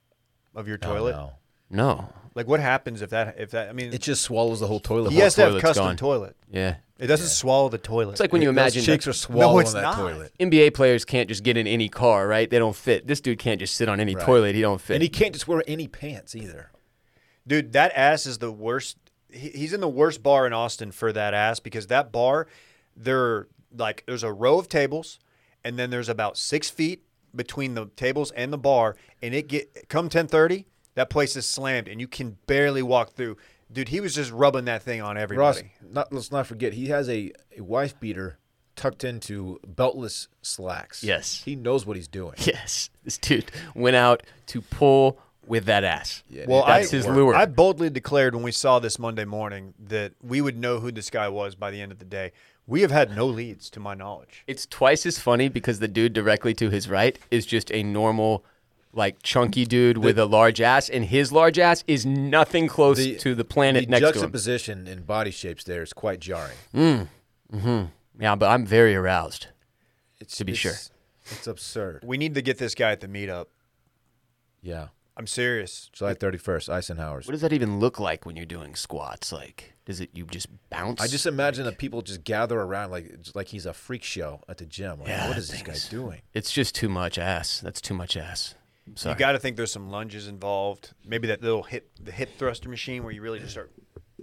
Speaker 1: of your
Speaker 2: I don't
Speaker 1: toilet?
Speaker 2: know.
Speaker 3: No.
Speaker 1: Like, what happens if that? If that? I mean,
Speaker 2: It just swallows the whole toilet.
Speaker 1: he has to have
Speaker 3: toilet's
Speaker 1: custom
Speaker 3: gone.
Speaker 1: toilet.
Speaker 3: Yeah.
Speaker 1: It doesn't swallow the toilet.
Speaker 3: It's like when you imagine
Speaker 2: Those chicks
Speaker 3: that
Speaker 2: are swallowing
Speaker 1: it's
Speaker 2: that
Speaker 1: not.
Speaker 2: toilet.
Speaker 3: NBA players can't just get in any car, right? They don't fit. This dude can't just sit on any toilet. He don't fit.
Speaker 2: And he can't just wear any pants either.
Speaker 1: Dude, that ass is the worst. He, he's in the worst bar in Austin for that ass because that bar, there like there's a row of tables, and then there's about six feet between the tables and the bar, and it get come ten thirty, that place is slammed, and you can barely walk through. Dude, he was just rubbing that thing on everybody.
Speaker 2: Ross, not, let's not forget he has a, a wife beater tucked into beltless slacks.
Speaker 3: Yes.
Speaker 2: he knows what he's doing.
Speaker 3: [LAUGHS] yes. This dude went out to pull with that ass.
Speaker 1: Well,
Speaker 3: that's
Speaker 1: I,
Speaker 3: his lure.
Speaker 1: I boldly declared when we saw this Monday morning that we would know who this guy was by the end of the day. We have had no leads, to my knowledge.
Speaker 3: It's twice as funny because the dude directly to his right is just a normal, like chunky dude with a large ass, and his large ass is nothing close to the planet
Speaker 2: the
Speaker 3: next to him. Mm,
Speaker 2: juxtaposition in body shapes there is quite jarring.
Speaker 3: Yeah, but I'm very aroused.
Speaker 2: It's,
Speaker 3: To be sure.
Speaker 2: it's- it's absurd.
Speaker 1: We need to get this guy at the meetup.
Speaker 2: Yeah,
Speaker 1: I'm serious.
Speaker 2: July thirty first, Eisenhower's.
Speaker 3: What does that even look like when you're doing squats? Like, does it you just bounce?
Speaker 2: I just imagine that people just gather around like it's like he's a freak show at the gym. Like,
Speaker 3: Yeah,
Speaker 2: what
Speaker 3: that
Speaker 2: is this guy
Speaker 3: thing's-
Speaker 2: doing?
Speaker 3: it's just too much ass. That's too much ass. I'm sorry.
Speaker 1: You got to think there's some lunges involved. Maybe that little hip, the hip thruster machine where you really just start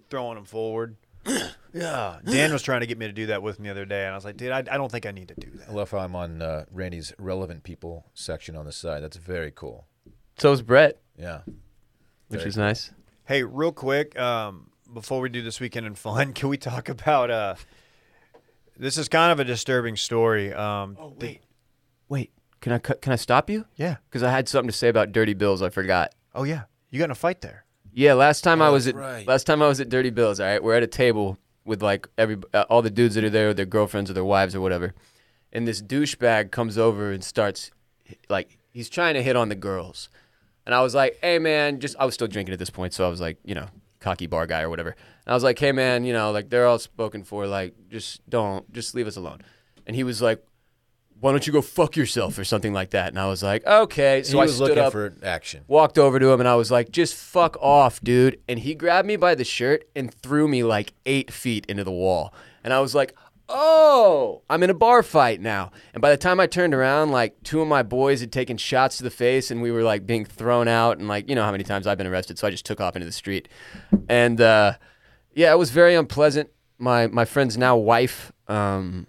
Speaker 1: throwing them forward. [CLEARS THROAT] yeah. [CLEARS THROAT] Dan was trying to get me to do that with me the other day, and I was like, dude, I, I don't think I need to do
Speaker 2: I
Speaker 1: that.
Speaker 2: love how I'm on uh, Randy's relevant people section on the side. That's very cool.
Speaker 3: so is Brett,
Speaker 2: Yeah,
Speaker 3: which is nice.
Speaker 1: Hey, real quick, um, before we do this weekend in fun, [LAUGHS] can we talk about? Uh, this is kind of a disturbing story. Um, oh wait.
Speaker 3: Wait, can I cut? Can I stop you?
Speaker 1: yeah.
Speaker 3: Because I had something to say about dirty bills. I forgot.
Speaker 1: Oh yeah. You got in a fight there.
Speaker 3: Yeah, last time I was at
Speaker 2: right.
Speaker 3: last time I was at Dirty Bills. All right, we're at a table with like every uh, all the dudes that are there, with their girlfriends or their wives or whatever, and this douchebag comes over and starts like he's trying to hit on the girls, and I was like, hey man, just I was still drinking at this point, so I was like, you know, cocky bar guy or whatever, and I was like, hey man, you know, like they're all spoken for, like just don't, just leave us alone, and he was like. Why don't you go fuck yourself or something like that? And I was like, okay. So
Speaker 2: he
Speaker 3: I
Speaker 2: was
Speaker 3: stood
Speaker 2: looking
Speaker 3: up
Speaker 2: for action.
Speaker 3: walked over to him and I was like, just fuck off, dude. And he grabbed me by the shirt and threw me like eight feet into the wall. And I was like, oh, I'm in a bar fight now. And by the time I turned around, like two of my boys had taken shots to the face and we were like being thrown out. And like, you know how many times I've been arrested. So I just took off into the street. And uh, yeah, it was very unpleasant. My, my friend's now wife um,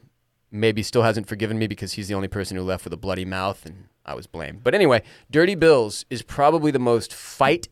Speaker 3: maybe still hasn't forgiven me because he's the only person who left with a bloody mouth and I was blamed. But anyway, Dirty Bills is probably the most fight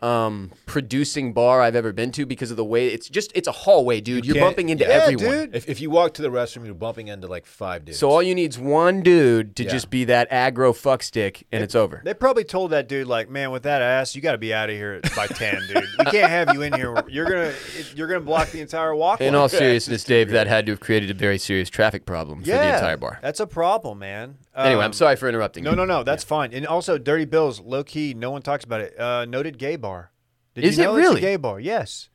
Speaker 3: um, producing bar I've ever been to because of the way it's just it's a hallway, dude. You are
Speaker 2: can't-
Speaker 3: bumping into
Speaker 2: yeah,
Speaker 3: everyone.
Speaker 1: dude.
Speaker 2: If, if you walk to the restroom, you're bumping into like five dudes.
Speaker 3: So all you need's one dude to
Speaker 2: Yeah.
Speaker 3: just be that aggro fuck stick, and it's over.
Speaker 1: They probably told that dude like, "Man, with that ass, you got to be out of here by ten, dude. We can't have you in here. You're gonna, you're gonna block the entire walk." [LAUGHS]
Speaker 3: In all seriousness, Dave, that had to have created a very serious traffic problem for the entire bar.
Speaker 1: That's a problem, man.
Speaker 3: Anyway,
Speaker 1: Um,
Speaker 3: I'm sorry for interrupting.
Speaker 1: No,
Speaker 3: you.
Speaker 1: no, no. That's fine. And also, Dirty Bills, low key, no one talks about it. Uh, noted gay bar. Did
Speaker 3: Is
Speaker 1: you
Speaker 3: it
Speaker 1: know it's a
Speaker 3: really?
Speaker 1: gay bar? Yes.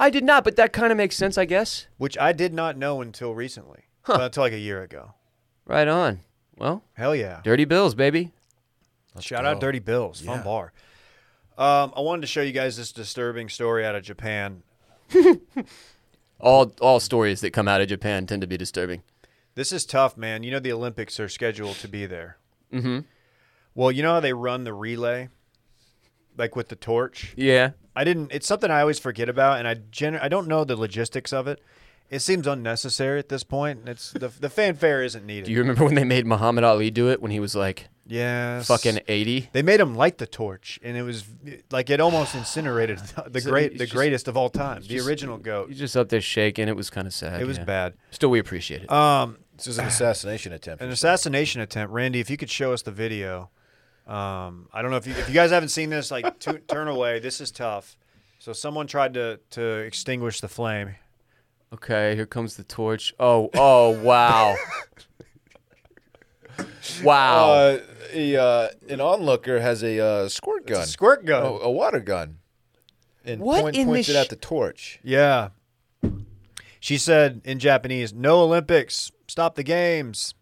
Speaker 3: I did not, but that kind of makes sense, I guess.
Speaker 1: Which I did not know until recently. Well, until like a year ago.
Speaker 3: Right on. Well,
Speaker 1: Hell yeah.
Speaker 3: dirty bills, baby.
Speaker 1: Shout out Dirty Bills, fun bar. Um, I wanted to show you guys this disturbing story out of Japan.
Speaker 3: All all stories that come out of Japan tend to be disturbing.
Speaker 1: This is tough, man. You know the Olympics are scheduled to be there. Mm-hmm. Well, you know how they run the relay, like with the torch.
Speaker 3: Yeah.
Speaker 1: I didn't. It's something I always forget about, and I gener- I don't know the logistics of it. It seems unnecessary at this point. and It's the the fanfare isn't needed.
Speaker 3: Do you remember [LAUGHS] when they made Muhammad Ali do it when he was like
Speaker 1: yes,
Speaker 3: fucking 80?
Speaker 1: They made him light the torch, and it was like it almost incinerated [LAUGHS] the, the great,
Speaker 3: it's
Speaker 1: the
Speaker 3: just-
Speaker 1: greatest of all time, the original goat.
Speaker 3: He's just up there shaking. It was kind of sad.
Speaker 1: It was
Speaker 3: yeah.
Speaker 1: bad.
Speaker 3: Still, we appreciate it.
Speaker 1: Um,
Speaker 2: this is an assassination attempt.
Speaker 1: an assassination attempt. Randy, if you could show us the video. Um, I don't know if you, if you guys haven't seen this, like tu- turn away. This is tough. So someone tried to to extinguish the flame.
Speaker 3: okay, here comes the torch. Oh, oh,
Speaker 1: [LAUGHS]
Speaker 3: wow. wow.
Speaker 2: Uh, a, uh, an onlooker has a uh, squirt gun,
Speaker 1: It's a squirt
Speaker 2: a,
Speaker 1: gun.
Speaker 2: a water gun, and
Speaker 3: What
Speaker 2: point,
Speaker 3: in the
Speaker 2: points it
Speaker 3: sh-
Speaker 2: at the torch.
Speaker 1: Yeah. She said in Japanese, "No Olympics. Stop the games."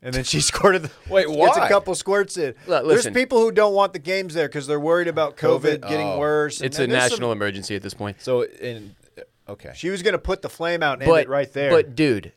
Speaker 1: And then she [LAUGHS] squirted. The,
Speaker 2: Wait,
Speaker 1: Gets a
Speaker 2: why?
Speaker 1: couple squirts in.
Speaker 3: Look,
Speaker 1: There's
Speaker 3: listen.
Speaker 1: people who don't want the games there because they're worried about COVID,
Speaker 2: COVID?
Speaker 1: getting
Speaker 2: Oh.
Speaker 1: worse. and
Speaker 3: it's a
Speaker 1: there's some-
Speaker 3: national emergency at this point.
Speaker 2: So in okay,
Speaker 1: she was gonna put the flame out and end it right there.
Speaker 3: But dude,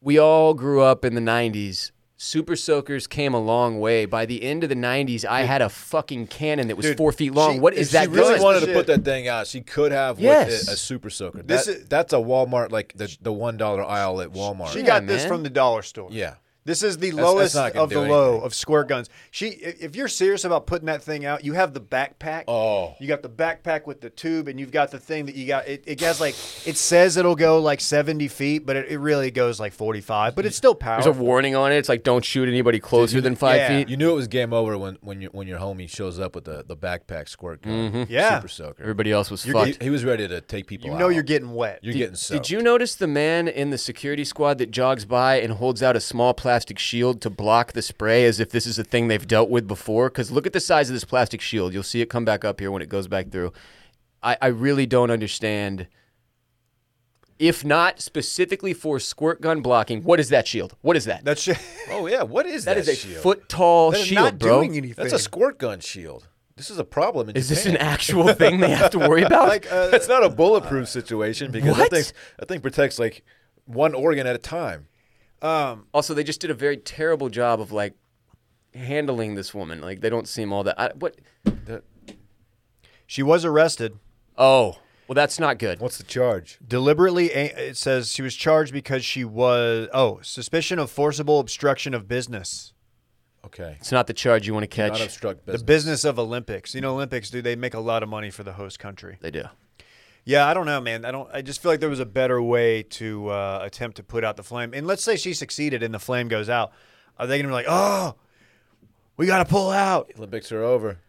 Speaker 3: we all grew up in the '90s. Super Soakers came a long way. By the end of the '90s, I had a fucking cannon that was
Speaker 1: Dude,
Speaker 3: four feet long.
Speaker 1: she-
Speaker 3: what is
Speaker 1: if
Speaker 3: that
Speaker 2: she really
Speaker 3: gun?
Speaker 2: wanted to
Speaker 1: Shit.
Speaker 2: put that thing out. She could have
Speaker 3: Yes.
Speaker 2: with it a super soaker.
Speaker 1: This
Speaker 2: This
Speaker 1: is-
Speaker 2: that's a Walmart like the the one dollar aisle at Walmart.
Speaker 1: She
Speaker 3: Yeah,
Speaker 1: got this
Speaker 3: man.
Speaker 1: from the dollar store.
Speaker 2: Yeah.
Speaker 1: This is the
Speaker 2: That's-
Speaker 1: lowest
Speaker 2: that's not gonna
Speaker 1: of the
Speaker 2: do
Speaker 1: low
Speaker 2: anything.
Speaker 1: of square guns. She, i- if you're serious about putting that thing out, you have the backpack.
Speaker 2: Oh.
Speaker 1: you got the backpack with the tube, and you've got the thing that you got. It, it has like it says it'll go like 70 feet, but it, it really goes like 45. But it's still
Speaker 3: There's a
Speaker 1: powerful.
Speaker 3: warning on it. It's like don't shoot anybody closer than five
Speaker 1: yeah.
Speaker 3: feet.
Speaker 2: you knew it was game over when when your when your homie shows up with the, the backpack squirt gun.
Speaker 1: Yeah.
Speaker 2: super soaker.
Speaker 3: Everybody else was
Speaker 2: You're-
Speaker 3: fucked.
Speaker 2: he, he was ready to take people.
Speaker 1: you know
Speaker 2: out.
Speaker 1: you're getting wet. [LAUGHS]
Speaker 2: You're getting soaked.
Speaker 3: Did you notice the man in the security squad that jogs by and holds out a small plastic shield to block the spray as if this is a thing they've dealt with before? Because look at the size of this plastic shield. You'll see it come back up here when it goes back through. I, I really don't understand. If not specifically for squirt gun blocking, what is that shield? What is that?
Speaker 1: That shit.
Speaker 2: Oh yeah, what is that?
Speaker 3: that is a
Speaker 2: shield?
Speaker 3: foot tall
Speaker 1: That is [LAUGHS]
Speaker 3: shield,
Speaker 1: not
Speaker 3: bro.
Speaker 1: doing anything.
Speaker 2: Oh, That's a squirt gun shield. This is a problem in
Speaker 3: is this
Speaker 2: Japan.
Speaker 3: an actual thing they have to worry about?
Speaker 1: like uh,
Speaker 2: That's
Speaker 3: [LAUGHS]
Speaker 2: not a bulletproof situation because
Speaker 3: What?
Speaker 2: that thing that thing protects like one organ at a time.
Speaker 3: Also, they just did a very terrible job of like handling this woman. Like they don't seem all that. I, what?
Speaker 1: she was arrested.
Speaker 3: Oh, well, that's not good.
Speaker 2: What's the charge?
Speaker 1: deliberately a- it says she was charged because she was oh suspicion of forcible obstruction of business
Speaker 2: Okay,
Speaker 3: It's not the charge you want to
Speaker 2: not
Speaker 3: catch.
Speaker 2: obstruct
Speaker 1: the
Speaker 2: business.
Speaker 1: business of olympics you know olympics do they make a lot of money for the host country
Speaker 3: They do.
Speaker 1: yeah i don't know man i don't i just feel like there was a better way to uh, attempt to put out the flame and let's say she succeeded and the flame goes out are they gonna be like oh we gotta pull out
Speaker 2: Olympics are over.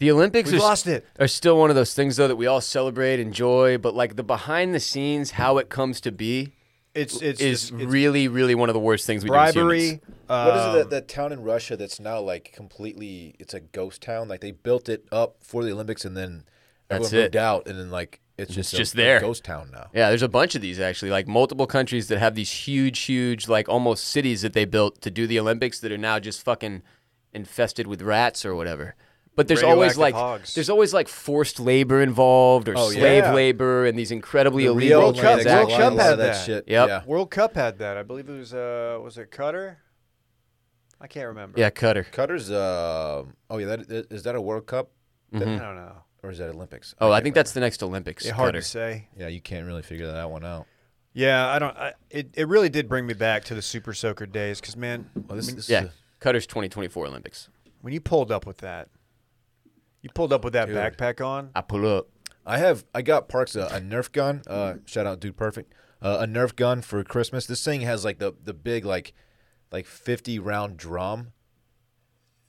Speaker 3: The Olympics
Speaker 1: We
Speaker 3: are,
Speaker 1: lost it.
Speaker 3: are still one of those things though that we all celebrate, enjoy, but like the behind the scenes, how it comes to be
Speaker 1: it's it's
Speaker 3: is
Speaker 1: it's, it's
Speaker 3: really, really one of the worst things we do. as
Speaker 1: bribery uh,
Speaker 3: humans.
Speaker 2: what is it
Speaker 3: um,
Speaker 2: that, that town in Russia that's now like completely? It's a ghost town. Like they built it up for the Olympics and then
Speaker 3: That's
Speaker 2: everyone moved
Speaker 3: it.
Speaker 2: out, and then like it's just a-
Speaker 3: just
Speaker 2: a
Speaker 3: there.
Speaker 2: ghost town now.
Speaker 3: Yeah, there's a bunch of these actually, like multiple countries that have these huge, huge, like almost cities that they built to do the Olympics that are now just fucking infested with rats or whatever. But there's always
Speaker 1: Radioactive
Speaker 3: like
Speaker 1: hogs.
Speaker 3: there's always like forced labor involved or
Speaker 2: Oh, yeah.
Speaker 3: slave
Speaker 1: Yeah.
Speaker 3: labor and these incredibly
Speaker 2: The
Speaker 3: illegal
Speaker 2: Rio Olympics,
Speaker 1: Cup- World
Speaker 2: a lot-
Speaker 3: transactions.
Speaker 1: Cup
Speaker 2: a lot
Speaker 1: had
Speaker 2: of that
Speaker 1: that.
Speaker 2: shit.
Speaker 3: Yep.
Speaker 2: Yeah.
Speaker 1: world cup had that i believe it was uh was it cutter i can't remember
Speaker 3: Yeah, Cutter.
Speaker 2: Cutter's. Uh, oh yeah, that, that- is that a World Cup
Speaker 1: i
Speaker 3: Mm-hmm.
Speaker 1: don't know
Speaker 2: or is that Olympics?
Speaker 3: Oh, I
Speaker 2: can't
Speaker 3: think that's the next Olympics.
Speaker 1: it's hard
Speaker 3: Cutter.
Speaker 1: to say
Speaker 2: remember. Yeah, you can't really figure that one out.
Speaker 1: Yeah, I don't. I, it it really did bring me back to the Super Soaker days because man,
Speaker 2: Well, this, this
Speaker 3: Yeah,
Speaker 2: is a-
Speaker 3: Cutter's 2024 Olympics.
Speaker 1: when you pulled up with that, You pulled up with that backpack on.
Speaker 3: I pull up.
Speaker 2: I have I got Parks a, a Nerf gun. Uh, shout out, dude, perfect. Uh, a Nerf gun for Christmas. This thing has like the the big like like fifty round drum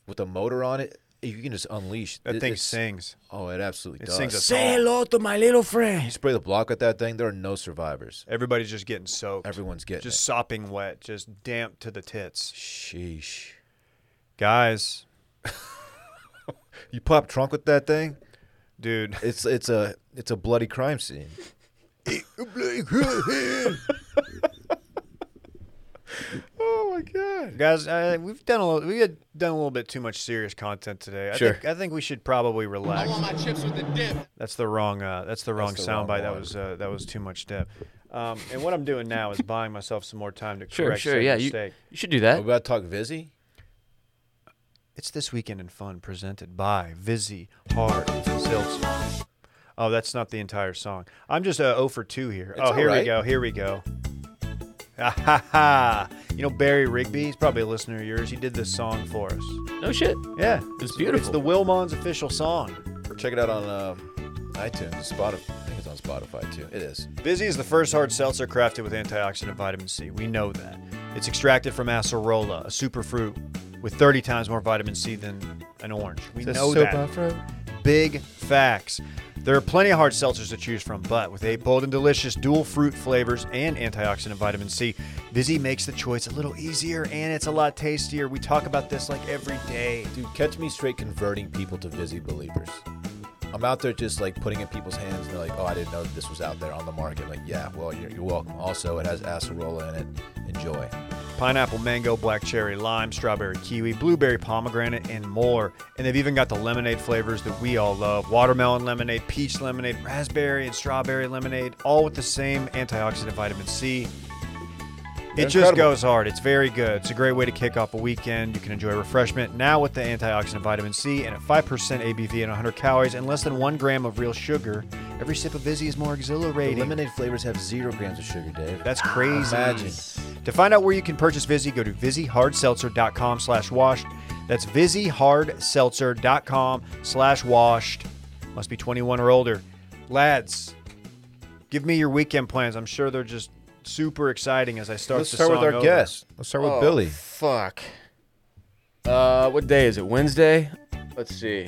Speaker 2: with a motor on it. You can just unleash
Speaker 1: That
Speaker 2: It-
Speaker 1: thing
Speaker 2: it's-
Speaker 1: sings.
Speaker 2: Oh, it absolutely
Speaker 1: It
Speaker 2: does.
Speaker 1: sings a
Speaker 3: Say
Speaker 1: song.
Speaker 3: hello to my little friend.
Speaker 2: Spray the block with that thing. There are no survivors.
Speaker 1: Everybody's just getting soaked.
Speaker 2: Everyone's getting
Speaker 1: just
Speaker 2: it.
Speaker 1: sopping wet, just damp to the tits.
Speaker 2: Sheesh.
Speaker 1: Guys,
Speaker 2: You pop trunk with that thing.
Speaker 1: dude, [LAUGHS]
Speaker 2: It's it's a it's a bloody crime scene.
Speaker 1: Oh my god, guys! I, we've done a little, we had done a little bit too much serious content today. I
Speaker 3: Sure.
Speaker 1: think I think we should probably relax.
Speaker 5: my chips with the dip.
Speaker 1: That's the wrong. Uh, that's the wrong
Speaker 2: the wrong
Speaker 1: soundbite. That
Speaker 2: one.
Speaker 1: was uh, that was too much depth. Um, and what I'm doing now is buying myself some more time to
Speaker 3: Sure,
Speaker 1: correct
Speaker 3: sure,
Speaker 1: said
Speaker 3: yeah. You,
Speaker 1: mistake.
Speaker 3: you should do
Speaker 2: Are
Speaker 3: that.
Speaker 2: we about to talk Vizzy?
Speaker 1: It's this weekend in fun, presented by Vizzy Hard Seltzer. Oh, that's not the entire song. I'm just uh, 0 for 2 here. oh,
Speaker 2: all
Speaker 1: here we
Speaker 2: right.
Speaker 1: go. Here we go. Ah, ha ha! You know Barry Rigby? He's probably a listener of yours. He did this song for us.
Speaker 3: No shit.
Speaker 1: Yeah,
Speaker 3: It's
Speaker 1: It's
Speaker 3: beautiful.
Speaker 1: the Wilmons official song.
Speaker 2: Check it out on um, iTunes, Spotify. I think it's on Spotify too. It is.
Speaker 1: Vizzy is the first hard seltzer crafted with antioxidant vitamin C. We know that. It's extracted from acerola, a superfruit with 30 times more vitamin C than an orange. We know that. Big facts. There are plenty of hard seltzers to choose from, but with eight bold and delicious dual fruit flavors and antioxidant vitamin C, Vizzy makes the choice a little easier and it's a lot tastier. We talk about this like every day.
Speaker 2: Dude, catch me straight converting people to Vizzy believers. I'm out there just like putting in people's hands and they're like, oh, I didn't know that this was out there on the market. like, yeah, well, you're, you're welcome. Also, it has acerola in it. Enjoy.
Speaker 1: pineapple, mango, black cherry, lime, strawberry, kiwi, blueberry, pomegranate, and more. And they've even got the lemonade flavors that we all love watermelon lemonade, peach lemonade, raspberry, and strawberry lemonade, all with the same antioxidant vitamin C. It just
Speaker 2: Incredible.
Speaker 1: goes hard. It's very good. It's a great way to kick off a weekend. You can enjoy refreshment now with the antioxidant vitamin C and at 5% ABV and 100 calories and less than one gram of real sugar. Every sip of Izzy is more
Speaker 2: The
Speaker 1: exhilarating.
Speaker 2: lemonade flavors have zero grams of sugar, Dave.
Speaker 1: That's crazy.
Speaker 2: Imagine.
Speaker 1: To find out where you can purchase Vizzy, go to VizzyHardSeltzer.com slash washed. That's VizzyHardSeltzer.com slash washed. Must be 21 or older. Lads, give me your weekend plans. I'm sure they're just super exciting as I start
Speaker 2: Let's
Speaker 1: the
Speaker 2: start with
Speaker 1: song
Speaker 2: our
Speaker 1: over. Oh.
Speaker 2: guest. Let's start with Billy.
Speaker 3: Oh, Fuck. Uh, what day is it? Wednesday. Let's see.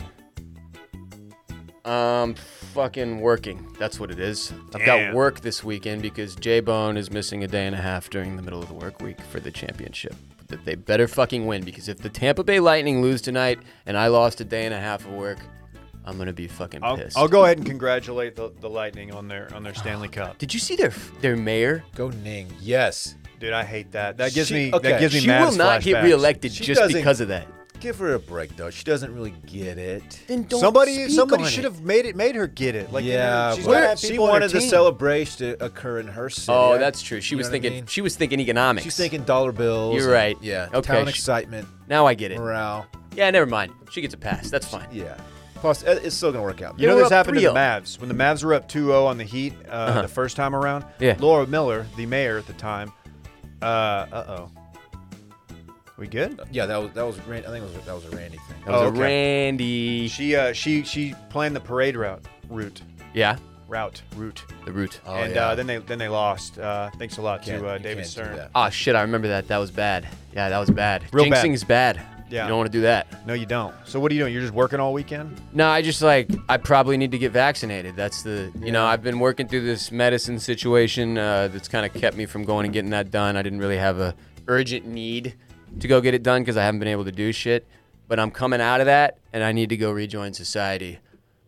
Speaker 3: Um, fucking working. That's what it is. I've
Speaker 1: Damn.
Speaker 3: got work this weekend because J Bone is missing a day and a half during the middle of the work week for the championship. That they better fucking win because if the Tampa Bay Lightning lose tonight and I lost a day and a half of work, I'm gonna be fucking
Speaker 1: I'll,
Speaker 3: pissed. Oh,
Speaker 1: I'll go ahead and congratulate the, the Lightning on their on their Stanley Cup.
Speaker 3: Did you see their their mayor?
Speaker 2: Go Ning. Yes.
Speaker 1: Dude, I hate that. That gives
Speaker 2: She-
Speaker 1: me
Speaker 2: okay.
Speaker 1: that gives me
Speaker 3: She
Speaker 1: mad
Speaker 3: will not get
Speaker 1: flashbacks.
Speaker 3: reelected
Speaker 2: She
Speaker 3: just
Speaker 2: doesn't-
Speaker 3: because of that.
Speaker 2: Give her a break, though. She doesn't really get it.
Speaker 3: Then don't
Speaker 1: somebody
Speaker 3: speak
Speaker 1: somebody
Speaker 3: on
Speaker 1: should
Speaker 3: it.
Speaker 1: have made it made her get it. Like
Speaker 2: yeah,
Speaker 1: she's
Speaker 2: but
Speaker 1: gotta have
Speaker 2: she
Speaker 1: people on her
Speaker 2: wanted the
Speaker 1: team.
Speaker 2: celebration to occur in her city.
Speaker 3: Oh, that's true. She
Speaker 2: You
Speaker 3: was
Speaker 2: know what I
Speaker 3: thinking.
Speaker 2: mean?
Speaker 3: She was thinking economics.
Speaker 2: She's thinking dollar bills.
Speaker 3: You're
Speaker 2: and-
Speaker 3: right.
Speaker 2: Yeah.
Speaker 3: Okay,
Speaker 2: Town
Speaker 3: she-
Speaker 2: excitement,
Speaker 3: Now I get it.
Speaker 2: morale.
Speaker 3: Yeah, never mind. She gets a pass. That's fine.
Speaker 2: Yeah. Plus, it- it's still gonna work out.
Speaker 1: You know
Speaker 3: They were
Speaker 1: this
Speaker 3: up
Speaker 1: happened to the
Speaker 3: 3-0.
Speaker 2: oh.
Speaker 1: Mavs when the Mavs were up 2-0 on the Heat uh,
Speaker 2: Uh-huh.
Speaker 1: the first time around.
Speaker 3: Yeah.
Speaker 1: Laura Miller, the mayor at the time. Uh uh oh. We good?
Speaker 2: Yeah, that was that was Ran- I think it was, that was a Randy thing.
Speaker 3: That was
Speaker 1: Oh,
Speaker 3: a
Speaker 1: okay.
Speaker 3: Randy.
Speaker 1: She uh she she planned the parade route route
Speaker 3: yeah,
Speaker 1: route route,
Speaker 3: the root.
Speaker 2: Oh,
Speaker 1: and
Speaker 2: yeah.
Speaker 1: uh, then they then they lost. Uh, thanks a lot
Speaker 2: Can't-
Speaker 1: to uh,
Speaker 2: you
Speaker 1: David
Speaker 2: can't do
Speaker 1: Stern.
Speaker 2: that.
Speaker 3: Ah, shit. I remember that. That was bad. Yeah, that was bad.
Speaker 1: Real bad.
Speaker 3: Jinxing's bad.
Speaker 1: Yeah.
Speaker 3: You don't want to do that.
Speaker 1: No, you don't. So what are you doing? You're just working all weekend?
Speaker 3: No, I just like I probably need to get vaccinated. That's the you know I've been working through this medicine situation uh, that's kind of kept me from going and getting that done. I didn't really have a urgent need to go get it done because I haven't been able to do shit. But I'm coming out of that and I need to go rejoin society,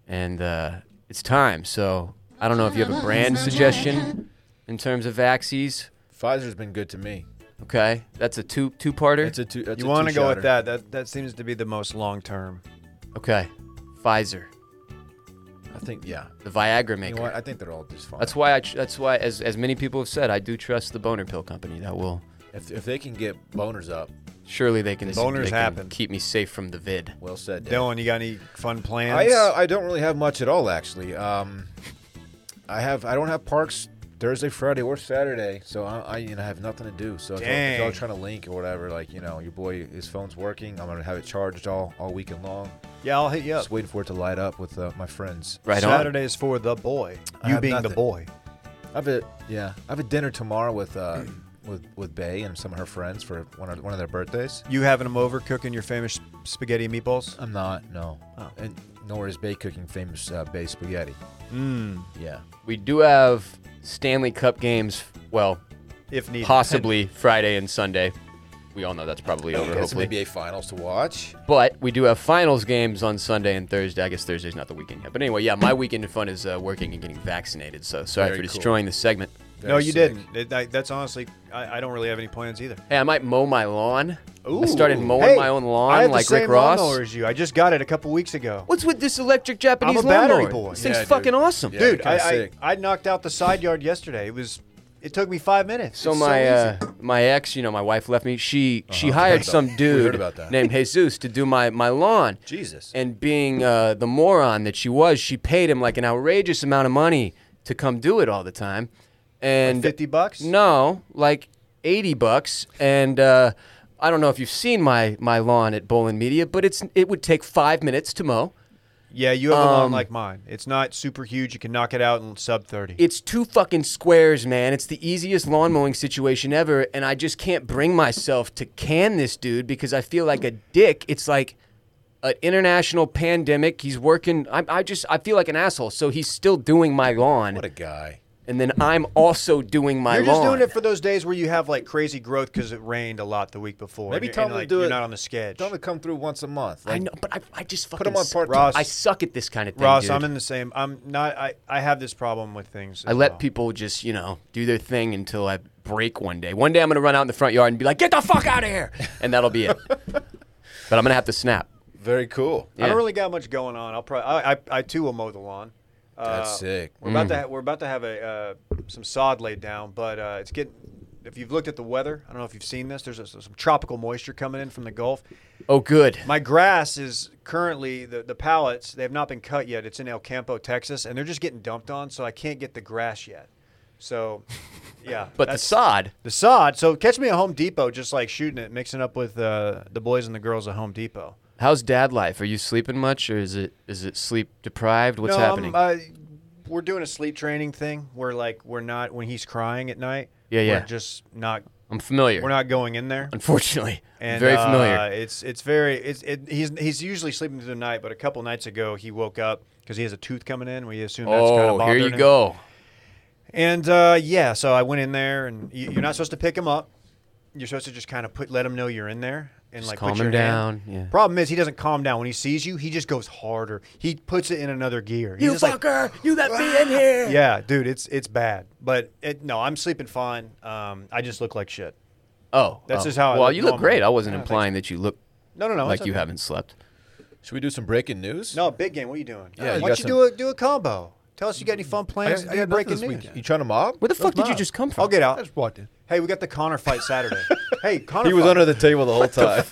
Speaker 3: and uh, it's time. So I don't know if you have a brand suggestion in terms of vaccines.
Speaker 2: Pfizer's been good to me.
Speaker 3: Okay, that's a two two parter.
Speaker 2: It's a two. That's
Speaker 1: you
Speaker 2: a
Speaker 1: want to go
Speaker 2: two-shotter.
Speaker 1: with that? That that seems to be the most long term.
Speaker 3: okay, Pfizer,
Speaker 2: I think yeah.
Speaker 3: the Viagra
Speaker 2: You
Speaker 3: maker.
Speaker 2: know what? I think they're all just fine.
Speaker 3: That's why I. tr- That's why, as as many people have said, I do trust the boner pill company. That will
Speaker 2: if, if they can get boners up,
Speaker 3: surely they can.
Speaker 1: Boners
Speaker 3: they can
Speaker 1: happen.
Speaker 3: Keep me safe from the vid.
Speaker 2: well said. Dave.
Speaker 1: Dylan, you got any fun plans?
Speaker 2: I uh, I don't really have much at all actually. Um, I have I don't have parks Thursday, Friday, or Saturday, so I, I you know have nothing to do. So if y'all- if y'all
Speaker 1: Dang.
Speaker 2: trying to link or whatever, like you know your boy his phone's working, I'm gonna have it charged all all weekend long.
Speaker 1: Yeah, I'll hit you up.
Speaker 2: Just waiting for it to light up with uh, my friends.
Speaker 3: Right on.
Speaker 1: Saturdays for the boy.
Speaker 2: I
Speaker 1: You
Speaker 2: have
Speaker 1: being the
Speaker 2: nothing.
Speaker 1: boy.
Speaker 2: I have a yeah. I have a dinner tomorrow with
Speaker 3: [CLEARS THROAT]
Speaker 2: uh, with with Bay and some of her friends for one of one of their birthdays.
Speaker 1: You having them over cooking your famous spaghetti and meatballs?
Speaker 2: I'm not no,
Speaker 3: Oh.
Speaker 2: and nor is Bay cooking famous uh, Bay spaghetti.
Speaker 3: Hmm.
Speaker 2: Mmm. Yeah.
Speaker 3: We do have Stanley Cup games. Well,
Speaker 1: If needed.
Speaker 3: possibly Friday and Sunday. We all know that's probably over,
Speaker 2: Got some
Speaker 3: hopefully.
Speaker 2: NBA finals to watch.
Speaker 3: But we do have finals games on Sunday and Thursday. I guess Thursday's not the weekend yet. But anyway, yeah, my weekend of fun is uh, working and getting vaccinated. So sorry
Speaker 2: Very
Speaker 3: for
Speaker 2: cool.
Speaker 3: destroying the segment.
Speaker 1: No,
Speaker 2: Very
Speaker 1: you
Speaker 2: sick.
Speaker 1: didn't. It- I- that's honestly, I, I don't really have any plans either.
Speaker 3: Hey, I might mow my lawn. I started
Speaker 1: Ooh.
Speaker 3: mowing
Speaker 1: Hey,
Speaker 3: my own lawn
Speaker 1: I have
Speaker 3: like
Speaker 1: the same
Speaker 3: Rick Ross.
Speaker 1: lawnmower as you. I just got it a couple weeks ago.
Speaker 3: What's with this electric Japanese
Speaker 1: I'm a battery
Speaker 3: lawnmower?
Speaker 1: boy.
Speaker 3: This thing's
Speaker 2: Yeah, dude.
Speaker 3: fucking awesome.
Speaker 2: Yeah.
Speaker 1: Dude,
Speaker 2: kinda
Speaker 1: I,
Speaker 2: sick.
Speaker 1: I I knocked out the side yard yesterday. It was, it took me five minutes.
Speaker 3: So
Speaker 1: It's
Speaker 3: my
Speaker 1: easy.
Speaker 3: uh, my ex, you know, my wife left me. She she hired some dude
Speaker 2: Uh-huh. about that.
Speaker 3: named Jesus to do my my lawn.
Speaker 2: Jesus.
Speaker 3: And being uh, the moron that she was, she paid him like an outrageous amount of money to come do it all the time. And
Speaker 1: fifty bucks.
Speaker 3: uh, No, like eighty bucks. And uh, I don't know if you've seen my my lawn at Bolin Media, but it's it would take five minutes to mow.
Speaker 1: Yeah, you have a lawn
Speaker 3: um,
Speaker 1: like mine. It's not super huge. You can knock it out in sub thirty.
Speaker 3: It's two fucking squares, man. It's the easiest lawn mowing situation ever, and I just can't bring myself to can this dude because I feel like a dick. It's like an international pandemic. He's working. I, I just I feel like an asshole. So he's still doing my lawn,
Speaker 2: What a guy.
Speaker 3: and then I'm also doing my
Speaker 1: You're
Speaker 3: lawn.
Speaker 1: just doing it for those days where you have like crazy growth because it rained a lot the week before.
Speaker 2: Maybe
Speaker 1: and,
Speaker 2: tell
Speaker 1: and,
Speaker 2: them to
Speaker 1: like,
Speaker 2: do
Speaker 1: you're
Speaker 2: it-
Speaker 1: not on the sketch.
Speaker 2: Tell him to come through once a month.
Speaker 3: I
Speaker 2: Like,
Speaker 3: know, but I, I just fucking
Speaker 2: Put him on
Speaker 3: suck-
Speaker 2: part
Speaker 1: Ross.
Speaker 3: I suck at this kind of thing,
Speaker 1: Ross,
Speaker 3: dude.
Speaker 1: I'm in the same. I'm not. I, I have this problem with things.
Speaker 3: I
Speaker 1: as
Speaker 3: let
Speaker 1: well.
Speaker 3: people just, you know, do their thing until I break one day. One day I'm going to run out in the front yard and be like, get the fuck out of here.
Speaker 1: [LAUGHS]
Speaker 3: And that'll be it. but I'm going to have to snap.
Speaker 2: Very cool.
Speaker 1: I
Speaker 3: Yeah.
Speaker 1: don't really got much going on. I'll probably. I, I, I too will mow the lawn. Uh,
Speaker 2: That's sick.
Speaker 1: We're
Speaker 3: Mm.
Speaker 1: about to. Ha- we're about to have a uh, some sod laid down, but uh, it's getting. If you've looked at the weather, I don't know if you've seen this. There's a, some tropical moisture coming in from the Gulf.
Speaker 3: Oh, good.
Speaker 1: My grass is currently the the pallets. They have not been cut yet. It's in El Campo, Texas, and they're just getting dumped on, so I can't get the grass yet. So, yeah.
Speaker 3: [LAUGHS] But the
Speaker 1: that's-
Speaker 3: sod.
Speaker 1: the sod. So catch me at Home Depot, just like shooting it, mixing up with uh, the boys and the girls at Home Depot.
Speaker 3: How's dad life? Are you sleeping much, or is it is it sleep deprived? What's
Speaker 1: no,
Speaker 3: happening?
Speaker 1: I'm, uh, we're doing a sleep training thing where like we're not when he's crying at night.
Speaker 3: Yeah, yeah.
Speaker 1: We're just not.
Speaker 3: I'm familiar.
Speaker 1: We're not going in there.
Speaker 3: unfortunately.
Speaker 1: And,
Speaker 3: Very
Speaker 1: uh,
Speaker 3: familiar.
Speaker 1: it's it's very it's it, he's he's usually sleeping through the night, but a couple nights ago he woke up because he has a tooth coming in. We assume that's kind of
Speaker 3: oh, here
Speaker 1: bothering
Speaker 3: you
Speaker 1: him.
Speaker 3: go.
Speaker 1: And uh, yeah, so I went in there, and you, you're not supposed to pick him up. You're supposed to just kind of put let him know you're in there and like
Speaker 3: calm
Speaker 1: put
Speaker 3: him
Speaker 1: your hand-
Speaker 3: down, yeah.
Speaker 1: Problem is, he doesn't calm down when he sees you. He just goes harder. He puts it in another gear. He's
Speaker 3: You
Speaker 1: just like, "Ah!"
Speaker 3: fucker! you let me in here.
Speaker 1: yeah, dude, it's it's bad. But it, no, I'm sleeping fine. Um, I just look like shit.
Speaker 3: Oh,
Speaker 1: That's
Speaker 3: oh.
Speaker 1: just how I
Speaker 3: Well,
Speaker 1: look
Speaker 3: you look
Speaker 1: normally.
Speaker 3: great. I wasn't
Speaker 1: Yeah, thanks.
Speaker 3: implying that you look
Speaker 1: No, no, no.
Speaker 3: like
Speaker 1: it's
Speaker 3: you
Speaker 1: okay.
Speaker 3: haven't slept.
Speaker 2: Should we do some breaking news?
Speaker 1: No, big game. What are you doing?
Speaker 2: Yeah, you
Speaker 1: why
Speaker 2: got
Speaker 1: don't you do a do a combo? Tell us you got any fun plans?
Speaker 7: I got nothing
Speaker 1: breaking
Speaker 7: this
Speaker 1: news.
Speaker 7: weekend.
Speaker 2: You trying to mob?
Speaker 3: Where the fuck did you just come from?
Speaker 1: I'll get
Speaker 7: I
Speaker 1: out.
Speaker 7: just walked in.
Speaker 1: Hey, we got the Connor fight Saturday.
Speaker 7: [LAUGHS]
Speaker 1: hey, Connor.
Speaker 2: He was
Speaker 1: fight.
Speaker 2: under the table the whole time.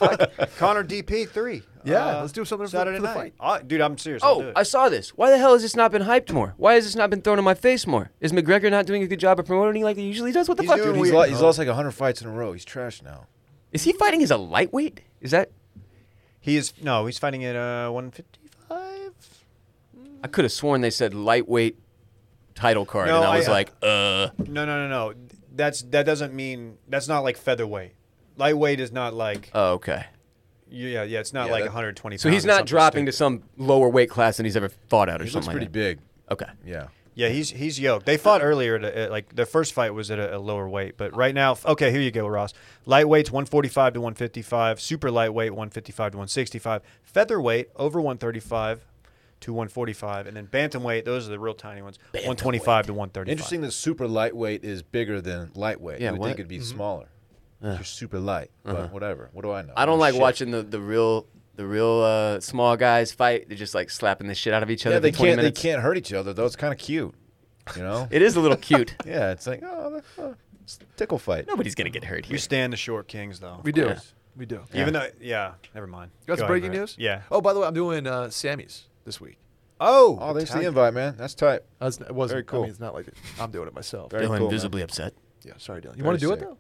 Speaker 1: Connor DP three. Uh,
Speaker 7: Yeah, let's do something for-
Speaker 1: Saturday
Speaker 7: for the
Speaker 1: night.
Speaker 7: fight.
Speaker 1: I- dude, I'm serious. I'll do
Speaker 3: Oh,
Speaker 1: it.
Speaker 3: I saw this. Why the hell has this not been hyped more? Why has this not been thrown in my face more? Is McGregor not doing a good job of promoting like he usually does? What the
Speaker 1: He's
Speaker 3: fuck?
Speaker 1: doing
Speaker 2: Dude, he's,
Speaker 1: weird,
Speaker 2: lo- he's
Speaker 1: bro.
Speaker 2: lost like 100 fights in a row. He's trash now.
Speaker 3: Is he fighting as a lightweight? Is that?
Speaker 1: he is no, he's fighting at uh, 155.
Speaker 3: I could have sworn they said lightweight title card,
Speaker 1: No,
Speaker 3: and I
Speaker 1: I-
Speaker 3: was
Speaker 1: uh,
Speaker 3: like, uh.
Speaker 1: No, no, no, no. That's that doesn't mean that's not like featherweight. Lightweight is not like
Speaker 3: Oh, okay.
Speaker 1: yeah, yeah. It's not
Speaker 2: Yeah,
Speaker 1: like
Speaker 2: that-
Speaker 1: 120.
Speaker 3: So he's not dropping to some lower weight class than he's ever fought at, or
Speaker 2: He looks
Speaker 3: something
Speaker 2: pretty
Speaker 3: like
Speaker 2: big.
Speaker 3: that. Okay.
Speaker 2: Yeah.
Speaker 1: Yeah, he's he's yoked. They fought earlier. At, at, like their first fight was at a, a lower weight, but right now, okay, here you go, Ross. Lightweight's 145 to 155. Super lightweight 155 to 165. Featherweight over 135 to 145, and then bantamweight. Those are the real tiny ones. 125 to 135.
Speaker 2: Interesting that super lightweight is bigger than lightweight. you
Speaker 3: Yeah,
Speaker 2: would
Speaker 3: what? Mm-hmm. Uh-huh.
Speaker 2: think it'd be smaller. You're super light, but whatever. What do I know?
Speaker 3: I don't
Speaker 2: Oh,
Speaker 3: like
Speaker 2: shit.
Speaker 3: watching the the real the real uh, small guys fight. They're just like slapping the shit out of each other.
Speaker 2: Yeah,
Speaker 3: for
Speaker 2: they
Speaker 3: 20
Speaker 2: can't. They
Speaker 3: minutes.
Speaker 2: can't hurt each other though. It's kind of cute, you
Speaker 3: [LAUGHS]
Speaker 2: know.
Speaker 3: It is a little cute.
Speaker 2: yeah, it's like oh, uh, it's a tickle fight.
Speaker 3: Nobody's gonna get hurt
Speaker 1: We
Speaker 3: here.
Speaker 1: stand the short kings, though.
Speaker 7: We do. We do. You
Speaker 1: Even though, yeah, never mind. Go
Speaker 7: got some
Speaker 1: ahead,
Speaker 7: breaking
Speaker 1: Brett.
Speaker 7: news?
Speaker 1: Yeah.
Speaker 7: Oh, by the way, I'm doing uh, Sammy's this week.
Speaker 1: Oh,
Speaker 2: Oh, there's the
Speaker 1: Italian.
Speaker 2: invite, man. That's tight.
Speaker 7: I was, it wasn't.
Speaker 2: Very cool.
Speaker 7: I mean, it's not like it. I'm doing it myself.
Speaker 2: Very
Speaker 3: Dylan
Speaker 2: cool, man.
Speaker 3: visibly upset.
Speaker 7: Yeah, sorry, Dylan. You want to
Speaker 2: Very
Speaker 7: do
Speaker 2: sick.
Speaker 7: it though?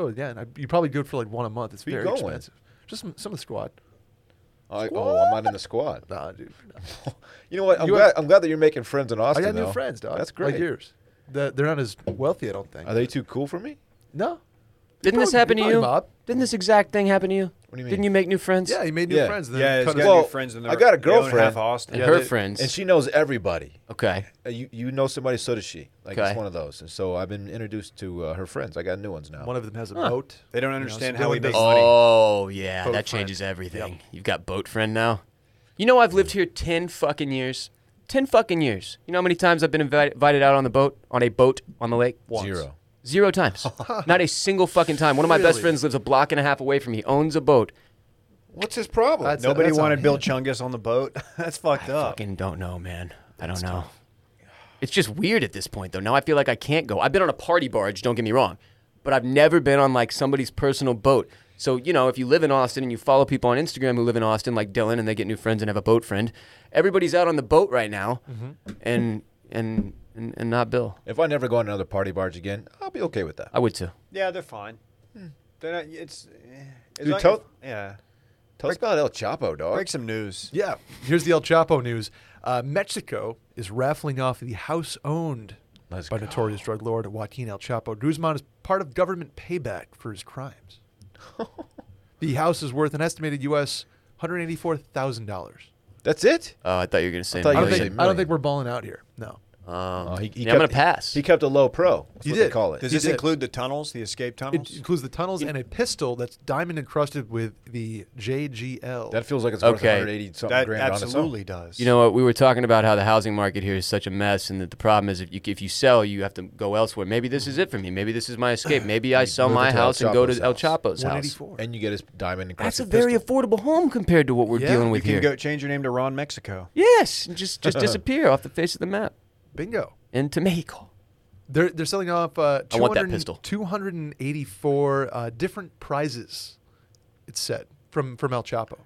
Speaker 7: I'll do it again. I, you probably do it for like one a month. It's
Speaker 2: Where you
Speaker 7: very
Speaker 2: going?
Speaker 7: expensive. Just some, some of the squad.
Speaker 2: I, oh, I'm not in the squad.
Speaker 7: Nah, dude.
Speaker 2: You know what? I'm,
Speaker 7: You
Speaker 2: glad,
Speaker 7: have-
Speaker 2: I'm glad that you're making friends in
Speaker 7: I
Speaker 2: Austin.
Speaker 7: got new
Speaker 2: though.
Speaker 7: friends, dog.
Speaker 2: That's great.
Speaker 7: Like yours. That they're not as wealthy, I don't think.
Speaker 2: Are they too cool for me?
Speaker 7: No.
Speaker 3: Didn't this
Speaker 7: Probably-
Speaker 3: happen to
Speaker 7: probably
Speaker 3: you?
Speaker 7: Bob.
Speaker 3: Didn't this exact thing happen to you? What
Speaker 2: do you mean?
Speaker 3: Didn't you make new friends?
Speaker 7: Yeah, he made new
Speaker 2: Yeah.
Speaker 7: friends. And
Speaker 1: Yeah,
Speaker 7: then
Speaker 1: he's
Speaker 7: cut
Speaker 1: got
Speaker 7: his-
Speaker 2: Well,
Speaker 1: new friends in
Speaker 2: I
Speaker 1: there.
Speaker 2: got a
Speaker 1: Half
Speaker 2: girlfriend.
Speaker 1: Austin.
Speaker 3: And her
Speaker 7: they-
Speaker 3: friends.
Speaker 2: And she knows everybody.
Speaker 3: okay.
Speaker 2: Uh, You you know somebody, so does she. Like
Speaker 3: Okay.
Speaker 2: it's one of those. And so I've been introduced to uh, her friends. I got new ones now.
Speaker 7: One of them has a boat.
Speaker 1: They don't
Speaker 7: You know,
Speaker 1: understand
Speaker 7: so
Speaker 1: how
Speaker 7: no
Speaker 1: we
Speaker 7: one
Speaker 1: make
Speaker 7: does-
Speaker 1: money.
Speaker 3: Oh yeah,
Speaker 7: Boat
Speaker 3: that
Speaker 7: friend.
Speaker 3: changes everything. You've got boat friend now. You know I've lived here ten fucking years. Ten fucking years. You know how many times I've been invi- invited out on the boat, on a boat on the lake?
Speaker 2: Zero.
Speaker 3: Zero times. Not a single fucking time. One of my best
Speaker 7: Really?
Speaker 3: friends lives a block and a half away from me. Owns a boat.
Speaker 2: What's his problem?
Speaker 7: That's-
Speaker 1: Nobody
Speaker 7: that's on
Speaker 1: wanted [LAUGHS]
Speaker 7: him.
Speaker 1: Bill Chungus on the boat. That's fucked up.
Speaker 3: Fucking don't know, man. I don't know. It's just weird at this point, though. Now I feel like I can't go. I've been on a party barge, don't get me wrong, but I've never been on like somebody's personal boat. So, you know, if you live in Austin and you follow people on Instagram who live in Austin, like Dylan, and they get new friends and have a boat friend, everybody's out on the boat right now and, and, and, and not Bill.
Speaker 2: if I never go on another party barge again, I'll be okay with that.
Speaker 3: I would too.
Speaker 1: Yeah, they're fine. They're not. It's. eh, as
Speaker 2: Dude,
Speaker 1: long
Speaker 2: tell-
Speaker 1: as- yeah.
Speaker 2: Tell us about El Chapo, dog.
Speaker 1: Break some news.
Speaker 7: Yeah. Here's the El Chapo news. Uh, Mexico is raffling off the house owned
Speaker 2: Let's
Speaker 7: by
Speaker 2: go.
Speaker 7: notorious drug lord Joaquin El Chapo Guzman as part of government payback for
Speaker 2: [LAUGHS]
Speaker 7: his crimes. the house is worth an estimated U.S. $184,000.
Speaker 2: That's it.
Speaker 3: Oh, I thought you were going to say
Speaker 2: thought
Speaker 7: I
Speaker 2: you
Speaker 3: no.
Speaker 2: were
Speaker 7: don't think
Speaker 2: say
Speaker 7: I don't
Speaker 2: million.
Speaker 7: think we're balling out here. No.
Speaker 2: Oh, he, he
Speaker 3: yeah, I'm gonna pass.
Speaker 2: He kept a low pro. That's
Speaker 7: He
Speaker 2: what They
Speaker 7: did.
Speaker 2: call it.
Speaker 1: Does
Speaker 7: He
Speaker 1: this
Speaker 7: did.
Speaker 1: include the tunnels, the escape tunnels?
Speaker 7: It includes the tunnels and a pistol that's diamond encrusted with the JGL.
Speaker 2: that feels like it's worth
Speaker 3: Okay.
Speaker 2: 180 something
Speaker 1: that
Speaker 2: grand
Speaker 1: absolutely does.
Speaker 3: You know what? We were talking about how the housing market here is such a mess, and that the problem is if you, if you sell, you have to go elsewhere. Maybe this is it for me. Maybe this is my escape. Maybe I sell
Speaker 2: move
Speaker 3: my
Speaker 2: into El
Speaker 3: house and go
Speaker 2: Chapo's
Speaker 3: to El
Speaker 2: house.
Speaker 3: Chapo's house.
Speaker 7: 184.
Speaker 2: on. And you get his diamond.
Speaker 3: That's a
Speaker 2: encrusted
Speaker 3: very
Speaker 2: pistol.
Speaker 3: affordable home compared to what we're
Speaker 7: Yeah,
Speaker 3: dealing
Speaker 7: you
Speaker 1: you
Speaker 3: with
Speaker 1: can
Speaker 3: here.
Speaker 1: go change your name to Ron Mexico.
Speaker 3: yes, and just just disappear off the face of the map
Speaker 7: Bingo.
Speaker 3: into Mexico.
Speaker 7: They're they're selling off uh,
Speaker 3: I want that
Speaker 7: 200
Speaker 3: pistol.
Speaker 7: 284 uh, different prizes. It's said from from El Chapo.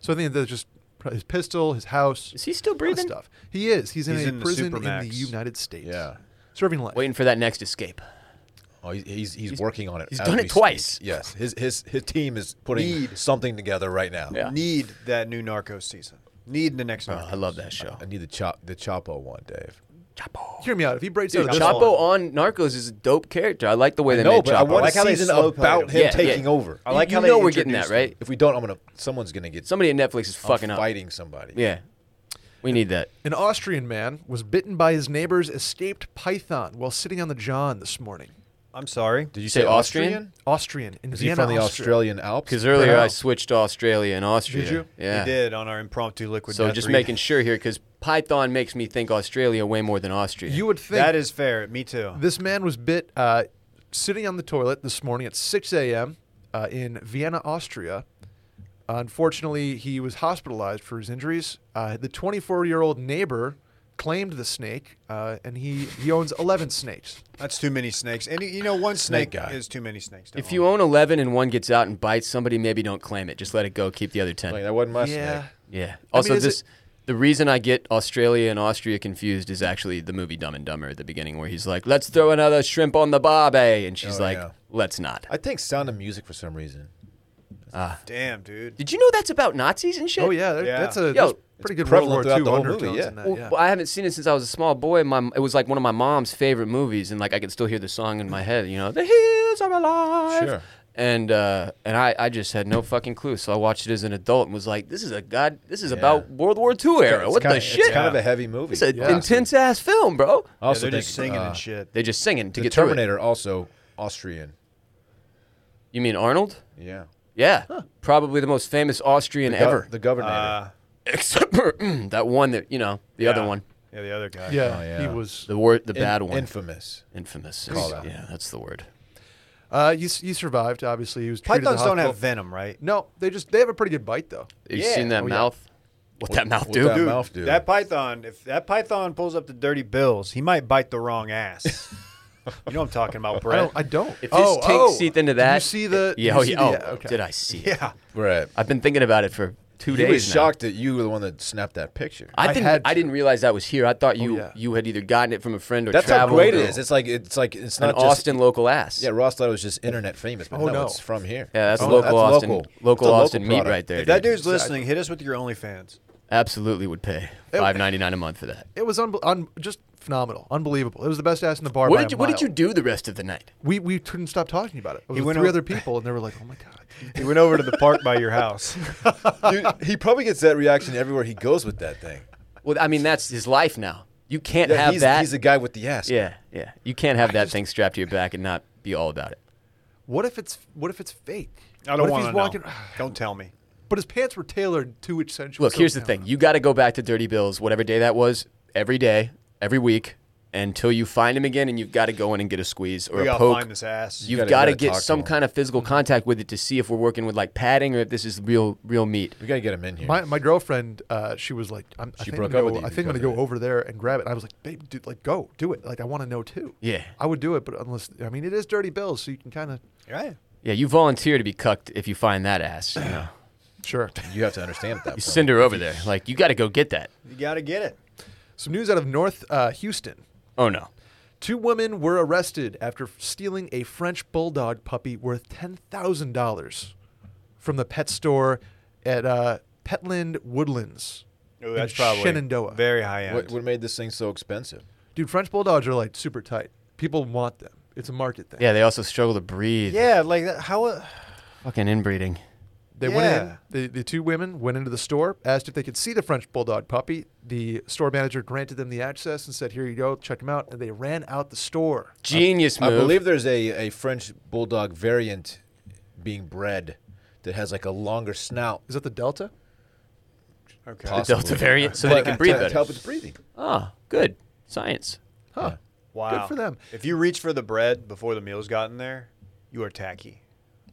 Speaker 7: So I think that's just pri- his pistol, his house,
Speaker 3: Hmm. Is he still
Speaker 7: a lot of
Speaker 3: breathing?
Speaker 7: Stuff. He is. He's in
Speaker 1: He's
Speaker 7: a
Speaker 1: in the
Speaker 7: prison in the
Speaker 1: Supermax.
Speaker 7: United States.
Speaker 2: Yeah.
Speaker 7: serving life.
Speaker 3: Waiting for that next escape.
Speaker 2: Oh, he's, he's, he's working on it.
Speaker 3: he's
Speaker 2: as
Speaker 3: done
Speaker 2: we
Speaker 3: it twice.
Speaker 2: speak. Yes, his his his team is putting
Speaker 1: Need.
Speaker 2: something together right now.
Speaker 3: Yeah.
Speaker 1: Need that new Narcos season. Need the next.
Speaker 3: Oh,
Speaker 1: Narcos.
Speaker 3: I love that show.
Speaker 2: I need the chop the Chapo one, Dave.
Speaker 3: Chapo.
Speaker 7: Hear me out. If he breaks out of this,
Speaker 1: Chapo-
Speaker 3: Chapo on Narcos is a dope character. I like the way they
Speaker 2: no,
Speaker 3: make
Speaker 2: but
Speaker 3: Chapo.
Speaker 2: I want
Speaker 1: like
Speaker 2: a
Speaker 1: how they
Speaker 2: season
Speaker 1: slow played
Speaker 2: about
Speaker 1: him.
Speaker 2: him
Speaker 3: Yeah,
Speaker 2: taking
Speaker 3: yeah.
Speaker 2: over.
Speaker 1: I like
Speaker 3: you
Speaker 1: how they
Speaker 3: know we're getting that
Speaker 1: introduced
Speaker 3: right.
Speaker 2: If we don't, I'm gonna someone's gonna get
Speaker 3: Somebody at Netflix is
Speaker 2: I'm
Speaker 3: fucking up.
Speaker 2: fighting somebody.
Speaker 3: Yeah, we need that.
Speaker 7: an Austrian man was bitten by his neighbor's escaped python while sitting on the john this morning.
Speaker 1: I'm sorry.
Speaker 2: Did you
Speaker 3: Say
Speaker 2: say
Speaker 3: Austrian?
Speaker 2: Austrian?
Speaker 7: Austrian in
Speaker 2: Is he
Speaker 7: Vienna,
Speaker 2: from the
Speaker 7: Austria.
Speaker 2: Australian Alps?
Speaker 3: Because earlier I
Speaker 7: Wow.
Speaker 3: switched to Australia and Austria.
Speaker 7: Did you?
Speaker 3: Yeah.
Speaker 1: We did on our impromptu liquid.
Speaker 3: So
Speaker 1: death
Speaker 3: just
Speaker 1: read.
Speaker 3: making sure here, because Python makes me think Australia way more than Austria.
Speaker 7: You would think
Speaker 1: that is fair. Me too.
Speaker 7: This man was bit uh, sitting on the toilet this morning at 6 a.m. Uh, in Vienna, Austria. Unfortunately, he was hospitalized for his injuries. Uh, the 24 year old neighbor claimed the snake, uh, and he, he owns 11 snakes.
Speaker 1: That's too many snakes. And you know, one snake,
Speaker 2: Snake guy.
Speaker 1: is too many snakes.
Speaker 3: if you own eleven and one gets out and bites somebody, maybe don't claim it. Just let it go. Keep the other ten.
Speaker 2: Like, that wasn't my snake.
Speaker 3: yeah. Also,
Speaker 7: is
Speaker 3: this
Speaker 7: it-
Speaker 3: the reason I get Australia and Austria confused is actually the movie Dumb and Dumber at the beginning, where he's like, "Let's throw another shrimp on the barbie," and she's
Speaker 2: Oh,
Speaker 3: like,
Speaker 2: yeah.
Speaker 3: "Let's not."
Speaker 2: I think Sound of Music for some reason.
Speaker 1: damn, dude.
Speaker 3: Did you know that's about Nazis and shit?
Speaker 7: Oh, yeah, there-
Speaker 1: Yeah.
Speaker 7: That's a
Speaker 3: Yo,
Speaker 7: that's pretty good World
Speaker 2: prevalent
Speaker 7: War
Speaker 2: throughout
Speaker 7: II
Speaker 2: the whole
Speaker 7: undertones
Speaker 2: movie, yeah.
Speaker 7: in that.
Speaker 3: Well,
Speaker 7: yeah.
Speaker 3: I haven't seen it since I was a small boy. My it was like one of my mom's favorite movies, and like I could still hear the song in my head. You know, the hills are alive.
Speaker 2: Sure.
Speaker 3: And uh, and I, I just had no fucking clue. So I watched it as an adult and was like, this is a god. This is about World War II era.
Speaker 2: It's
Speaker 3: what
Speaker 2: kinda,
Speaker 3: the shit?
Speaker 2: It's kind of a heavy movie.
Speaker 3: It's an
Speaker 2: Yeah.
Speaker 3: intense ass film, bro.
Speaker 2: I
Speaker 1: Yeah,
Speaker 2: also
Speaker 1: they're just
Speaker 2: think,
Speaker 1: singing
Speaker 2: uh,
Speaker 1: and shit.
Speaker 3: They just singing to
Speaker 2: The
Speaker 3: get through it.
Speaker 2: Terminator also Austrian.
Speaker 3: You mean Arnold?
Speaker 2: Yeah.
Speaker 3: Yeah, probably the most famous Austrian
Speaker 2: The gov-
Speaker 3: ever,
Speaker 2: The governor.
Speaker 1: Uh,
Speaker 3: [LAUGHS] except for [CLEARS THROAT] mm, that one that you know, the other
Speaker 1: yeah.
Speaker 3: one,
Speaker 1: Yeah, the other guy.
Speaker 7: yeah,
Speaker 2: Oh, yeah.
Speaker 7: he was.
Speaker 3: the war, the
Speaker 2: In-
Speaker 3: bad one,
Speaker 2: Infamous.
Speaker 3: infamous.
Speaker 2: Call out.
Speaker 3: Yeah, that's the word.
Speaker 7: Uh, he, s- he survived, obviously. He was treated at
Speaker 1: Pythons
Speaker 7: the
Speaker 1: don't have
Speaker 7: hospital.
Speaker 1: venom, right?
Speaker 7: No, they just they have a pretty good bite though.
Speaker 3: Have you
Speaker 1: Yeah.
Speaker 3: seen that
Speaker 1: Oh, yeah.
Speaker 3: mouth? What that mouth
Speaker 2: what
Speaker 3: do?
Speaker 2: that- mouth, dude.
Speaker 1: That python, if that python pulls up the dirty bills, he might bite the wrong ass. you know what I'm talking about,
Speaker 7: [LAUGHS] I
Speaker 1: Brett?
Speaker 7: don't. I don't.
Speaker 3: If this
Speaker 2: Oh,
Speaker 3: tank seeped into
Speaker 7: Oh, Did
Speaker 3: that,
Speaker 7: you see the?
Speaker 3: yeah,
Speaker 7: did
Speaker 3: oh,
Speaker 7: you see
Speaker 3: yeah,
Speaker 7: the-
Speaker 3: oh,
Speaker 7: okay.
Speaker 3: did I see it?
Speaker 1: yeah.
Speaker 2: Right.
Speaker 3: I've been thinking about it for two
Speaker 2: he
Speaker 3: days.
Speaker 2: was
Speaker 3: now.
Speaker 2: shocked that you were the one that snapped that picture.
Speaker 3: I
Speaker 7: I
Speaker 3: didn't.
Speaker 7: had
Speaker 3: I
Speaker 7: to.
Speaker 3: didn't realize that was here. I thought you
Speaker 7: yeah.
Speaker 3: you had either gotten it from a friend or
Speaker 2: That's how
Speaker 3: traveled.
Speaker 2: great it
Speaker 3: or
Speaker 2: is. It's like it's like it's
Speaker 3: An
Speaker 2: not just
Speaker 3: Austin local ass.
Speaker 2: Yeah, Ross thought it was just internet famous, but
Speaker 7: Oh,
Speaker 2: no,
Speaker 7: no.
Speaker 2: it's from here.
Speaker 3: Yeah, that's
Speaker 2: Oh,
Speaker 3: local Austin.
Speaker 2: local.
Speaker 3: Local,
Speaker 2: It's a local
Speaker 3: Austin meat
Speaker 2: product.
Speaker 3: right there.
Speaker 1: If that
Speaker 3: dude.
Speaker 1: dude's listening, hit us with your OnlyFans.
Speaker 3: absolutely would pay five ninety nine a month for that.
Speaker 7: It was unbe- un- just phenomenal, unbelievable. It was the best ass in the bar.
Speaker 3: What
Speaker 7: by
Speaker 3: did
Speaker 7: a
Speaker 3: you, what did
Speaker 7: mile.
Speaker 3: you do the rest of the night?
Speaker 7: We we couldn't stop talking about it. It was with
Speaker 1: went
Speaker 7: three
Speaker 1: o-
Speaker 7: other people, and they were like, "Oh my god."
Speaker 1: He went over to the park by your
Speaker 7: [LAUGHS]
Speaker 1: house.
Speaker 2: [LAUGHS] Dude, he probably gets that reaction everywhere he goes with that thing.
Speaker 3: Well, I mean that's his life now. You can't
Speaker 2: Yeah,
Speaker 3: have
Speaker 2: he's,
Speaker 3: that.
Speaker 2: he's the guy with the ass.
Speaker 3: yeah, yeah. You can't have that thing strapped to your back and not be all about it.
Speaker 7: What if it's what if it's fake?
Speaker 1: I
Speaker 7: What
Speaker 1: don't
Speaker 7: if
Speaker 1: want
Speaker 7: he's
Speaker 1: to
Speaker 7: walking- [SIGHS]
Speaker 1: know. Don't tell me.
Speaker 7: But his pants were tailored to each century.
Speaker 3: Look,
Speaker 7: so-
Speaker 3: here's the thing. You got to go back to Dirty Bills, whatever day that was, every day, every week, until you find him again, and you've got to go in and get a squeeze or
Speaker 1: We
Speaker 3: a
Speaker 1: gotta
Speaker 3: poke.
Speaker 1: find this ass. Mm-hmm.
Speaker 3: You've
Speaker 2: gotta-
Speaker 3: got to
Speaker 2: gotta
Speaker 3: get
Speaker 2: talk to
Speaker 3: some
Speaker 2: him.
Speaker 3: kind of physical contact with it to see if we're working with like padding or if this is real, real meat.
Speaker 2: We gotta get him in here.
Speaker 7: My, my girlfriend, uh, she was like, I'm, I
Speaker 2: She
Speaker 7: think
Speaker 2: broke
Speaker 7: I'm
Speaker 2: up
Speaker 7: gonna
Speaker 2: with
Speaker 7: go,
Speaker 2: you
Speaker 7: I think I'm
Speaker 2: because
Speaker 7: gonna
Speaker 2: of
Speaker 7: go
Speaker 2: it.
Speaker 7: over there and grab it. And I was like, babe, dude, like go, do it. Like I want to know too.
Speaker 3: Yeah.
Speaker 7: I would do it, but unless I mean, it is dirty bills, so you can kind of
Speaker 1: Right.
Speaker 3: Yeah, you volunteer to be cucked if you find that ass. You, know?
Speaker 7: sure.
Speaker 2: you have to understand at that.
Speaker 3: [LAUGHS] you
Speaker 2: point.
Speaker 3: send her over there. Like, you got to go get that.
Speaker 1: You got to get it.
Speaker 7: Some news out of North uh, Houston.
Speaker 3: Oh, no.
Speaker 7: Two women were arrested after stealing a French bulldog puppy worth ten thousand dollars from the pet store at uh, Petland Woodlands.
Speaker 1: Ooh,
Speaker 7: in
Speaker 1: Oh, that's probably
Speaker 7: Shenandoah.
Speaker 1: Very high end.
Speaker 2: What, what made this thing so expensive?
Speaker 7: Dude, French bulldogs are like super tight. People want them. It's a market thing.
Speaker 3: Yeah, they also struggle to breathe.
Speaker 1: yeah, like that, how. uh,
Speaker 3: Fucking inbreeding.
Speaker 7: They went
Speaker 1: Yeah.
Speaker 7: in. The, the two women went into the store, asked if they could see the French bulldog puppy. The store manager granted them the access and said, "Here you go, check them out." And they ran out the store.
Speaker 3: Genius move.
Speaker 2: I believe there's a, a French bulldog variant being bred that has like a longer snout.
Speaker 7: Is that the Delta?
Speaker 1: okay.
Speaker 2: Possible.
Speaker 3: Delta variant so
Speaker 2: But
Speaker 3: that it can
Speaker 2: to,
Speaker 3: breathe
Speaker 2: to
Speaker 3: better.
Speaker 2: help with breathing.
Speaker 3: Ah, good. Science.
Speaker 7: Huh.
Speaker 1: Wow.
Speaker 7: Good for them.
Speaker 1: If you reach for the bread before the meal's gotten there, you are tacky.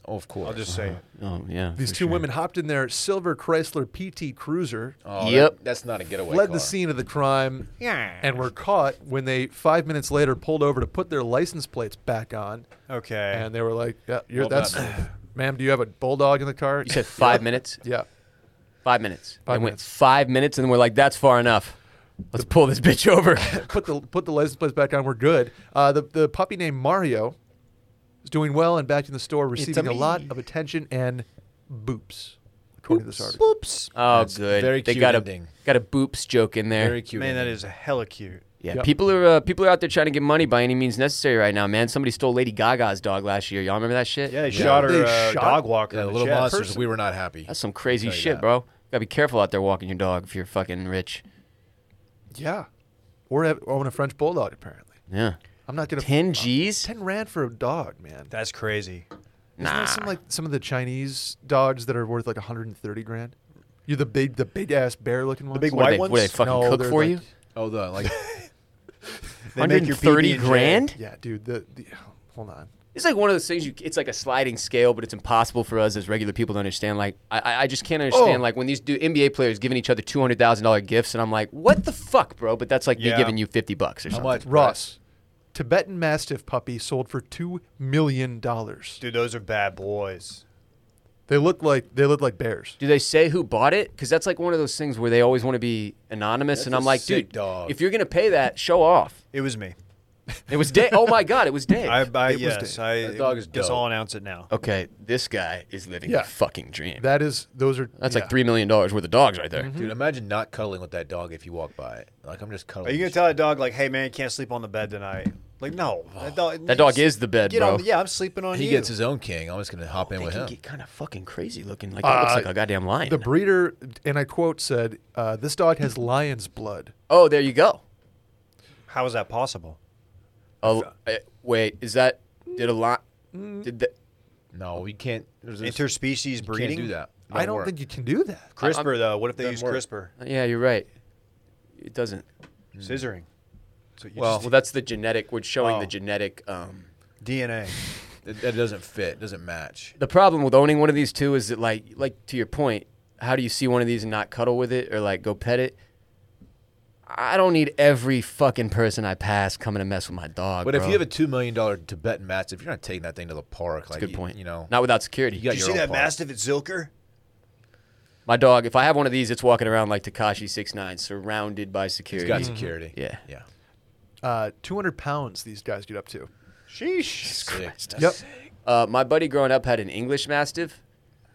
Speaker 2: Oh, of course.
Speaker 1: I'll just say
Speaker 7: Uh-huh.
Speaker 1: it.
Speaker 3: Oh, yeah.
Speaker 7: These
Speaker 3: for
Speaker 7: two
Speaker 3: sure.
Speaker 7: women hopped in their silver Chrysler PT Cruiser,
Speaker 2: Oh,
Speaker 3: Yep.
Speaker 2: that- that's not a getaway.
Speaker 7: fled
Speaker 2: car.
Speaker 7: the scene of the crime,
Speaker 1: Yeah.
Speaker 7: and were caught when they five minutes later pulled over to put their license plates back on.
Speaker 1: Okay.
Speaker 7: And they were like, "Yeah, you're,
Speaker 2: Well
Speaker 7: that's,
Speaker 2: done.
Speaker 7: [SIGHS] ma'am. Do you have a bulldog in the car?"
Speaker 3: You
Speaker 1: [LAUGHS]
Speaker 3: said five minutes?
Speaker 7: [LAUGHS] yeah.
Speaker 3: Five minutes.
Speaker 7: Five
Speaker 3: I went
Speaker 7: minutes.
Speaker 3: five minutes, and we're like, that's far enough. Let's pull this [LAUGHS] bitch over.
Speaker 7: put the put the license plates back on. We're good. Uh, the the puppy named Mario is doing well and back in the store, receiving a,
Speaker 2: me.
Speaker 7: lot of attention and boops, according to this article.
Speaker 1: Oops.
Speaker 3: Oh,
Speaker 2: That's
Speaker 3: good.
Speaker 2: very
Speaker 3: they
Speaker 2: cute
Speaker 3: got [LAUGHS]
Speaker 2: ending.
Speaker 3: a got a boops joke in there.
Speaker 2: Very cute.
Speaker 1: Man, that is hella cute.
Speaker 3: Yeah,
Speaker 7: Yep.
Speaker 3: people are uh, people are out there trying to get money by any means necessary right now, man. Somebody stole Lady Gaga's dog last year. Y'all remember that shit?
Speaker 1: Yeah, they shot
Speaker 7: They
Speaker 1: her uh,
Speaker 7: shot-
Speaker 1: dog walker.
Speaker 2: Yeah,
Speaker 1: in
Speaker 2: the
Speaker 1: the
Speaker 2: little
Speaker 1: chest.
Speaker 2: monsters.
Speaker 1: Person-
Speaker 2: We were not happy.
Speaker 3: that's some crazy
Speaker 2: Tell you
Speaker 3: shit,
Speaker 2: that.
Speaker 3: bro. Gotta be careful out there walking your dog if you're fucking rich.
Speaker 7: Yeah, or have, own a French bulldog apparently.
Speaker 3: Yeah,
Speaker 7: I'm not gonna
Speaker 3: ten G's.
Speaker 7: uh, ten rand for a dog, man.
Speaker 1: That's crazy.
Speaker 7: Isn't there
Speaker 3: Ah.
Speaker 7: some like some of the Chinese dogs that are worth like 130 grand? You're the big the big ass bear looking ones.
Speaker 1: big
Speaker 3: What
Speaker 1: white
Speaker 3: are they,
Speaker 1: ones?
Speaker 3: what are they fucking
Speaker 7: No,
Speaker 3: cook
Speaker 7: they're
Speaker 3: for
Speaker 7: like-
Speaker 3: you?
Speaker 2: [LAUGHS] Oh, the like.
Speaker 1: They make your
Speaker 3: thirty
Speaker 1: PB&J.
Speaker 3: grand.
Speaker 7: Yeah, dude. The, the hold on.
Speaker 3: It's like one of those things. You, it's like a sliding scale, but it's impossible for us as regular people to understand. Like, I- I, I just can't understand.
Speaker 7: Oh.
Speaker 3: Like when these do NBA players giving each other two hundred thousand dollar gifts, and I'm like, what the fuck, bro? But that's like me
Speaker 1: Yeah.
Speaker 3: giving you fifty bucks or
Speaker 2: How
Speaker 3: something.
Speaker 2: much?
Speaker 7: Ross, Tibetan Mastiff puppy sold for two million dollars.
Speaker 1: Dude, those are bad boys.
Speaker 7: They look like they look like bears.
Speaker 3: Do they say who bought it? Because that's like one of those things where they always want to be anonymous,
Speaker 2: That's
Speaker 3: and I'm
Speaker 2: a
Speaker 3: like,
Speaker 2: sick
Speaker 3: dude,
Speaker 2: dog.
Speaker 3: if you're gonna pay that, show off.
Speaker 1: It was me.
Speaker 3: It was Dave. oh my god, it was Dave.
Speaker 1: [LAUGHS] I, I
Speaker 7: was
Speaker 1: yes,
Speaker 7: Dave.
Speaker 1: I.
Speaker 2: That dog is
Speaker 1: guess
Speaker 2: dope.
Speaker 1: I'll announce it now.
Speaker 3: okay, this guy is living
Speaker 7: Yeah.
Speaker 3: the fucking dream.
Speaker 7: That is those are
Speaker 3: that's
Speaker 7: yeah.
Speaker 3: like three million dollars worth of dogs right there.
Speaker 2: Dude, imagine not cuddling with that dog if you walk by it. Like I'm just
Speaker 1: Are
Speaker 2: cuddling.
Speaker 1: you gonna tell that dog like, "Hey man, you can't sleep on the bed tonight"? Like,
Speaker 3: [SIGHS]
Speaker 1: no, that dog.
Speaker 3: That dog is the bed,
Speaker 1: Get
Speaker 3: bro.
Speaker 1: on. Yeah, I'm sleeping on
Speaker 2: He
Speaker 1: you.
Speaker 2: gets his own king. I'm just gonna hop in
Speaker 3: Oh, They
Speaker 2: with
Speaker 3: can
Speaker 2: him.
Speaker 3: get kind of fucking crazy looking. Like that looks
Speaker 7: Uh,
Speaker 3: like a goddamn lion.
Speaker 7: The breeder and I quote said, uh, "This dog has lion's blood."
Speaker 3: oh, there you go.
Speaker 1: How is that possible?
Speaker 3: Oh, eh, wait, is that did a lot?
Speaker 2: Mm-hmm.
Speaker 3: Did that?
Speaker 2: No, we can't. There's this,
Speaker 1: Interspecies
Speaker 2: can't
Speaker 1: breeding.
Speaker 2: do that.
Speaker 7: I don't think you can do that.
Speaker 1: CRISPR though. What if they
Speaker 2: Doesn't
Speaker 1: use
Speaker 2: work.
Speaker 1: CRISPR?
Speaker 3: Yeah, you're right. It doesn't.
Speaker 2: Hmm.
Speaker 1: Scissoring. So you
Speaker 3: Well,
Speaker 1: just-
Speaker 3: that's the genetic. We're showing
Speaker 2: Oh.
Speaker 3: the genetic. Um,
Speaker 1: DNA.
Speaker 2: that, that doesn't fit. Doesn't match.
Speaker 3: the problem with owning one of these two is that like like to your point how do you see one of these and not cuddle with it or like go pet it i don't need every fucking person i pass coming to mess with my dog
Speaker 2: But if
Speaker 3: bro.
Speaker 2: you have a two million dollar Tibetan Mastiff, you're not taking that thing to the park. Like
Speaker 3: good
Speaker 2: you-
Speaker 3: point
Speaker 2: You know,
Speaker 3: not without security
Speaker 2: You got
Speaker 1: Did you
Speaker 2: your
Speaker 1: see
Speaker 2: own
Speaker 1: that
Speaker 2: park.
Speaker 1: mastiff at Zilker?
Speaker 3: My dog, if I have one of these, it's walking around like Takashi Six Nine, surrounded by security.
Speaker 2: He's got security.
Speaker 3: Yeah.
Speaker 2: Yeah.
Speaker 7: Uh, 200 pounds these guys get up to.
Speaker 1: Sheesh.
Speaker 2: Christ.
Speaker 7: Yep.
Speaker 3: Uh, my buddy growing up had an English Mastiff,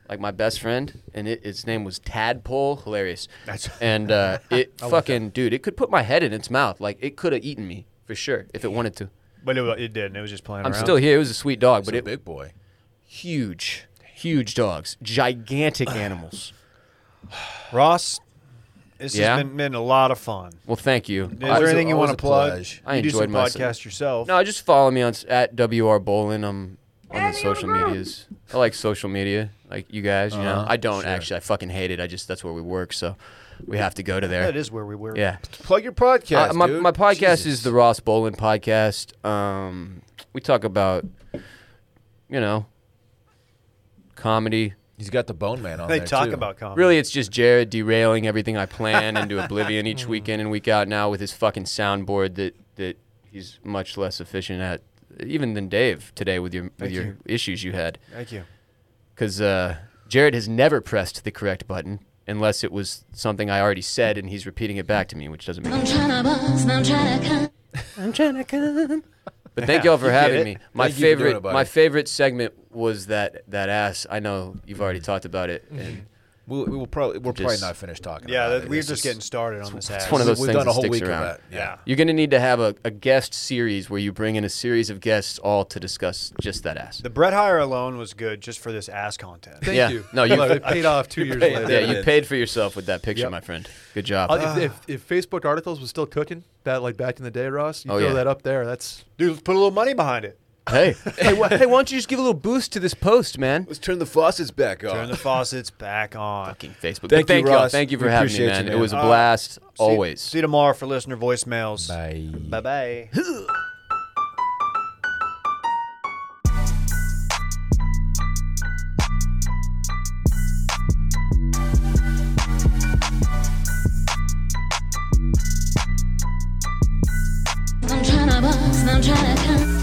Speaker 3: like my best friend, and it, its name was Tadpole. Hilarious.
Speaker 1: [LAUGHS]
Speaker 2: That's-
Speaker 3: and uh, it fucking dude, it could put my head in its mouth. Like it could have eaten me for sure if it wanted to.
Speaker 1: But it, wa- it didn't. It was just playing
Speaker 3: I'm
Speaker 1: around.
Speaker 3: still here. It was a sweet dog,
Speaker 2: But
Speaker 3: but
Speaker 2: a
Speaker 3: it
Speaker 2: big boy.
Speaker 3: huge, huge dogs,
Speaker 1: [SIGHS]
Speaker 3: gigantic animals.
Speaker 1: Ross, this
Speaker 3: Yeah?
Speaker 1: has been, been a lot of fun.
Speaker 3: Well, thank you.
Speaker 1: Is
Speaker 3: I-
Speaker 1: there anything you
Speaker 2: always
Speaker 1: want
Speaker 2: a
Speaker 1: to plug?
Speaker 2: pleasure.
Speaker 3: I
Speaker 1: you do
Speaker 3: enjoyed
Speaker 1: some
Speaker 3: myself.
Speaker 1: podcast yourself.
Speaker 3: No, just follow me on s- at WR Bolin. I'm on the social medias. I like social media, like you guys. You
Speaker 1: Uh-huh.
Speaker 3: know, I don't actually. I fucking hate it. I just that's where we work, so we have to go to there.
Speaker 1: that is where we were.
Speaker 3: Yeah.
Speaker 2: Plug your podcast.
Speaker 3: Uh, my,
Speaker 2: dude.
Speaker 3: my podcast
Speaker 2: Jesus.
Speaker 3: is the Ross Bolin podcast. Um, we talk about, you know, comedy.
Speaker 2: He's got the Bone Man on
Speaker 1: They
Speaker 2: there
Speaker 1: talk
Speaker 2: too.
Speaker 1: about comedy.
Speaker 3: Really, it's just Jared derailing everything I
Speaker 2: [LAUGHS]
Speaker 3: plan into oblivion each weekend and week out now with his fucking soundboard that that he's much less efficient at, even than Dave today with your with your
Speaker 1: you.
Speaker 3: issues you had.
Speaker 1: Thank you.
Speaker 3: Because uh, Jared has never pressed the correct button unless it was something I already said and he's repeating it back to me, which doesn't make
Speaker 6: I'm tryna buzz, I'm tryna come.
Speaker 3: But [LAUGHS] thank y'all for having
Speaker 1: it.
Speaker 3: me. My
Speaker 2: Thank you for doing
Speaker 3: favorite,
Speaker 2: it, buddy.
Speaker 3: my favorite segment was that that ass. I know you've already talked about it, and
Speaker 2: We'll, we will probably we're probably
Speaker 3: Just-
Speaker 2: not finished talking.
Speaker 1: Yeah,
Speaker 2: about
Speaker 1: that,
Speaker 2: it.
Speaker 1: we're
Speaker 2: It's
Speaker 1: just, getting started on this.
Speaker 3: it's
Speaker 1: ass.
Speaker 3: one of those
Speaker 2: we've
Speaker 3: things
Speaker 2: done a
Speaker 3: that
Speaker 2: whole
Speaker 3: sticks
Speaker 2: week of
Speaker 3: around.
Speaker 2: that. Yeah.
Speaker 1: Yeah.
Speaker 3: You're gonna need to have a, a guest series where you bring in a series of guests all to discuss just that ass.
Speaker 1: The Brett Hire alone was good just for this ass content.
Speaker 7: Thank
Speaker 3: Yeah.
Speaker 7: you.
Speaker 3: No, you- [LAUGHS]
Speaker 7: Look, it paid off two years
Speaker 2: paid
Speaker 7: later.
Speaker 3: yeah,
Speaker 2: it
Speaker 3: you
Speaker 2: is.
Speaker 3: paid for yourself with that picture,
Speaker 7: Yep.
Speaker 3: my friend. Good job.
Speaker 7: Uh, if, if, if Facebook articles was still cooking, that like back in the day, Ross, you
Speaker 3: Oh,
Speaker 7: throw
Speaker 3: yeah.
Speaker 7: that up there. That's
Speaker 1: Dude, let's put a little money behind it.
Speaker 3: hey, [LAUGHS] hey, wh- hey, why don't you just give a little boost to this post, man?
Speaker 2: Let's turn the faucets back
Speaker 1: [LAUGHS]
Speaker 2: on.
Speaker 1: Turn the faucets back on.
Speaker 3: Fucking Facebook.
Speaker 2: Thank
Speaker 3: But thank
Speaker 2: you,
Speaker 3: y'all.
Speaker 2: Ross.
Speaker 3: Thank you for
Speaker 2: We
Speaker 3: having me,
Speaker 2: appreciate you,
Speaker 3: man. It
Speaker 2: man.
Speaker 3: was a
Speaker 1: Uh,
Speaker 3: blast.
Speaker 1: See-
Speaker 3: always.
Speaker 1: See you tomorrow for listener voicemails.
Speaker 2: Bye.
Speaker 1: Bye bye.
Speaker 6: I'm tryna buzz, I'm tryna come.